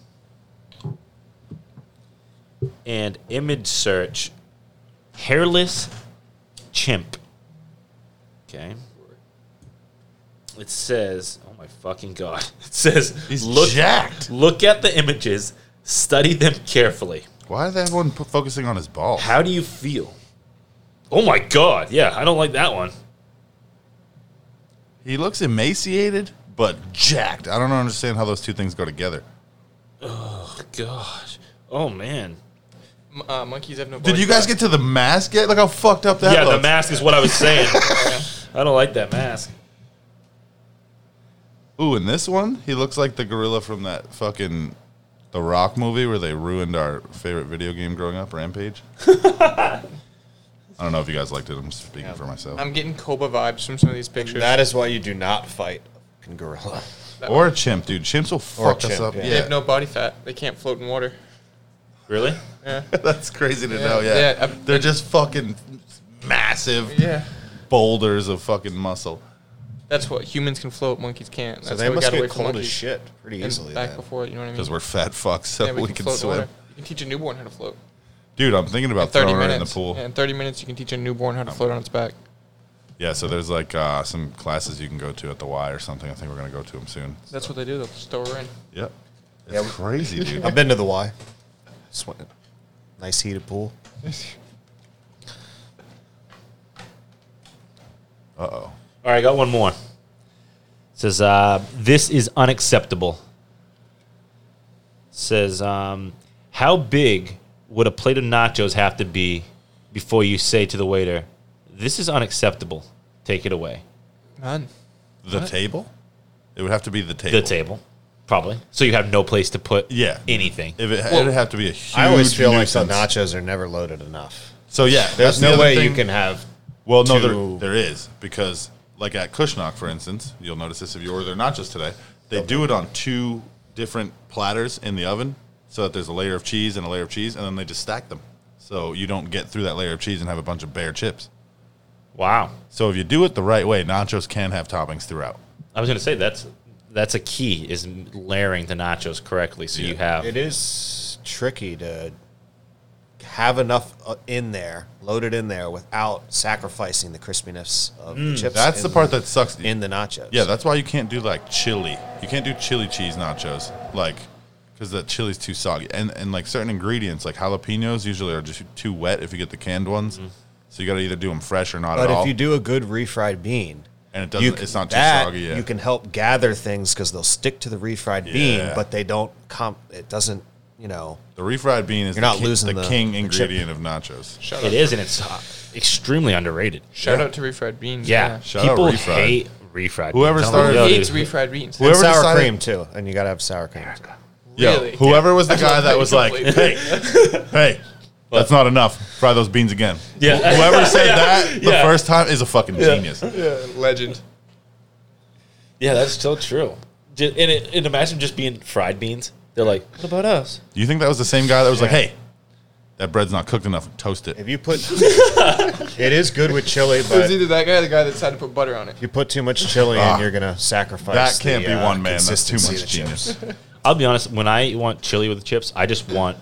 C: and image search hairless chimp. Okay. It says, oh my fucking god. It says,
B: He's
C: look,
B: jacked.
C: look at the images, study them carefully.
B: Why is everyone p- focusing on his ball?
C: How do you feel? Oh my god, yeah, I don't like that one.
B: He looks emaciated but jacked. I don't understand how those two things go together.
C: Gosh. Oh man.
A: M- uh, monkeys have no.
B: Did you guys get to the mask yet? Look how fucked up that
C: yeah, the
B: looks.
C: mask is what I was saying. I don't like that mask.
B: Ooh, and this one, he looks like the gorilla from that fucking The Rock movie where they ruined our favorite video game growing up, Rampage. I don't know if you guys liked it. I'm just speaking for myself.
A: I'm getting Koba vibes from some of these pictures.
D: That is why you do not fight a fucking gorilla.
B: or a chimp, dude. Chimps will
D: Or a
B: fuck us
D: chimp,
B: up.
D: yeah.
B: Yeah,
A: they have no body fat. They can't float in water.
C: Really?
B: that's crazy to know. Yeah,
A: yeah, I'm-
B: they're just fucking massive
A: Yeah,
B: boulders of fucking muscle.
A: that's what humans can float. Monkeys can't. That's
D: So they
A: how we
D: must
A: got away
D: get
A: from
D: cold as
A: monkeys.
D: shit pretty
A: And
D: easily.
A: back
D: then.
A: before, you know what I mean?
B: Because we're fat fucks, so
A: yeah,
B: we, can,
A: float in
B: swim.
A: water. You can teach a newborn how to float.
B: Dude, I'm thinking about
A: Thirty
B: throwing her
A: minutes.
B: in the pool.
A: Yeah,
B: Yeah.
A: in thirty minutes, you can teach a newborn how to float on its back.
B: so there's like uh, some classes you can go to at the Y or something. I think we're gonna go to them soon.
A: That's what they do. They'll store her in.
B: Yep. It's
D: Yeah, we-
B: crazy, dude.
D: I've been to the Y. Sweat. Nice heated pool.
B: Uh oh.
C: All right, I got one more. It says uh, this is unacceptable. It says um, how big would a plate of nachos have to be before you say to the waiter, "This is unacceptable. Take it away."
A: None.
B: The table? It would have to be the table.
C: The table, probably. So you have no place to put
B: Yeah.
C: anything.
B: If it, had-
A: Well,
B: it'd have to be a huge.
D: I always feel
B: nuisance.
D: like the nachos are never loaded enough.
B: So yeah, that's
D: There's
B: the
D: no
B: other
D: way
B: thing.
D: you can have.
B: Well, no,
D: to-
B: there, there is because like at Kushnock, for instance, you'll notice this if you order their nachos today. They do it on two different platters in the oven, so that there's a layer of cheese and a layer of cheese, and then they just stack them, so you don't get through that layer of cheese and have a bunch of bare chips.
C: Wow.
B: So if you do it the right way, nachos can have toppings throughout.
C: I was going to say that's that's a key is layering the nachos correctly so you have
D: It is tricky to have enough uh, in there, loaded in there, without sacrificing the crispiness of the chips.
B: Mm, That's the
D: in-
B: part that sucks.
D: in the nachos.
B: yeah, that's why you can't do like chili. You can't do chili cheese nachos, like because the chili's too soggy, and and like certain ingredients, like jalapenos, usually are just too wet if you get the canned ones. So you got to either do them fresh or not
D: But
B: at all.
D: if you do a good refried bean,
B: And it doesn't-
D: c-
B: it's not too
D: that,
B: soggy, yeah.
D: You can help gather things because they'll stick to the refried bean,
B: Yeah.
D: but they don't. Comp, it doesn't you know,
B: The refried bean is
D: You're
B: the
D: not
B: king,
D: losing
B: the
D: the-
B: king
D: the chip.
B: ingredient of nachos.
A: Shout
C: It
A: out.
C: is, and it's uh, extremely underrated.
A: Shout out to refried beans.
C: Yeah,
B: Shout out
C: people
B: refried.
C: hate refried.
B: Whoever
C: beans. I'm
B: started-
C: like, yo,
A: He hates
C: dude,
A: refried beans.
B: Whoever
D: and sour
B: decided-
D: cream too, and you gotta have sour cream. too.
B: Yo,
A: Really?
B: whoever was the guy that was like,
A: Completely.
B: hey, hey, that's not enough. Fry those beans again.
C: Yeah.
B: Wh- Whoever said that the
C: Yeah.
B: first time is a fucking genius.
A: Yeah, legend.
C: Yeah, that's still true. Ju- and, it, and imagine just being fried beans. They're like, what about us?
B: Do you think that was the same guy that was like, hey, that bread's not cooked enough. Toast it.
D: If you put, it is good with chili,
A: It was
D: but
A: either that guy or the guy that decided to put butter on it.
D: if you put too much chili
B: Ah.
D: in, you're gonna sacrifice.
B: That can't
D: the,
B: be
D: uh,
B: one man. That's too
D: consistency of
B: much
D: the chips.
B: genius.
C: I'll be honest. When I want chili with chips, I just want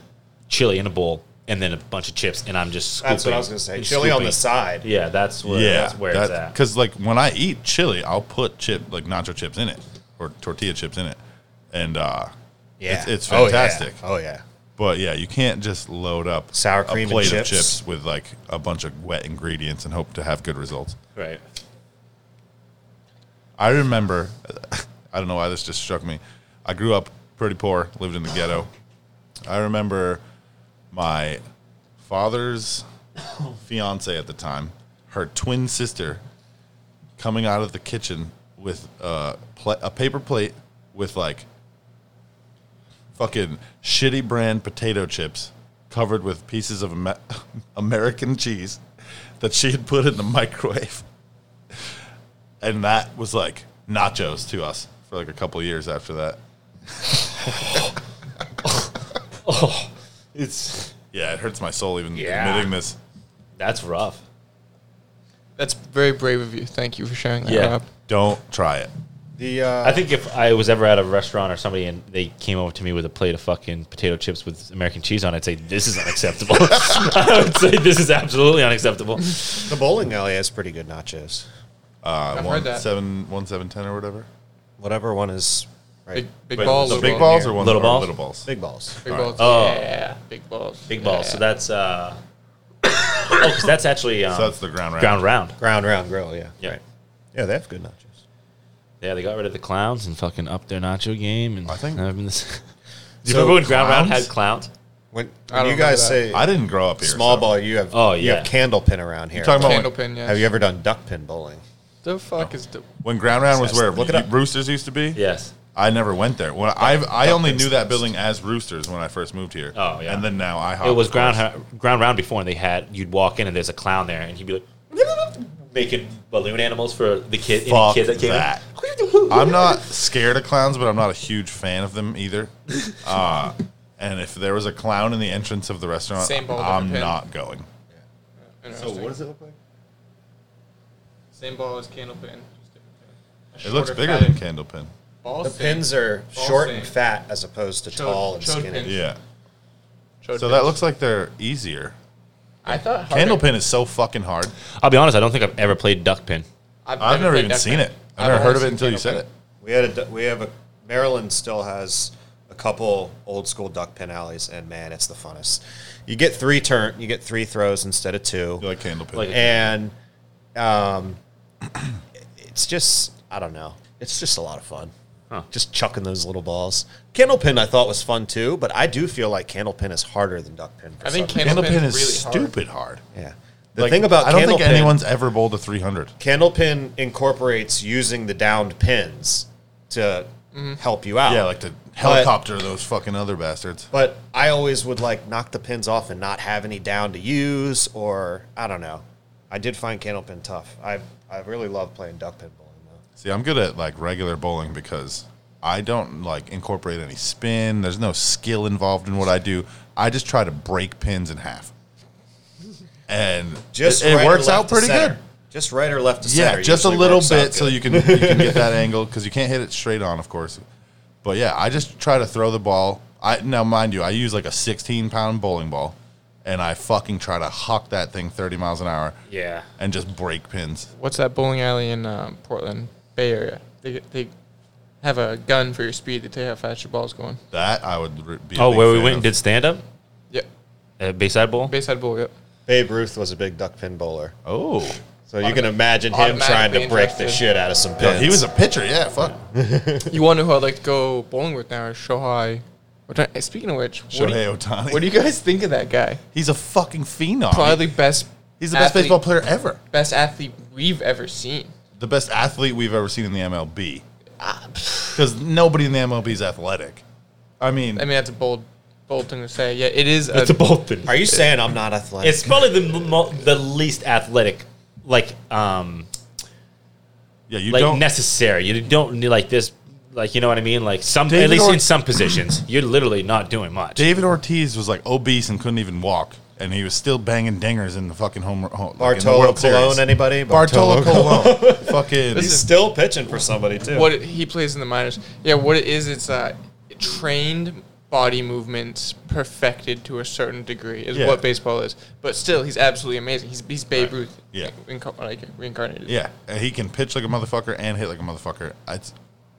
C: chili in a bowl and then a bunch of chips, and I'm just scooping.
D: That's what I was gonna say.
C: and
D: Chili on
C: scooping.
D: the side.
C: Yeah, that's where,
B: yeah,
C: that's where it's at.
B: Because like when I eat chili, I'll put chip like nacho chips in it or tortilla chips in it, and uh, it's, it's
D: Oh, yeah.
B: fantastic.
D: Oh yeah.
B: But yeah, you can't just load up
D: Sour
B: a
D: cream and
B: plate
D: chips.
B: of chips with like a bunch of wet ingredients and hope to have good results.
C: Right.
B: I remember, I don't know why this just struck me. I grew up pretty poor, lived in the ghetto. I remember my father's fiance at the time, her twin sister, coming out of the kitchen with a, pla a paper plate with like fucking shitty brand potato chips covered with pieces of Ama- American cheese that she had put in the microwave and that was like nachos to us for like a couple of years after that.
C: Oh. It's
B: Yeah, it hurts my soul even
C: Yeah.
B: admitting this.
C: that's rough.
A: That's very brave of you. Thank you for sharing that,
C: Yeah.
A: Rob.
B: Don't try it.
D: The uh,
C: I think if I was ever at a restaurant or somebody and they came over to me with a plate of fucking potato chips with American cheese on, it, I'd say this is unacceptable. I would say this is absolutely unacceptable.
D: the bowling alley has pretty good nachos.
B: Uh,
A: I've
B: one
A: heard that.
B: seven one seven ten or whatever.
D: Whatever one is right.
A: Big, big
B: Wait,
A: balls.
B: the
A: little balls.
B: big balls or one
C: Little
B: or
C: balls?
B: little balls.
D: Big balls.
A: Big balls.
C: Oh.
A: Yeah, big balls.
C: Big balls.
A: Yeah.
C: So that's uh, oh, 'cause that's actually um,
B: So that's the ground round.
C: ground round.
D: Ground round grill, yeah.
C: Yeah.
D: Yeah, they have good nachos.
C: Yeah, they got rid of the clowns and fucking upped their nacho game. And
B: I think-
C: having this. Do you
D: So
C: remember when Ground Round
B: clowns?
C: had clowns?
D: When,
A: I
D: when
A: don't
D: you guys
A: remember
D: say
B: I didn't grow up here.
D: small
B: so-
D: ball, you have
C: Oh,
D: you have
C: yeah.
D: candle pin around here.
B: You're talking about
A: Candle
B: when,
A: pin, yes.
D: have you ever done duck pin bowling?
A: The fuck is the.
B: when ground round was
D: Yes,
B: where
D: look it
B: you-
D: up.
B: Roosters used to be.
C: Yes.
B: I never went there. When I I only
D: Duck
B: knew that
D: Pins.
B: building as Roosters when I first moved here.
C: Oh, yeah.
B: And then now I
C: It was ground ground round before, and they had you'd walk in and there's a clown there, and he'd be like making balloon animals for the kid, any
B: Fuck
C: kid that came. in.
B: that. I'm not scared of clowns, but I'm not a huge fan of them either. Uh, and if there was a clown in the entrance of the restaurant,
A: Same ball, different
B: I'm
A: pin.
B: not going.
A: Interesting.
B: Oh, does it look like?
A: Same ball as candle pin. just different pin. A
B: It looks
A: shorter,
B: bigger
A: fatter
B: than Candlepin.
A: Ball
D: The
A: same.
D: pins are
A: Ball
D: short
A: same.
D: and fat as opposed to
A: Chode-
D: tall and
A: chode
D: skinny.
A: pin.
B: Yeah.
A: Showed
B: So
A: pin.
B: that looks like they're easier.
A: I thought harder.
B: Candlepin is so fucking hard.
C: I'll be honest, I don't think I've ever played duck pin.
B: I've never
A: played
B: even
A: that
B: seen
A: pin.
B: it. I've never
A: only
B: heard of it
A: seen
B: until you said
A: candle
B: it.
A: pin.
D: We had a du- we have a Maryland still has a couple old school duck pin alleys, and man, it's the funnest. You get three turn, you get three throws instead of two.
B: You like Candlepin.
C: Like-
D: and um, it's just I don't know. It's just a lot of fun.
C: Huh.
D: Just chucking those little balls. Candlepin I thought was fun too, but I do feel like candlepin is harder than duckpin. For
A: I think
D: some-
A: candle
B: Candlepin
A: pin
B: is
A: is really hard.
B: stupid hard.
D: yeah. The
B: Like,
D: thing about
B: I don't think
D: candlepin-
B: anyone's ever bowled a 300.
D: Candlepin incorporates using the downed pins to help you out.
B: Yeah, like to helicopter those fucking other bastards.
D: But I always would like knock the pins off and not have any down to use, or I don't know. I did find candlepin tough. I I really love playing duck pin bowling though.
B: See, I'm good at like regular bowling because I don't like incorporate any spin. There's no skill involved in what I do. I just try to break pins in half, and
D: Just
B: it, it
D: right or
B: works
D: left
B: out
D: to
B: pretty
D: center.
B: good.
D: Just right or left to
B: Yeah,
D: center.
B: just a
D: usually
B: little
D: works out
B: bit so
D: good.
B: you can you can get that angle because you can't hit it straight on, of course. But yeah, I just try to throw the ball. I now mind you, I use like a 16 pound bowling ball, and I fucking try to huck that thing 30 miles an hour
C: Yeah.
B: and just break pins.
A: What's that bowling alley in um, Portland Bay Area? They they have a gun for your speed. They tell you how fast your ball's going.
B: That I would re- be. a
C: Oh,
B: big
C: where we
B: fan
C: went
B: of.
C: and did stand up
A: Yep.
C: at Bayside Bowl.
A: Bayside Bowl. Yep.
D: Babe Ruth was a big duck pin bowler,
B: Oh.
D: so you can imagine him trying
A: automatically
D: to break the
A: interested.
D: shit out of some
B: Yeah,
D: pins.
B: he was a pitcher. Yeah, fuck.
A: You wonder who I'd like to go bowling with now is Shohei What do I- Speaking of which, what do,
B: Shohei
A: you,
B: Otani.
A: what do you guys think of that guy?
B: He's a fucking phenom.
A: Probably the best.
B: He's the best
A: athlete-
B: baseball player ever.
A: Best athlete we've ever seen.
B: The best athlete we've ever seen in the MLB.
A: Ah,
B: Because nobody in the MLB is athletic. I mean,
A: I mean, that's a bold, bold thing to say. Yeah, it is.
C: That's a bold thing.
D: Are you saying I'm not athletic?
C: It's probably the mo- the least athletic, like um,
B: yeah, you
C: like
B: don't.
C: necessary. You don't need like this, like you know what I mean. Like some,
B: David
C: at least
B: Or-
C: in some positions, you're literally not doing much.
B: David Ortiz was like obese and couldn't even walk, and he was still banging dingers in the fucking home. home like in the
D: Bartolo
B: World Series.
D: Colon, anybody?
B: Bartolo Colon. fucking.
D: He's still pitching for somebody, too.
A: what it, he plays in the minors. Yeah, what it is, it's uh, trained body movements perfected to a certain degree is
B: Yeah.
A: what baseball is. But still, he's absolutely amazing. He's he's Babe Ruth,
B: Yeah.
A: inco- like reincarnated.
B: Yeah, and he can pitch like a motherfucker and hit like a motherfucker. It's,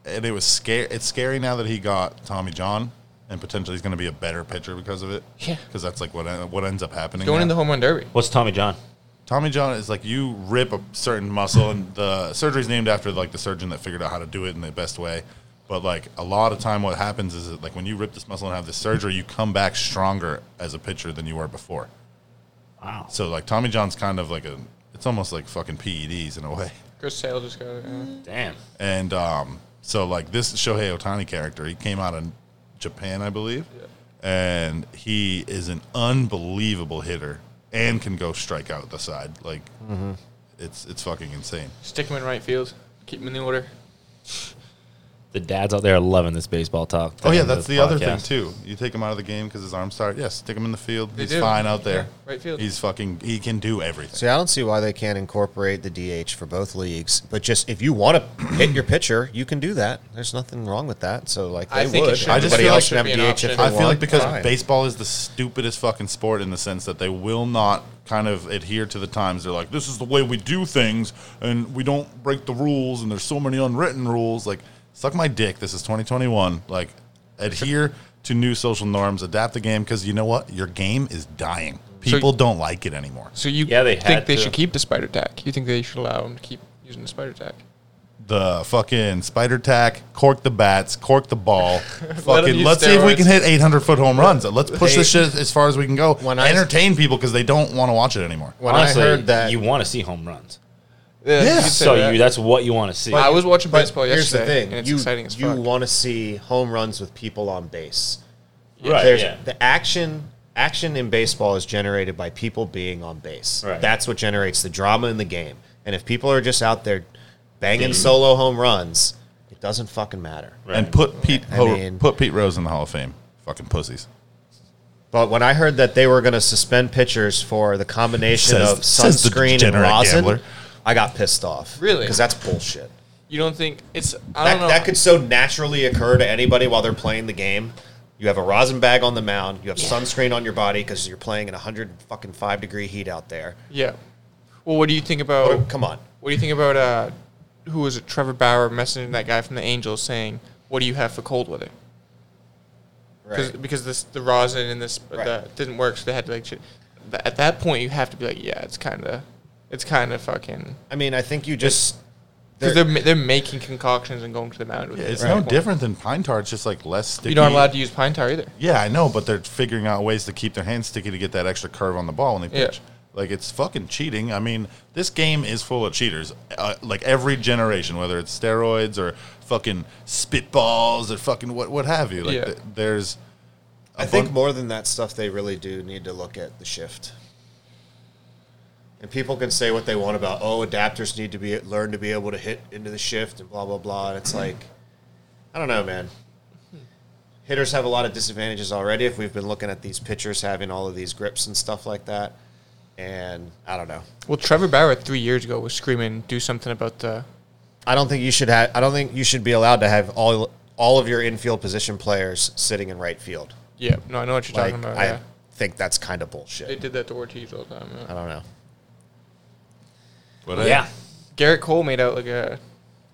B: and it was scary. It's scary now that he got Tommy John, and potentially he's going to be a better pitcher because of it.
A: Yeah.
B: because that's like what uh, what ends up happening.
A: going in the
B: now.
A: home run derby.
C: What's Tommy John?
B: Tommy John is like you rip a certain muscle, and the surgery's named after like the surgeon that figured out how to do it in the best way. But like a lot of time, what happens is that, like when you rip this muscle and have this surgery, you come back stronger as a pitcher than you were before.
C: Wow.
B: So like Tommy John's kind of like a, it's almost like fucking PEDs in a way.
A: Chris Sale just got uh, it. yeah.
C: Damn.
B: And um, so, like this Shohei Otani character, he came out of Japan, I believe, and he is an unbelievable hitter and can go strike out the side. Like,
A: Mm-hmm.
B: it's it's fucking insane.
A: Stick him in right field. Keep him in the order.
C: The dads out there are loving this baseball talk.
B: oh yeah, that's
C: This
B: the other thing
C: podcast.
B: too. You take him out of the game because his arm's tired. Yeah, stick him in the field.
A: They
B: He's
A: do.
B: fine out there.
A: Yeah, right field.
B: He's fucking. He can do everything.
D: See, I don't see why they can't incorporate the DH for both leagues. But just if you want to hit your pitcher, you can do that. There's nothing wrong with that. So like they
A: I think it
D: would.
A: should
B: be. I just
D: Everybody
B: feel like
D: else
B: it
D: should
A: should
D: have
A: be an
D: DH
A: option.
D: if they
B: I feel
D: want.
B: like because
D: Fine.
B: baseball is the stupidest fucking sport in the sense that they will not kind of adhere to the times. They're like, this is the way we do things, and we don't break the rules, and there's so many unwritten rules. Like, suck my dick. This is 2021. Like, adhere to new social norms, adapt the game, because you know what? Your game is dying. People don't like it anymore.
A: So you
C: Yeah, they
A: think
C: had
A: they
C: to.
A: should keep the spider tack? You think they should allow him to keep using the spider tack?
B: The fucking spider tack, cork the bats, cork the ball.
A: them
B: fucking,
A: use
B: let's see if we
A: steroids.
B: can hit 800 foot home runs. Let's push
D: They-
B: this shit as far as we can go.
D: When I-
B: Entertain people because they don't want to watch it anymore.
D: when
C: Honestly,
D: I heard that,
C: you want to see home runs.
A: Yeah.
B: Yeah.
A: could say
C: So
A: that.
C: you, that's what you want to see.
A: I was watching
D: but
A: baseball
D: here's the
A: yesterday,
D: thing:
A: and it's
D: you
A: exciting as
D: you
A: fuck.
D: want to see home runs with people on base.
C: right.
D: There's
C: Yeah.
D: the action. Action in baseball is generated by people being on base.
C: Right.
D: That's what generates the drama in the game. And if people are just out there banging solo home runs, it doesn't fucking matter.
C: Right.
B: and put Pete
D: I
B: Ho-
D: mean-
B: put Pete Rose in the Hall of Fame. Fucking pussies.
D: But when I heard that they were going to suspend pitchers for the combination
B: Says-
D: of
B: says the
D: sunscreen and
B: degenerate
D: rosin,
B: gambler.
D: I got pissed off.
A: Really?
D: Because that's bullshit.
A: You don't think it's? I
D: That,
A: don't know.
D: that could so naturally occur to anybody while they're playing the game. You have a rosin bag on the mound. You have sunscreen on your body because you're playing in 100 fucking five degree heat out there.
A: Yeah. Well, what do you think about?
D: Oh, come on.
A: What do you think about uh, who was it? Trevor Bauer messaging that guy from the Angels saying, "What do you have for cold weather?" Cause,
D: Right.
A: Because this the rosin and this uh, the, didn't work, so they had to like. Shit. Th- At that point, you have to be like, "Yeah, it's kind of, it's kind of fucking."
D: I mean, I think you just.
A: Because they're ma- they're making concoctions and going to the mound with it.
B: It's
A: at
B: no
A: that point.
B: different than pine tar. It's just like less sticky.
A: You're not allowed to use pine tar either.
B: Yeah, I know, but they're figuring out ways to keep their hands sticky to get that extra curve on the ball when they
A: Yeah.
B: pitch. Like it's fucking cheating. I mean, this game is full of cheaters. Uh, like every generation, whether it's steroids or fucking spitballs or fucking what what have you. Like
A: Yeah.
B: th- there's
D: I think more than that stuff, they really do need to look at the shift. And people can say what they want about, oh, adapters need to be learn to be able to hit into the shift and blah blah blah. And it's like, I don't know, man. Hitters have a lot of disadvantages already. If we've been looking at these pitchers having all of these grips and stuff like that, and I don't know.
A: Well, Trevor Bauer three years ago was screaming, "Do something about the."
D: I don't think you should have. I don't think you should be allowed to have all all of your infield position players sitting in right field.
A: Yeah, no, I know what you're
D: Like
A: talking about.
D: I
A: yeah. Uh-huh.
D: think that's kind of
A: They
D: bullshit.
A: did that to Ortiz all the time. yeah.
D: I don't know.
B: what
C: yeah.
A: Garrett Cole made out like a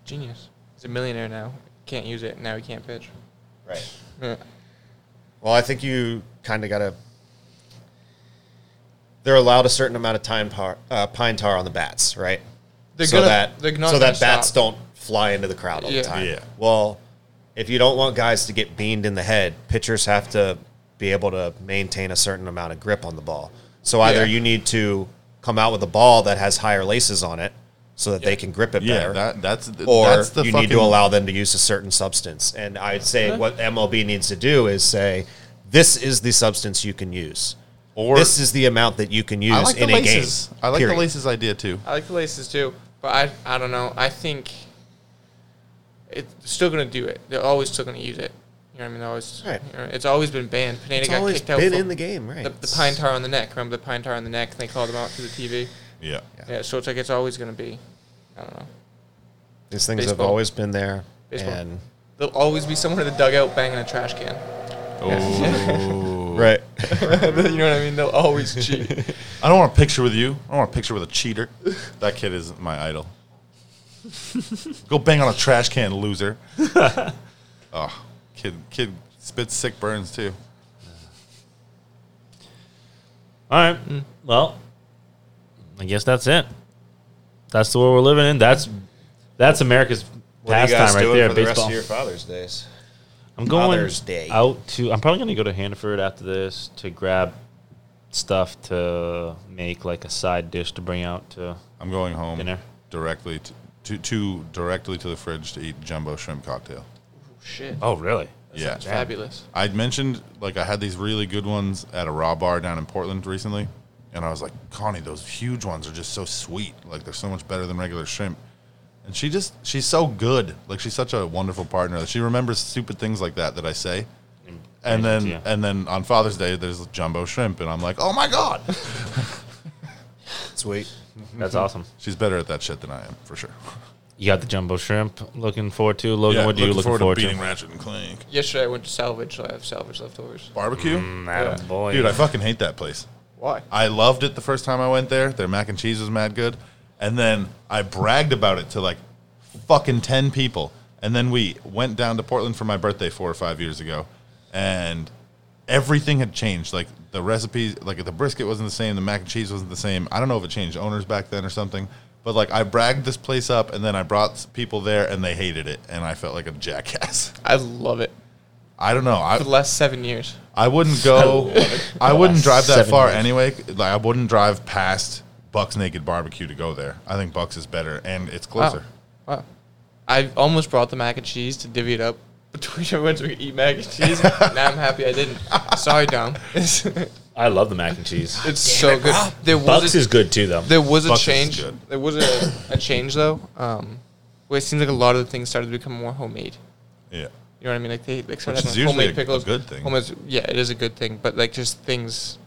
A: genius. He's a millionaire now. Can't use it now. He can't pitch.
D: Right.
A: Yeah.
D: Well, I think you kind of got to. They're allowed a certain amount of time par, uh, pine tar on the bats, right?
A: They're
D: so
A: gonna-
D: that
A: they're not
D: so
A: gonna
D: that bats
A: stop.
D: don't fly into the crowd all
A: Yeah.
D: the time.
B: Yeah.
D: Well, if you don't want guys to get beamed in the head, pitchers have to be able to maintain a certain amount of grip on the ball. So either
A: Yeah.
D: you need to come out with a ball that has higher laces on it so that they can grip it
B: Yeah,
D: better.
B: that, that's th-
D: or
B: that's the
D: you
B: fucking,
D: need to allow them to use a certain substance. And I'd say what MLB needs to do is say, this is the substance you can use.
B: Or
D: this is the amount that you can use
B: I like the
D: in a game.
B: laces. I like
D: period.
B: the laces idea too.
A: I like the laces too, but I I don't know. I think it's still gonna do it. They're always still gonna use it. You know what I mean? They're always,
D: Right.
A: you know, it's always been banned. Pineda
D: It's
A: got
D: always
A: kicked out.
D: been
A: for
D: in the game, right?
A: The, the pine tar on the neck. Remember the pine tar on the neck? And they called him out through the TV.
B: Yeah.
A: Yeah. So it's like it's always gonna be. I don't know.
D: These things have
A: Baseball.
D: always been there.
A: Baseball.
D: And
A: There'll always be someone in the dugout banging a trash can.
B: Oh.
D: right.
A: you know what I mean? They'll always cheat.
B: I don't want a picture with you. I don't want a picture with a cheater. That kid is my idol. Go bang on a trash can, loser. oh, kid, kid spits sick burns too.
C: All right. Well, I guess that's it. That's the world we're living in. That's that's America's pastime right there. baseball.
D: Father's Days?
C: I'm going
D: Father's Day?
C: out to. I'm probably going to go to Hannaford after this to grab stuff to make like a side dish to bring out to.
B: I'm going home
C: Dinner.
B: directly to, to, to directly to the fridge to eat jumbo shrimp cocktail.
A: Shit.
C: Oh, really?
B: yeah,
A: It's fabulous.
B: I'd mentioned like I had these really good ones at a raw bar down in Portland recently, and I was like, Connie, those huge ones are just so sweet. Like they're so much better than regular shrimp. And she just she's so good. Like she's such a wonderful partner. She remembers stupid things like that that I say. And
C: brings
B: then
C: it to you.
B: and then on Father's Day there's jumbo shrimp, and I'm like, oh my god,
D: Sweet.
C: That's awesome.
B: she's better at that shit than I am for sure.
C: You got the jumbo shrimp. Looking forward to Logan.
B: Yeah,
C: what are you looking forward,
B: to
C: to?
B: beating Ratchet and Clank
A: Yesterday I went to salvage, so I have salvage leftovers.
B: barbecue.
C: Mm. Madam boy.
B: Dude, I fucking hate that place.
A: Why?
B: I loved it the first time I went there. Their mac and cheese was mad good. And then I bragged about it to like fucking 10 people. And then we went down to Portland for my birthday four or five years ago. And everything had changed. Like the recipes, like the brisket wasn't the same. The mac and cheese wasn't the same. I don't know if it changed owners back then or something. But like I bragged this place up and then I brought s- people there and they hated it. And I felt like a jackass.
A: I love it.
B: I don't know.
A: For the
B: I,
A: last seven years.
B: I wouldn't go. I wouldn't drive that
C: Seven
B: far
C: years.
B: anyway. Like I wouldn't drive past Buck's Naked Barbecue to go there. I think Buck's is better and
C: Oh.
B: it's closer.
A: Wow. wow. I almost brought the mac and cheese to divvy it up between everyone so we could eat mac and cheese. now I'm happy I didn't. Sorry, Dom. It's,
C: I love the mac and cheese.
A: it's so good. There
C: Bucks
A: was
C: is
A: a,
C: good too, though.
A: there was a
B: Bucks is
A: change.
B: good.
A: There was a, a change though. Um, where it seems like a lot of the things started to become more homemade.
B: Yeah,
A: You know what I mean? Like they like started
B: Which is
A: having like,
B: usually
A: homemade
B: a- a
A: pickles.
B: good thing.
A: Homemade, yeah, it is a good thing. But like just things,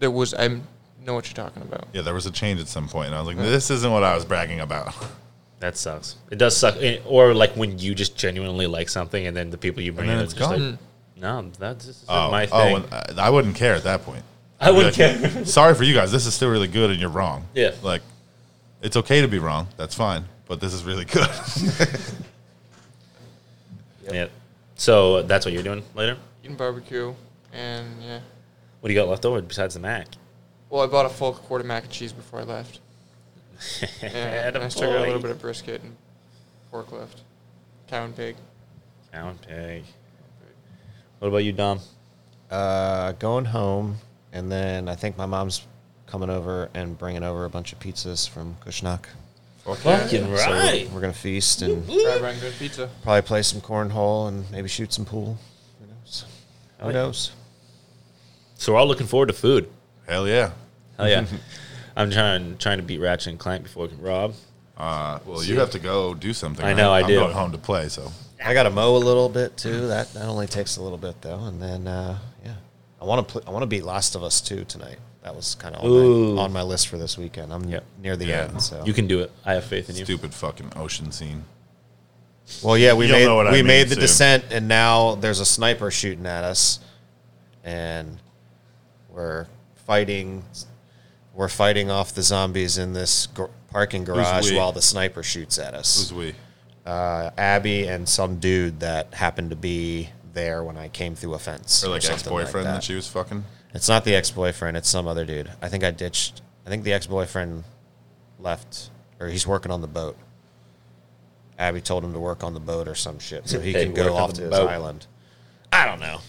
A: there was I know what you're talking about.
B: yeah. There was a change at some point, and I was like, "This isn't what I was bragging about."
C: That sucks. It does suck. And- Or like when you just genuinely like something, and then the people you bring
B: then
C: in are
B: it's
C: just like,
B: gone.
C: no, that's this isn't
B: Oh,
C: my thing.
B: oh, and I- I wouldn't care at that point.
C: I wouldn't
B: I'd be like,
C: care.
B: Sorry for you guys. This is still really good, and you're wrong.
C: Yeah.
B: like it's okay to be wrong. That's fine. But this is really good.
C: Yeah. So that's what you're doing later.
A: Eating barbecue and yeah.
C: What do you got left over besides the mac?
A: Well, I bought a full quart of mac and cheese before I left. Yeah, and I still got a little bit of brisket and pork left. Cow and pig.
C: Count pig. What about you, Dom?
D: Uh, going home, and then I think my mom's coming over and bringing over a bunch of pizzas from Kushnak.
C: Fucking
D: So we're-
C: right.
D: we're gonna feast and
A: Fried rice and pizza.
D: probably play some cornhole and maybe shoot some pool. Who knows? Who
C: Oh, yeah.
D: knows?
C: So we're all looking forward to food.
B: Hell yeah.
C: Hell yeah. I'm trying trying to beat Ratchet and Clank before Rob.
B: Uh, well, you have to go do something.
C: I know, I
B: am
C: do.
B: going home to play, so
D: I got to mow a little bit
C: Mm-hmm.
D: too. That that only takes a little bit though, and then uh, yeah, I want to pl- I want to beat Last of Us two tonight. That was kind of on,
C: Ooh.
D: my- on my list for this weekend. I'm
C: Yep.
D: near the
B: Yeah.
D: end, so
C: You can do it. I have faith in you.
B: stupid fucking ocean scene.
D: well, yeah, we
B: You'll
D: made
B: know what I
D: we
B: mean
D: made the
B: soon.
D: descent, and now there's a sniper shooting at us, and we're fighting. We're fighting off the zombies in this gr- parking garage
B: we?
D: while the sniper shoots at us.
B: Who's we?
D: uh, Abby and some dude that happened to be there when I came through a fence.
B: Or like
D: something
B: ex boyfriend
D: that.
B: that she was fucking.
D: It's not the ex boyfriend. It's some other dude. I think I ditched. I think the ex boyfriend left, or he's working on the boat. Abby told him to work on the boat or some shit so he
C: Hey,
D: can
C: work
D: go
C: on
D: off
C: the
D: to his
C: boat.
D: island. I don't know.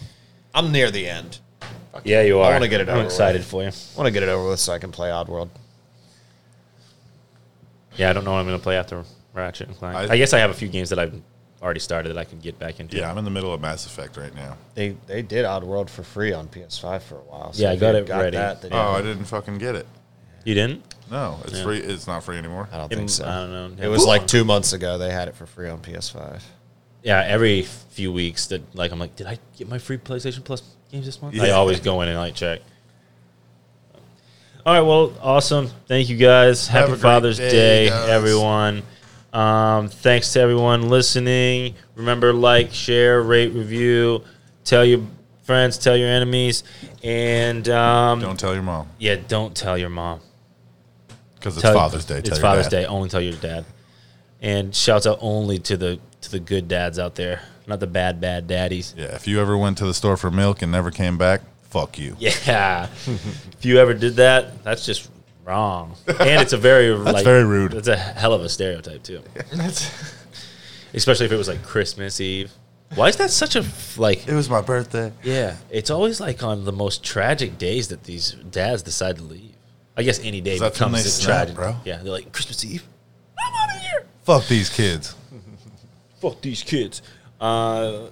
D: I'm near the end.
C: Yeah, you are.
D: I wanna get it over
C: I'm
D: with.
C: excited for you.
D: I want to get it over with so I can play Oddworld.
C: Yeah, I don't know what I'm going to play after Ratchet and Clank.
B: I-
C: I, guess I have a few games that I've already started that I can get back into.
B: Yeah, I'm in the middle of Mass Effect right now.
D: They they did Oddworld for free on PS5 for a while.
C: Yeah, I
D: if
C: got
D: you
C: it ready.
D: then
B: Oh, I
D: you-
B: didn't fucking get it.
C: You didn't?
B: No, it's
C: Yeah.
B: free. It's not free anymore.
D: I don't think so.
C: I don't know.
D: It was like two months ago. They had it for free on PS5.
C: yeah, every few weeks that like I'm like, did I get my free PlayStation Plus games this month? I
B: Yeah.
C: always go in and I check. All right, well, awesome. Thank you guys.
B: Have a
C: Happy
B: great
C: Father's
B: day,
C: Day,
B: guys.
C: everyone. Um, thanks to everyone listening. Remember, like, share, rate, review. Tell your friends, tell your enemies, and um,
B: Don't tell your mom
C: yeah, don't tell your mom.
B: because it's
C: Tell-
B: Father's Day.
C: It's
B: tell your
C: Father's
B: dad.
C: Day. Only tell your dad. And shouts out only to the to the good dads out there, not the bad bad daddies.
B: Yeah, if you ever went to the store for milk and never came back, fuck you.
C: Yeah. if you ever did that, that's just wrong. And it's a very that's like,
B: very rude.
C: It's a hell of a stereotype too.
A: That's
C: Especially if it was like Christmas Eve. Why is that such a like?
B: It was my birthday.
C: Yeah, it's always like on the most tragic days that these dads decide to leave. I guess any day
B: 'Cause that's when
C: becomes
B: they
C: a
B: snap,
C: tragic.
B: bro.
C: Yeah, they're like Christmas Eve. I'm out of here.
B: Fuck these kids.
C: fuck these kids. Uh,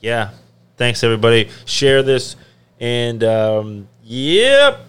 C: yeah. Thanks, everybody. Share this. And, um, yep.